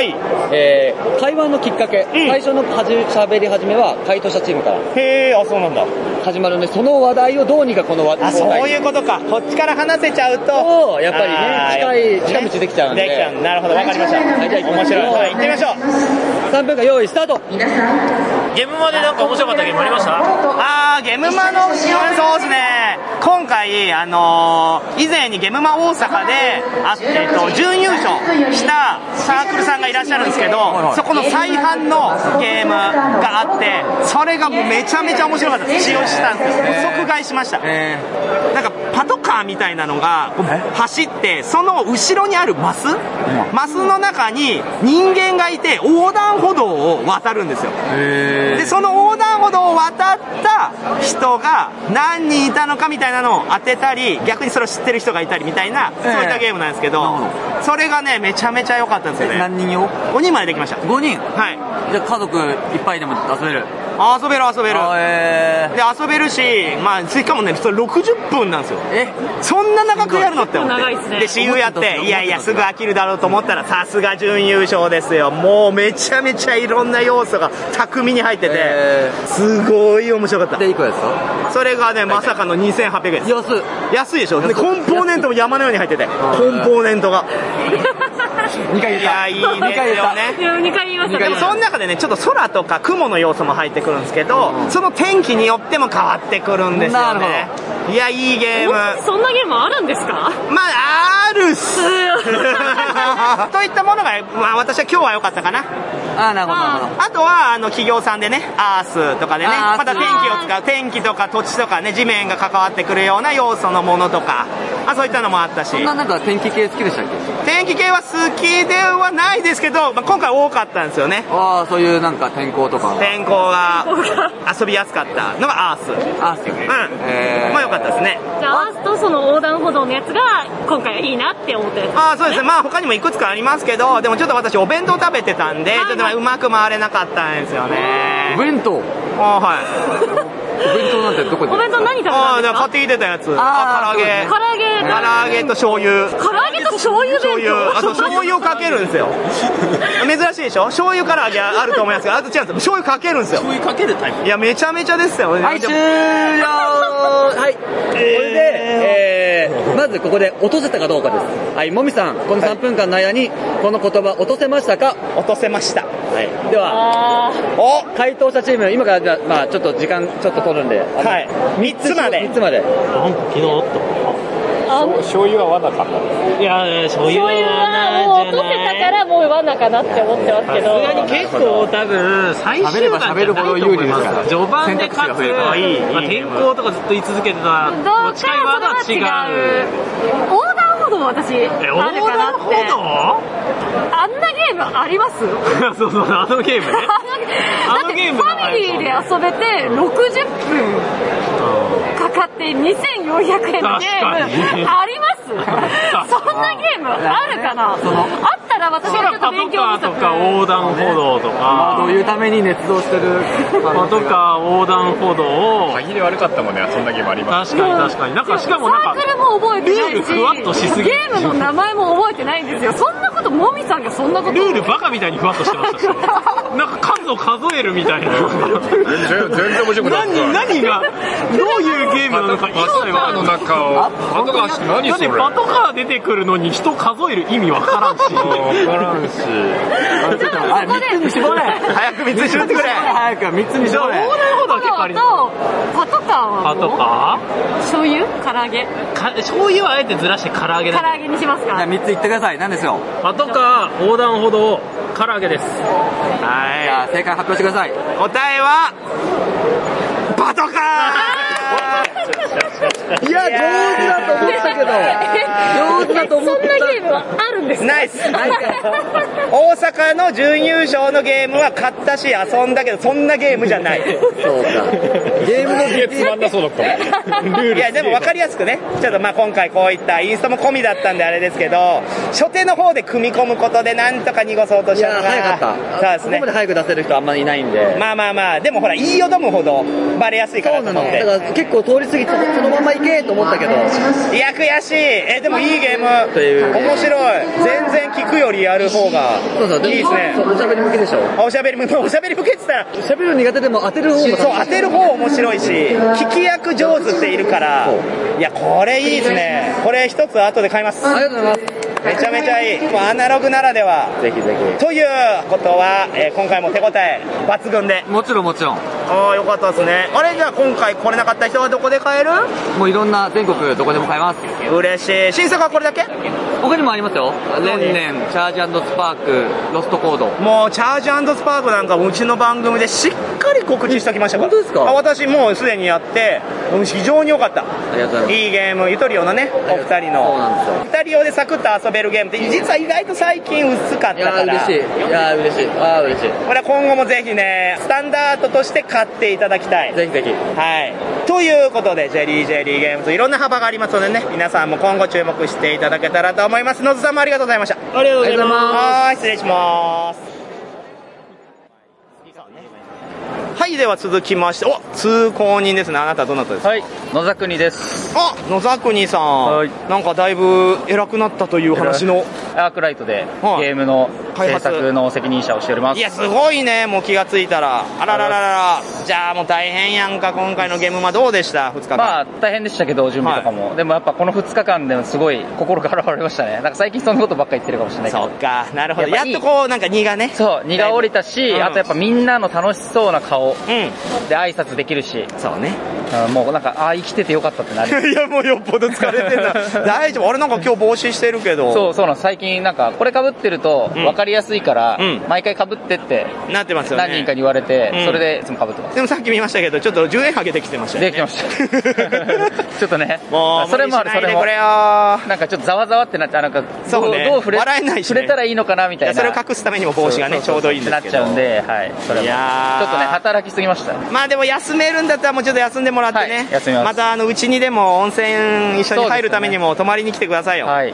Speaker 22: えー会話のきっかけ、最初のはじ喋り始めは回答者チームから。
Speaker 2: へー、あ、そうなんだ。
Speaker 22: 始まるんで、その話題をどうにかこの話題
Speaker 2: あ、そういうことか。こっちから話せちゃうと。
Speaker 22: やっぱりね
Speaker 2: あー
Speaker 22: 近い近道できちゃうんで
Speaker 2: できちゃう。なるほど、わかりました。
Speaker 22: はいじゃあ行き
Speaker 2: 面
Speaker 22: ましょう
Speaker 2: 白い。はい、行ってみましょう。
Speaker 22: 3分間用意スタート
Speaker 2: ゲームマでなんか面白かったゲームありましたあー、ゲームマの、そうですね。今回、あのー以前にゲームマ大阪で、あえっと、準優勝したサークルさんがいらっしゃるんですけど、
Speaker 8: はいはい
Speaker 2: そこの再販のゲームがあって、それがめちゃめちゃ面白かったです。使用したんですよ。
Speaker 8: へー
Speaker 2: 即買いしました。なんか、パトカーみたいなのが、こう走って、その後ろにあるマスマスの中に人間がいて、横断歩道を渡るんですよ。でその横断歩道を渡った人が何人いたのかみたいなのを当てたり逆にそれを知ってる人がいたりみたいな、そういったゲームなんですけどそれがねめちゃめちゃ良かったんですよね
Speaker 22: 何人用
Speaker 2: 5人までできました
Speaker 22: 5人
Speaker 2: はい
Speaker 22: じゃあ家族いっぱいでも遊べる
Speaker 2: あ遊べる遊べるで遊べるしまあしかもねそれ60分なんですよえそんな長くやるのって思って
Speaker 6: 長いっすね
Speaker 2: で CU やっていやいやすぐ飽きるだろうと思ったらさすが準優勝ですよもうめちゃめちゃいろんな要素が巧みに入ってて、すごい面白かったでいくらですかそれがねまさかの2800円です安安いでしょでコンポーネントも山のように入っててコンポーネントが2回言ったいやいいですよね
Speaker 6: 2回言いました
Speaker 2: でもその中でねちょっと空とか雲の要素も入ってくるんですけど、その天気によっても変わってくるんですよねいやいいゲーム
Speaker 6: そんなゲームあるんですか
Speaker 2: まああるっす といったものが、まあ、私は今日は良かったかな
Speaker 23: あなるほどなるほ
Speaker 2: あとはあの企業さんでねアースとかでね
Speaker 23: あー
Speaker 2: また天気を使う天気とか土地とかね地面が関わってくるような要素のものとかあそういったのもあったし
Speaker 23: そんななんか天気系好きでしたっけ
Speaker 2: 天気系は好きではないですけど、まあ、今回多かったんですよね
Speaker 23: ああそういうなんか天候とか
Speaker 2: 天候が遊びやすかったのがアースアースうん、まあよかったですね
Speaker 6: じゃあアースとその横断歩道のやつが今回はいいなって思ったやつ
Speaker 2: ああそうですねまあ他にもいくつかありますけどでもちょっと私お弁当食べてたんでちょっとまあうまく回れなかったんですよねお弁当ああはいお弁当なんてどこ
Speaker 6: でお弁当何食べたんですか
Speaker 2: ああだから買ってきてたやつあ唐揚げ
Speaker 6: 唐揚げ
Speaker 2: 唐揚げと醤油
Speaker 6: 唐揚げと醤油
Speaker 2: 醤
Speaker 6: 弁
Speaker 2: 油あと醤油をかけるんですよ珍しいでしょ醤油から揚げあると思いますけどあと違うんですよ醤油かけるんですよ醤油かけるタイプいやめちゃめちゃですよ
Speaker 22: はい終了はいこれで、えー、まずここで落とせたかどうかですはいもみさんこの3分間の間にこの言葉落とせましたか
Speaker 2: 落とせました
Speaker 22: はいではお回答者チーム今からじゃあまあちょっと時間ちょっと取るんではい3つまで3つまで
Speaker 3: なんか昨日あった
Speaker 6: あ
Speaker 3: 醤油は罠かったいや醤油
Speaker 6: 醤油はもう落とせたからもう罠かなって思ってますけど
Speaker 3: さすがに結構多分最終盤じゃないと思います序盤で勝つ、まあ、天候とかずっと言い続けてた
Speaker 6: どうか
Speaker 3: 持ち替え罠は
Speaker 6: それ
Speaker 3: 違う
Speaker 6: 横断歩道は私あるかなって
Speaker 3: 横断
Speaker 6: あんなゲームありま す
Speaker 3: そうそうあのゲーム ね
Speaker 6: だってファミリーで遊べて60分かかって2400円のゲームあ りますそんなゲームあるかなあったら私がちょっと勉強不
Speaker 3: とか横断歩道とか、
Speaker 23: どういうために熱動してる
Speaker 3: まあとか横断歩道を
Speaker 24: 限り悪かったもんね遊んだゲームあります
Speaker 3: 確かに確かになんかしかもなん
Speaker 6: サー
Speaker 3: か
Speaker 6: クルも覚えてないし
Speaker 3: ルールふわっとしすぎ
Speaker 6: ゲームの名前も覚えてないんですよそんなこともみさんがそんなこと
Speaker 3: ルールバカみたいにふわっとしてましたしなんか数を数えるみたいな
Speaker 24: 全然面白くなかった
Speaker 3: 何何がどういうゲームなのか一
Speaker 24: パト
Speaker 3: 切
Speaker 24: カ
Speaker 3: わ
Speaker 24: ーの中をパトカー走って何それ
Speaker 3: だってパトカー出てくるのに人数える意味わから んし
Speaker 24: 分からんし
Speaker 23: あ3つに絞れ早
Speaker 2: く3つに絞ってくれ
Speaker 23: 早く3つに絞れ
Speaker 3: 横断歩道は結構あり
Speaker 6: とパトカーは
Speaker 3: パトカ
Speaker 6: 醤油唐揚げ
Speaker 3: ーか醤油はあえてずらして唐揚げ
Speaker 6: 唐
Speaker 3: だ
Speaker 6: 揚げにしますか
Speaker 23: 3つ言ってください何ですよ
Speaker 3: パトカー横断歩道唐揚げです
Speaker 23: はいじゃあ正解発表してください
Speaker 2: 答えはパト
Speaker 23: カ
Speaker 6: ーいや上手だと思ったけど
Speaker 2: 上手だと思った
Speaker 6: そんなゲームはあるんです
Speaker 2: ナイスナイス大阪の準優勝のゲームは買ったし遊んだけどそんなゲームじゃないそうかゲームのゲームつまんなそうだったいやでも分かりやすくねちょっとまあ今回こういったインストも込みだったんであれですけど初手の方で組み込むことでなんとか濁そうとしたのが
Speaker 22: 早かった
Speaker 2: そうです
Speaker 22: ここ
Speaker 2: ね
Speaker 22: まで早く出せる人あんまりいないんで
Speaker 2: まあまあまあでもほら言いよどむほどバレやすいかなと思って
Speaker 22: だから結構通り過ぎてそのまま行けと思ったけど
Speaker 2: いや悔しいえでもいいゲーム
Speaker 22: という
Speaker 2: 面白い全然聞くよりやる方が
Speaker 22: そうそう
Speaker 2: いいですね
Speaker 22: そうおしゃべり向けでしょ
Speaker 2: あおしゃべり向けおしゃべり向けって言ったら
Speaker 22: しゃべるの苦手でも当てる方も
Speaker 2: そう当てる方面白いし聞き役上手っているからいやこれいいですねこれ一つ後で買いますありがとうございますめちゃめちゃいいもうアナログならでは
Speaker 22: ぜひぜ
Speaker 2: ということは、えー今回も手応え抜群で
Speaker 23: もちろんもちろん
Speaker 2: ああよかったですねあれじゃあ今回来れなかった人はどこで買える
Speaker 23: もういろんな全国どこでも買えます
Speaker 2: 嬉しい新作はこれだけ
Speaker 23: 他にもありますよレンネンチャージスパークロストコード
Speaker 2: もうチャージスパークなんかうちの番組でしっかり告知しておきましたから本当ですか私もうすでにやってうん非常に良かった
Speaker 23: ありがとうござい
Speaker 2: いいゲームゆとりよのねお二人の二人用でサクッと遊べるゲームって実は意外と最近薄かっ
Speaker 22: い
Speaker 2: た
Speaker 22: やー
Speaker 2: から
Speaker 22: 嬉しいいやー嬉しいああ嬉しい
Speaker 2: これは今後もぜひねスタンダードとして買っていただきたいぜひぜひはいということでジェリージェリーゲームといろんな幅がありますのでね皆さんも今後注目していただけたらと思います野津さんもありがとうございましたありがとうございますはーい失礼しますはい、では続きまして、お通行人ですね。あなたどなたですかはい、野沢国です。あ、野沢国さん。なんかだいぶ偉くなったという話の。
Speaker 5: アークライトでゲームの
Speaker 2: 開
Speaker 5: 制
Speaker 2: 発
Speaker 5: 作の責任者をしております
Speaker 2: いや、すごいね。もう気がついたら。あららららら。じゃあもう大変やんか。今回のゲームはどうでした二日間。
Speaker 5: まあ大変でしたけど準備とかも、でもやっぱこの2日間でもすごい心が現れましたねなんか最近そんなことばっかり言ってるかもしれないけど
Speaker 2: そっかなるほど
Speaker 5: やっぱいい
Speaker 2: やっとこうなんか荷がね
Speaker 5: そう荷が下りたし、
Speaker 2: うん
Speaker 5: あとやっぱみんなの楽しそうな顔、で挨拶できるし
Speaker 2: そうね、
Speaker 5: んもうなんかああ生きててよかったってなる
Speaker 2: いやもうよっぽど疲れ てんだ大丈夫俺なんか今日帽子してるけど
Speaker 5: そうそうなんです最近なんかこれ被ってると分かりやすいから、毎回被ってって
Speaker 2: なってますよね
Speaker 5: 何人かに言われて、
Speaker 2: うん
Speaker 5: それでいつも被ってます
Speaker 2: でもさっき見ましたけどちょっと10円上げてきてましたよね
Speaker 5: できました ちょっとね
Speaker 2: もう
Speaker 5: それもある
Speaker 2: 無
Speaker 5: そ
Speaker 2: 理しないで
Speaker 5: れも
Speaker 2: これよ
Speaker 5: なんかちょっとざわざわってなっちゃうなんかどう
Speaker 2: そうね
Speaker 5: どう触れ
Speaker 2: 笑えないしね
Speaker 5: 触れたらいいのかなみたいない
Speaker 2: やそれを隠すためにも帽子がね
Speaker 5: そそそ
Speaker 2: ちょうどいいんですけど
Speaker 5: なっちゃうんではいそれも
Speaker 2: いやー
Speaker 5: ちょっとね働きすぎました
Speaker 2: まあでも休めるんだったらもうちょっと休んでもらってね、
Speaker 5: 休みます
Speaker 2: たあのうちにでも温泉一緒に入るためにも泊まりに来てくださいよ、はい、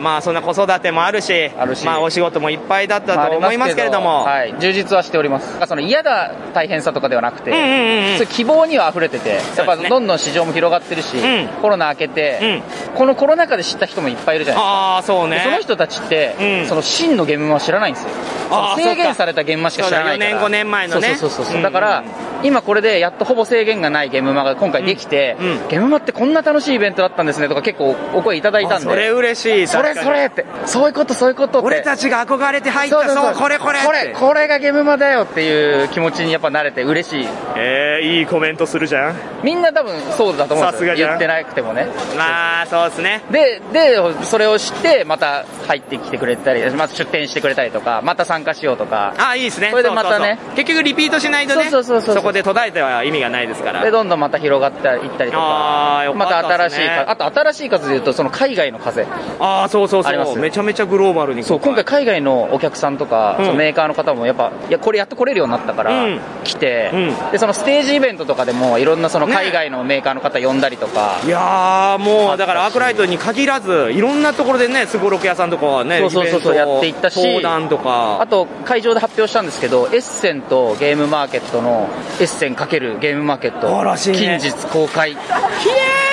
Speaker 2: まあそんな子育てもあるしまあお仕事もいっぱいだったと思いますけれども、
Speaker 5: はい、充実はしておりますなんかその嫌だ大変さとかではなくて、
Speaker 2: うんうんうん
Speaker 5: そういう希望には溢れててやっぱどんどん市場も広がってるし、コロナ明けて、このコロナ禍で知った人もいっぱいいるじゃないですか
Speaker 2: あーそうね
Speaker 5: でその人たちって、その真のゲームは知らないんですよ
Speaker 2: あー
Speaker 5: その制限されたゲームはしか知らないから
Speaker 2: そうだ4年5年前のね
Speaker 5: そうそうそうそう
Speaker 2: うん
Speaker 5: だから今これでやっとほぼ制限がないゲームマが今回できて、ゲームマってこんな楽しいイベントだったんですねとか結構お声いただいたんで
Speaker 2: あそれ嬉しい
Speaker 5: そ
Speaker 2: 確
Speaker 5: れ
Speaker 2: かに
Speaker 5: それってそういうことそういうことって
Speaker 2: 俺たちが憧れて入ったそうこれこれって
Speaker 5: これこれがゲームマだよっていう気持ちにやっぱ慣れて嬉しい
Speaker 2: えー、いいコメントするじゃん
Speaker 5: みんな多分そうだと思うん
Speaker 2: さ
Speaker 5: です
Speaker 2: すが
Speaker 5: よ
Speaker 2: じゃん
Speaker 5: 言ってなくてもね
Speaker 2: まあそうですね
Speaker 5: ででそれを知ってまた入ってきてくれたりまた出店してくれたりとかまた参加しようとか
Speaker 2: ああいいですね
Speaker 5: それでま
Speaker 2: そ
Speaker 5: たね
Speaker 2: うそうそう結局リピートしないとね
Speaker 5: そうそうそうそう
Speaker 2: そこで途絶えては意味がないですから
Speaker 5: でどんどんまた広がっていったりと
Speaker 2: あー
Speaker 5: か
Speaker 2: よか
Speaker 5: ま
Speaker 2: ったたで
Speaker 5: 新
Speaker 2: す
Speaker 5: し
Speaker 2: ね
Speaker 5: いかあと新しい数でいうとその海外の風
Speaker 2: ああそうそうそう
Speaker 5: あります
Speaker 2: めちゃめちゃグローバルに
Speaker 5: そう今回海外のお客さんとか、
Speaker 2: うん
Speaker 5: そのメーカーの方もやっぱいやこれやっと来れるようになったから、
Speaker 2: うん
Speaker 5: 来て、でそのステージイベントとかでもいろんなその海外のメーカーの方呼んだりとか、
Speaker 2: いやーもうだからアークライトに限らずいろんなところでねすごろく屋さんとかはね
Speaker 5: そうそうそうそう
Speaker 2: イベント
Speaker 5: やっていったし
Speaker 2: 登壇とか
Speaker 5: あと会場で発表したんですけどエッセンとゲームマーケットのエッセン×ゲームマーケット
Speaker 2: あらしいね
Speaker 5: 近日公開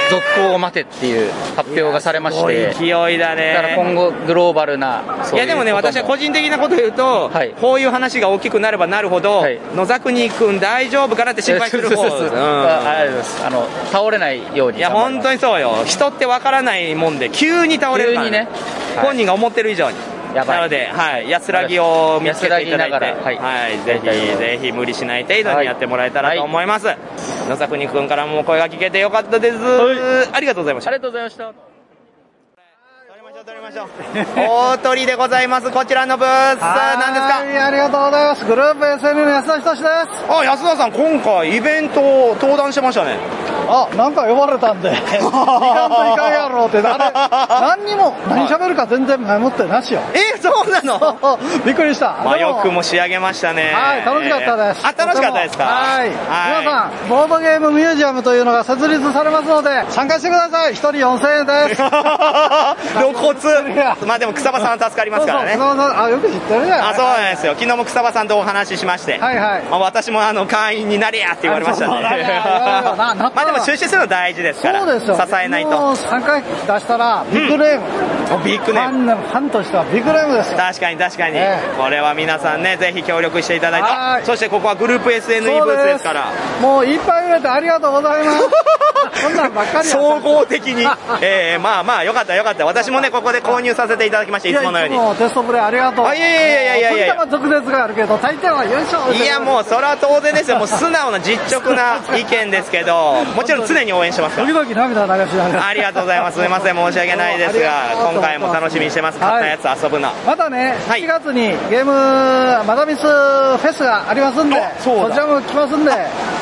Speaker 5: 続行を待てっていう発表がされまして
Speaker 2: すごい勢いだね
Speaker 5: から今後グローバルなそう
Speaker 2: いうやでもね
Speaker 5: こと
Speaker 2: 私は個人的なこと言うと、こういう話が大きくなればなるほど、野沢国君大丈夫かなって心配する方
Speaker 5: そうそうそうそうあありがとうございますあの倒れないように
Speaker 2: いや本当にそうよ人ってわからないもんで急に倒れるから、
Speaker 5: 急にね
Speaker 2: 本人が思ってる以上になので、はい、安らぎを見つけていただいて
Speaker 5: 安らぎながら
Speaker 2: はいぜひぜひ無理しない程度にやってもらえたらと思います、野沢国君からも声が聞けてよかったです、ありがとうございました
Speaker 5: ありがとうございました
Speaker 2: 大鳥でございますこちらのブース何ですか
Speaker 25: はい、ありがとうございます。グループ SN の安田仁志です。
Speaker 2: あ安田さん今回イベントを登壇してましたね
Speaker 25: あ、なんか呼ばれた んで、いかんといかんやろうって、あれ、何にも、何喋るか全然前もってなしよ。
Speaker 2: え、そうなの
Speaker 25: びっくりした。
Speaker 2: まあ
Speaker 25: でも
Speaker 2: よくも仕上げましたね
Speaker 25: はい、楽しかったです。
Speaker 2: えーあ楽しかったですか
Speaker 25: は
Speaker 2: は
Speaker 25: い。
Speaker 2: い
Speaker 25: 皆さん、ボードゲームミュージアムというのが設立されますので、参加してください。一人4000円です。
Speaker 2: 露骨まあでも草場さんは助かりますからね
Speaker 25: そうそう草場さんあ、よく知ってるやん。
Speaker 2: あそうなんですよ昨日も草場さんとお話ししまして、
Speaker 25: はいはい
Speaker 2: まあ、私もあの会員になれやって言われましたね
Speaker 25: あそうだね言われるよななった
Speaker 2: まあでも出資するの大事ですから
Speaker 25: そうですよ。
Speaker 2: 支えない
Speaker 25: も
Speaker 2: と
Speaker 25: う3回出したら、ビッグネーム。
Speaker 2: ビッグネー
Speaker 25: ム。ファンとしてはビッグネームですよ。
Speaker 2: 確かに確かに、
Speaker 25: え
Speaker 2: これは皆さんねぜひ協力していただいて
Speaker 25: は
Speaker 2: あそしてここはグループ SNE
Speaker 25: そう
Speaker 2: ブ
Speaker 25: です
Speaker 2: ースですから
Speaker 25: もういっぱい売れてありがとうございます。こんなんばっかりや
Speaker 2: 総合的 にえー、まあまあよかったよかった私もねここで購入させていただきましていつものように
Speaker 25: いやいつもテストプレイありがとう。
Speaker 2: あいやいやいやいやいやいや
Speaker 25: もうとにかく毒舌があるけど、大抵は優勝
Speaker 2: いやもうそれは当然ですよもう素直な実直な意見ですけどもちろん常に応援してますから
Speaker 25: 時々涙流しなが ら。
Speaker 2: ありがとうございますすいません申し訳ないですが今回も楽しみにしてます買ったやつ遊ぶの
Speaker 25: またね、7月にゲームマダミスフェスがありますんで、そちらも来ますんで。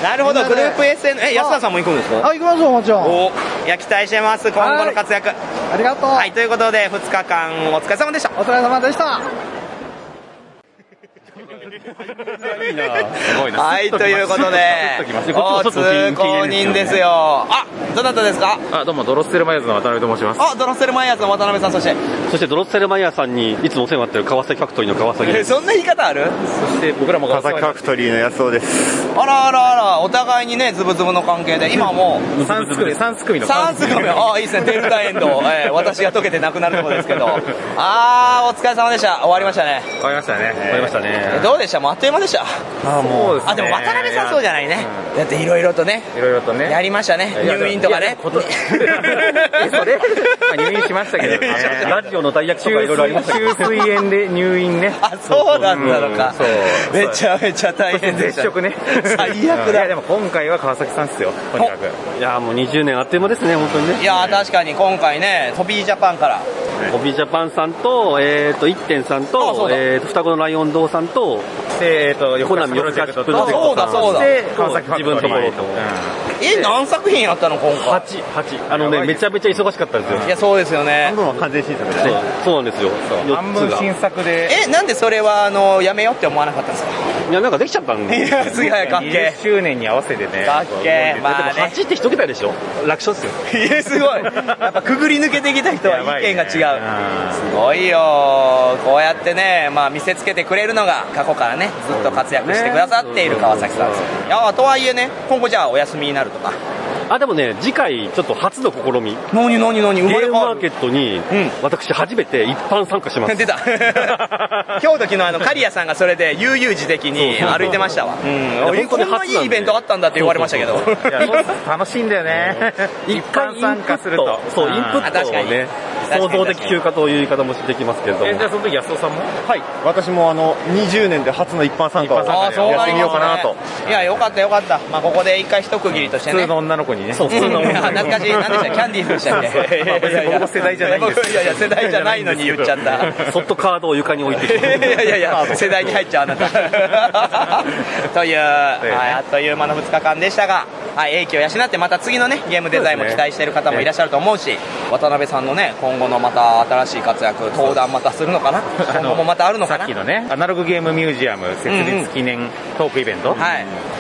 Speaker 2: なるほど
Speaker 25: みん
Speaker 2: グ
Speaker 25: な
Speaker 2: ルー
Speaker 25: で
Speaker 2: プ SN え安田さんも行くんですか
Speaker 25: あ、行きますよ、もちろん。
Speaker 2: おいや期待してます今後の活躍あ
Speaker 25: りがとう
Speaker 2: はいということで2日間お疲れ様でした
Speaker 25: お疲れ様でした。
Speaker 2: はい、ということで
Speaker 3: っときます、
Speaker 2: お通行人ですよ。あ、 どなたですか
Speaker 3: あ、どうも、ドロッセルマイヤーズの渡辺と申します。
Speaker 2: あ、ドロッセルマイヤーズの渡辺さん、そして、
Speaker 3: そして、ドロッセルマイヤーさんにいつもお世話になってる川崎ファクトリーの川崎
Speaker 2: え
Speaker 3: です。
Speaker 2: そんな言い方ある
Speaker 3: そして、僕らも川崎ファクトリーの安尾です。
Speaker 2: あらあらあら、お互いにね、ズブズブの関係で、今もう、
Speaker 3: 三つ組、三つ組の。
Speaker 2: 三つ組、ああ、いいですね、デルタエンド、 えー私が溶けてなくなるところですけど、あー、お疲れ様でした、終わりましたね。
Speaker 3: 終わりましたね。終わりましたね。
Speaker 2: どうでしたもうあっという間でした。あもうあ、でも渡辺さんそうじゃないね。だっていろいろとね、
Speaker 3: いろいろとね。
Speaker 2: やりましたね、
Speaker 3: いや
Speaker 2: 入院とかね。
Speaker 3: まあ入院しましたけ ど、ラジオの代役とかいろいろありましたけど。
Speaker 2: 虫垂
Speaker 3: 炎で入院ね。
Speaker 2: あ、そうだったのか。めちゃめちゃ大変でし
Speaker 3: 絶
Speaker 2: た。
Speaker 3: 食ね。
Speaker 2: 最悪
Speaker 3: い
Speaker 2: だ
Speaker 3: や、。でも今回は川崎さんっすよ、とにかく。いや、もう20年あっという間ですね、本当にね。
Speaker 2: いやー確かに今回ね、トビージャパンから、
Speaker 3: ホビージャパンさんと、えっ、と、一点さんと、えっ、と、双子のライオン堂さんと、えっ、と、コナミ夜更かしプロジェクトさん
Speaker 2: あそうだそうだ
Speaker 3: で
Speaker 2: 川崎ファク
Speaker 3: 自
Speaker 2: トリー
Speaker 3: 分のところと。
Speaker 2: え、何作品やったの今回 ?8、
Speaker 3: あのね、めちゃめちゃ忙しかったんですよ。
Speaker 2: いや、そうですよね。
Speaker 3: 半分は完全新作ですね。そうなんですよ。半
Speaker 2: 分新
Speaker 3: 作で
Speaker 2: え、なんでそれは、あの、やめようって思わなかったんですか
Speaker 3: いや、なんかできちゃったん
Speaker 2: いやすげえかっけえ
Speaker 3: 20周年に合わせてね。
Speaker 2: かっけえ
Speaker 3: でも
Speaker 2: まあね
Speaker 3: 8って一桁でしょ楽勝っすよ。
Speaker 2: いやすごいやっぱくぐり抜けてきた人は意見が違う、すごいよこうやってね、まあ、見せつけてくれるのが過去からねずっと活躍してくださっている川崎さんですいやとはいえね今後じゃあお休みになるとか
Speaker 3: あ、でもね、次回、ちょっと初の試み。
Speaker 2: 何何何
Speaker 3: ゲームマーケットに、私初めて一般参加します。
Speaker 2: 出た今日時のあの刈谷さんがそれで悠々自適に歩いてましたわうん
Speaker 3: いや本当
Speaker 2: こん
Speaker 3: に初
Speaker 2: な
Speaker 3: なん
Speaker 2: い
Speaker 3: で
Speaker 2: いイベントあったんだって言われましたけど
Speaker 3: 楽しいんだよね。 一回参加すると。そう、インプットをね、
Speaker 2: 確か
Speaker 3: 創
Speaker 2: に
Speaker 3: 造的休暇という言い方もできますけれども。
Speaker 2: えじゃあ
Speaker 3: その時安尾さんもはい。
Speaker 26: 私もあの20年で初の一般参加を
Speaker 2: ああそう
Speaker 26: やっ
Speaker 2: な
Speaker 26: て
Speaker 2: ん
Speaker 26: み
Speaker 2: です
Speaker 26: ようかなと。
Speaker 2: ねいやよかったよかった、まあ、ここで一回一区切りとしてね
Speaker 3: 女の子にね。
Speaker 2: そう、
Speaker 3: 普通の
Speaker 2: うん
Speaker 3: 女の子
Speaker 2: 懐かしい、何でしたっけキャンディーズでしたっけ
Speaker 3: そうそうまあ別に僕も世代じゃないんですけど
Speaker 2: いやいや、世代じゃないのに言っちゃった。
Speaker 3: そっとカードを床に置いてき
Speaker 2: い
Speaker 3: て
Speaker 2: やいやいや、世代に入っちゃうあなた。 という、はいあっという間の2日間でしたが、はい、英気を養って、また次のね、ゲームデザインも期待している方もいらっしゃると思うし、渡辺さんのね、今後のまた新しい活躍、登壇またす るのかな今後もまたあるのかな
Speaker 3: さっきのね、アナログゲームミュージアム設立記念トークイベント。
Speaker 2: はい。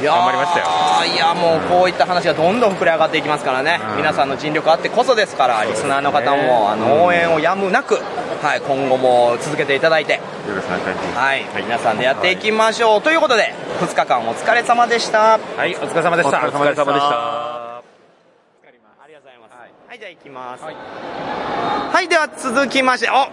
Speaker 3: 頑張りましたよ。
Speaker 2: あーいやもうこういった話がどんどん膨れ上がっていきますからね、皆さんの尽力あってこそですからリスナーの方もあの応援をやむなく、はい、今後も続けていただいて、
Speaker 3: よろしくお願いします。
Speaker 2: はい皆さんでやっていきましょう、ということで2日間お疲れ様でしたはい
Speaker 3: お疲れ様でしたお疲れ様でしたお疲れ様でした
Speaker 2: はいじゃあ行きますはい、では続きましてお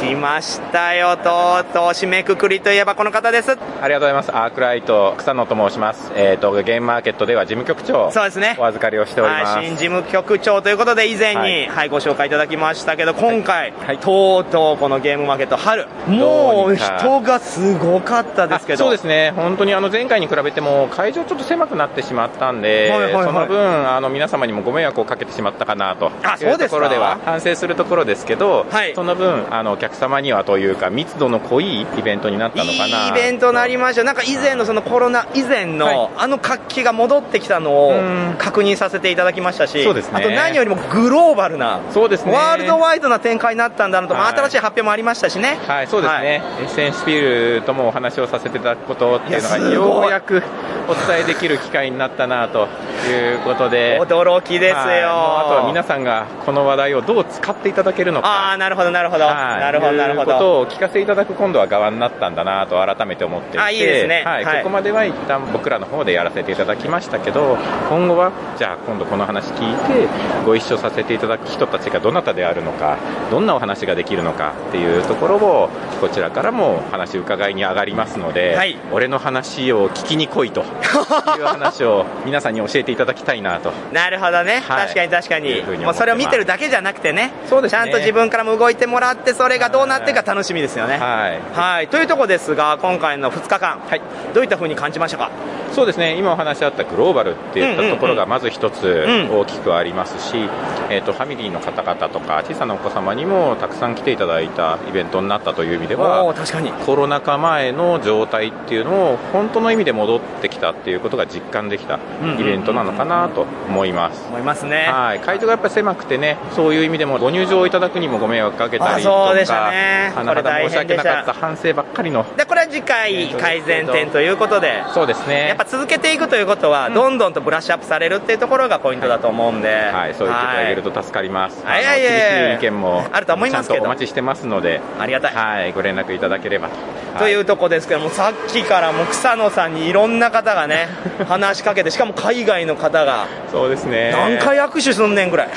Speaker 2: 来ましたよとうとう締めくくりといえばこの方です
Speaker 24: ありがとうございます。アークライト草野と申します。えっ、とゲームマーケットでは事務局長
Speaker 2: そうですね
Speaker 24: お預かりをしております。
Speaker 2: はい、新事務局長ということで以前に、は
Speaker 24: はいい
Speaker 2: ご紹介いただきましたけど今回、とうとうこのゲームマーケット春も
Speaker 24: どう
Speaker 2: う
Speaker 24: にか
Speaker 2: 人がすごかったですけど
Speaker 24: そうですね、本当にあの前回に比べても、会場ちょっと狭くなってしまったんで、
Speaker 2: はいはいはい
Speaker 24: その分、あの皆様にもご迷惑をかけてしまったかなと
Speaker 2: あ
Speaker 24: い
Speaker 2: そう
Speaker 24: う
Speaker 2: で
Speaker 24: と
Speaker 2: すか
Speaker 24: ころでは、反省するところですけど、その分あの、お客様にはというか、密度の濃いイベントになったのかな。
Speaker 2: イベントになりましたなんか以前のそのコロナ以前の、あの活気が戻ってきたのを確認させていただきましたし
Speaker 24: そうですね
Speaker 2: あと何よりもグローバルな
Speaker 24: そうですね
Speaker 2: ワールドワイドな展開になったんだなと、まあ新しい発表もありましたしね
Speaker 24: はい、そうですね、エッセンスピールともお話をさせていただくことっていうのが、
Speaker 2: いやすごい
Speaker 24: ようやくお伝えできる機会になったなということで、
Speaker 2: 驚きですよ
Speaker 24: はいもうあとは皆さんがこの話題をどう使っていただけるのか、
Speaker 2: ああなるほどなるほど、
Speaker 24: はい
Speaker 2: なるほどなるほ
Speaker 24: いうこと
Speaker 2: ど
Speaker 24: を聞かせていただく今度は側になったんだなと改めて思っていて
Speaker 2: あいいですね
Speaker 24: はい
Speaker 2: はい
Speaker 24: ここまでは一旦僕らの方でやらせていただきましたけど今後はじゃあ今度この話聞いてご一緒させていただく人たちがどなたであるのかどんなお話ができるのかっていうところをこちらからも話伺いに上がりますので、
Speaker 2: はい
Speaker 24: 俺の話を聞きに来いという話を皆さんに教えていただきたいなと。
Speaker 2: なるほどね、
Speaker 24: はい
Speaker 2: 確かに確かに
Speaker 24: いうふうに思って
Speaker 2: も
Speaker 24: ま
Speaker 2: う
Speaker 24: す
Speaker 2: それを見てるだけじゃなくてねちゃんと自分からも動いてもらってそれがどうなっていくか楽しみ ですよね
Speaker 24: はい、
Speaker 2: というところですが今回の2日間、どういったふうに感じましたか
Speaker 24: そうですね、今お話しあったグローバルっていったところがまず一つ
Speaker 2: うん
Speaker 24: 大きくありますし、えー、とファミリーの方々とか小さなお子様にもたくさん来ていただいたイベントになったという意味では
Speaker 2: 確かに
Speaker 24: コロナ禍前の状態っていうのを本当の意味で戻ってきたっていうことが実感できた
Speaker 2: うんうんうん
Speaker 24: イベントなのかななのかなと思います。
Speaker 2: 思いますね。
Speaker 24: はい、会場がやっぱり狭くてね、そういう意味でもご入場いただくにもご迷惑かけた
Speaker 2: あ
Speaker 24: りとか、
Speaker 2: そうでしたね
Speaker 24: あな
Speaker 2: これ大変
Speaker 24: 申し訳なかっ
Speaker 2: で
Speaker 24: た反省ばっかりの。
Speaker 2: でこれは次回改善点ということで、
Speaker 24: そうですね。
Speaker 2: やっぱ続けていくということは、どんどんとブラッシュアップされるっていうところがポイントだと思うんで、はい、
Speaker 24: そう言っていただけると助かります。
Speaker 2: はい
Speaker 24: あの
Speaker 2: いやいやいや
Speaker 24: 厳しい意見も
Speaker 2: あると思いますけ
Speaker 24: ちゃ
Speaker 2: ど
Speaker 24: んとお待ちしてますので、
Speaker 2: ありがたい。
Speaker 24: はい、ご連絡いただければと。
Speaker 2: というとこですけども、さっきからもう草野さんにいろんな方 がね、話しかけて、しかも海外の方が、
Speaker 24: そうですね。
Speaker 2: 何回握手すんねんぐらい。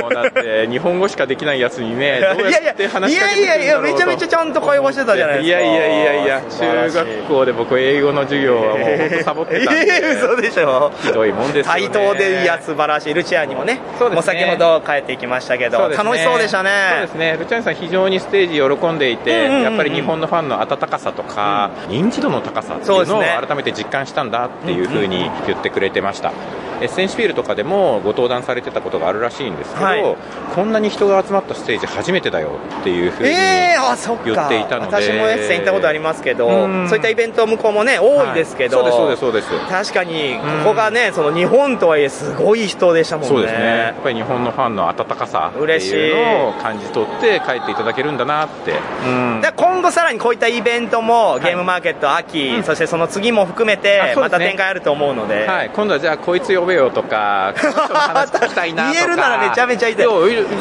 Speaker 24: もうだって日本語しかできないやつに ね、どう
Speaker 2: いや
Speaker 24: や
Speaker 2: いや
Speaker 24: って話
Speaker 2: い
Speaker 24: しか
Speaker 2: や
Speaker 24: け
Speaker 2: い
Speaker 24: てくるんだろうと。
Speaker 2: やいや、めちゃめちゃちゃんと会話してたじゃないですか。
Speaker 24: いやいやいやいや、中学校で僕英語の授業はもう本当サボってたんで。
Speaker 2: ええ 嘘でしょ。
Speaker 24: ひどいもんですよ
Speaker 2: 対
Speaker 24: ね。
Speaker 2: 等でいや素晴らしいルチアにもね
Speaker 24: そうですね
Speaker 2: もう先ほど帰っていきましたけど、
Speaker 24: そうですね
Speaker 2: 楽しそうでしたね
Speaker 24: そうですね。ルチャンさん非常にステージ喜んでいて、
Speaker 2: うんうんうん
Speaker 24: やっぱり日本のファンの温かさとか、認知度の高さってい
Speaker 2: そ
Speaker 24: うう
Speaker 2: です
Speaker 24: のを
Speaker 2: ね
Speaker 24: 改めて実感したんだっていうふうに言ってくれてました。エッセンシュピールとかでもご登壇されてたことがあるらしいんですけど、
Speaker 2: はい
Speaker 24: こんなに人が集まったステージ初めてだよっていうふうに
Speaker 2: ええあそっか
Speaker 24: 言っていたので、
Speaker 2: 私もエッセン行ったことありますけど、
Speaker 24: うん
Speaker 2: そういったイベント向こうもね多いですけど、
Speaker 24: はいそうですそうですそうです
Speaker 2: 確かにここがねその日本とはいえすごい人でしたもんね
Speaker 24: そうですねやっぱり日本のファンの温かさって
Speaker 2: 嬉しい
Speaker 24: いうのを感じ取って帰っていただけるんだなって、うん
Speaker 2: で今後さらにこういったイベントもゲームマーケット秋、そしてその次も含めて
Speaker 24: あそう
Speaker 2: ま
Speaker 24: ですね
Speaker 2: た展開あると思うので
Speaker 24: はい、今度はじゃあこいつ呼べよと かこの人の話聞きたいなとか
Speaker 2: 言えるならめちゃめちゃ痛い
Speaker 24: やぜ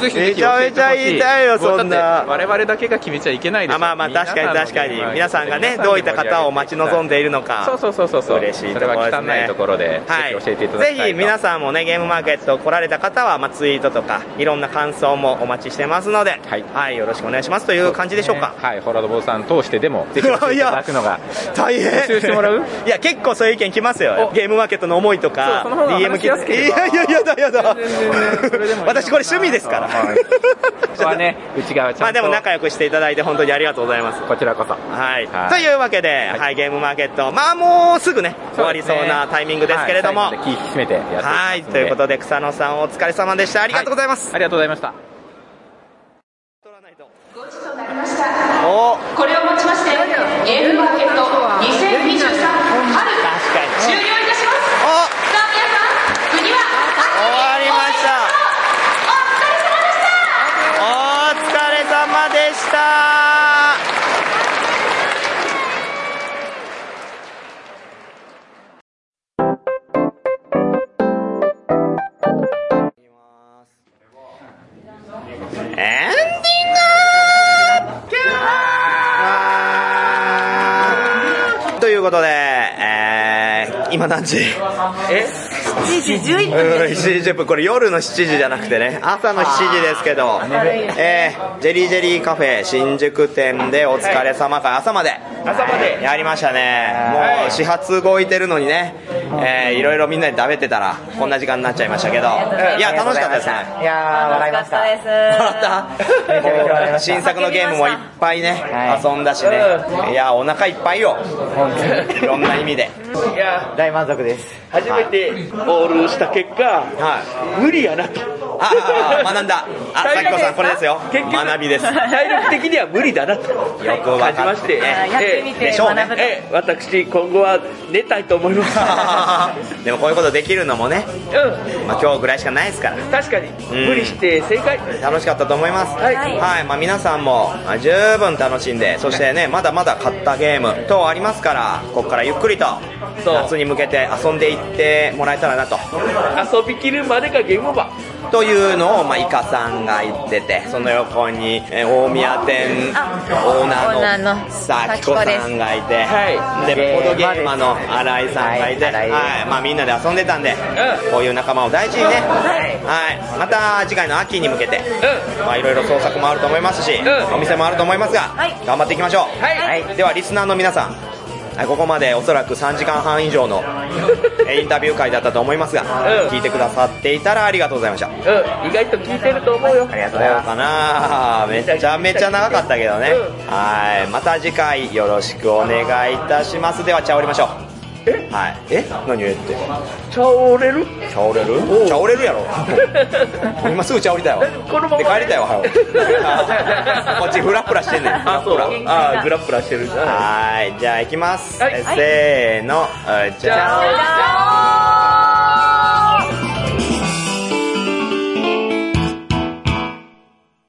Speaker 24: ひぜ
Speaker 2: め
Speaker 24: ひ
Speaker 2: ちゃめちゃ痛い
Speaker 24: 教えてほし
Speaker 2: よそんな
Speaker 24: もうだって我々だけが決めちゃいけないでしょまあまあ
Speaker 2: 確かに確かに皆さんがねどういった方をお待ち望んでいるのか
Speaker 24: そうそうそうそうそう
Speaker 2: 嬉しい
Speaker 24: それは
Speaker 2: ところです
Speaker 24: 汚
Speaker 2: ね
Speaker 24: いところで、
Speaker 2: はい
Speaker 24: ぜひ教えていただきたい
Speaker 2: ぜひ皆さんもねゲームマーケット来られた方は、まあ、ツイートとかいろんな感想もお待ちしてますので、はいよろしくお願いしますという感じでしょうか
Speaker 24: はいホラードボーさん通してで もぜひ教えていただくのが
Speaker 2: 大変
Speaker 24: 募集してもらう
Speaker 2: いや結構そういう意見来ますよゲームマーケットの思いとか
Speaker 24: そうその方が話しやすけ
Speaker 2: い
Speaker 24: れば
Speaker 2: やいやいやだやだ私これ趣味ですから
Speaker 24: こはね内側ちゃんと
Speaker 2: まあでも仲良くしていただいて本当にありがとうございます
Speaker 24: こちらこそ
Speaker 2: はい、
Speaker 24: はい
Speaker 2: というわけで、はいゲームマーケットまあもうすぐね終わりそうなタイミングですけれども、
Speaker 24: はい最後まで気引き締めてやっていきますので
Speaker 2: はい、ということで草野さんお疲れ様でした。ありがとうございます。
Speaker 24: ありがとうございました。
Speaker 2: お
Speaker 18: これをもちましてゲームマーケット2023春終了いたしますさあ皆さん国は
Speaker 2: 終わりました。お疲れ様でした。お疲れ様でした。えーということで、えー、今何時え
Speaker 6: 7時11分です
Speaker 2: 7時10分これ夜の7時じゃなくてね朝の7時ですけど、えー、ジェリージェリーカフェ新宿店でお疲れ様会朝まで朝までやりましたねもう始発動いてるのにね、えー、いろいろみんなで食べてたらこんな時間になっちゃいましたけどいや楽しかったですね
Speaker 6: いやー、笑いました。笑った。めちゃめちゃ笑いました。
Speaker 2: 新作のゲームもいっぱいね、遊んだしねいやお腹いっぱいよいろんな意味で
Speaker 6: いや大満足です。
Speaker 2: 初めてオールした結果、無理やなとああ学んだ あさきこさんこれですよ学びです
Speaker 13: 体力的には無理だなと
Speaker 2: よくわか
Speaker 13: 感じまして、
Speaker 2: ね
Speaker 13: え
Speaker 2: やってみて
Speaker 13: でしょうね
Speaker 2: 学ぶと
Speaker 13: ええ私今後は寝たいと思います
Speaker 2: でもこういうことできるのもね、まあ、今日ぐらいしかないですから
Speaker 13: 確かに、
Speaker 2: うん
Speaker 13: 無理して正解
Speaker 2: 楽しかったと思います
Speaker 13: はい、
Speaker 2: はいまあ、皆さんもまあ十分楽しんで そしてねまだまだ買ったゲーム等ありますからここからゆっくりと夏に向けて遊んでいってもらえたらなと
Speaker 13: 遊びきるまでがゲームオーバー
Speaker 2: というのを、まあ、イカさんが言っててその横にえー大宮店オー
Speaker 6: オー
Speaker 2: ナー
Speaker 6: ナー
Speaker 2: の
Speaker 6: の
Speaker 2: さきこさんがいて、
Speaker 6: はい
Speaker 2: で
Speaker 6: で
Speaker 2: ボードゲーマーの新井さんがいて、はいまあ、みんなで遊んでたんで、こういう仲間を大事にね、はいまた次回の秋に向けて、まあ、いろいろ創作もあると思いますし、お店もあると思いますが、頑張っていきましょう、はいではリスナーの皆さんはいここまでおそらく3時間半以上 のえインタビュー会だったと思いますが、聞いてくださっていたらありがとうございました
Speaker 13: うん意外と聞いてると思うよありがと
Speaker 2: どうかなめちゃめちゃ長かったけどねはいまた次回よろしくお願いいたしますでは茶折りましょうえはいえ何言って
Speaker 13: 茶折れる
Speaker 2: 茶折れる茶折れるやろ 今すぐ茶折りたいわで帰りたいわはよこっちフラフラしてんねんあそうあグラップラしてるはいじゃあ行きます、えせーのえーチャオ